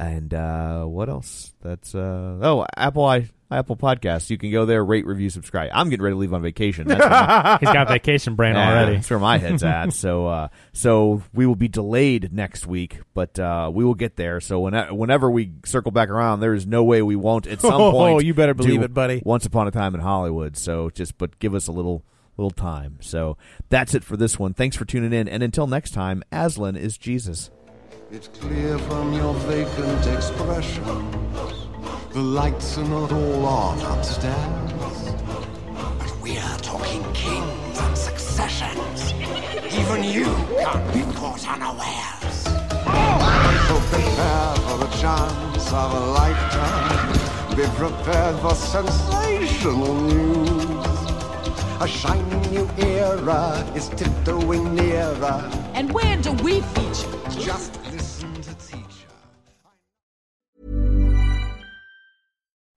[SPEAKER 5] And uh, what else? That's uh, oh Apple i Apple Podcasts. You can go there, rate, review, subscribe. I'm getting ready to leave on vacation. That's what I'm-
[SPEAKER 6] He's got vacation brain
[SPEAKER 5] yeah,
[SPEAKER 6] already.
[SPEAKER 5] That's where my head's at. So, uh, so we will be delayed next week, but uh, we will get there. So when, whenever we circle back around, there is no way we won't at some
[SPEAKER 7] Oh,
[SPEAKER 5] point.
[SPEAKER 7] you better believe
[SPEAKER 5] do
[SPEAKER 7] it, buddy.
[SPEAKER 5] Once upon a time in Hollywood. So just, but give us a little, little time. So that's it for this one. Thanks for tuning in, and until next time, Aslan is Jesus.
[SPEAKER 8] It's clear from your vacant expressions. The lights are not all on upstairs.
[SPEAKER 4] But we are talking kings and successions. Even you can't be caught unawares.
[SPEAKER 8] So prepare for the chance of a lifetime. Be prepared for sensational news. A shining new era is tiptoeing nearer.
[SPEAKER 9] And where do we feature?
[SPEAKER 8] Just listen to teacher.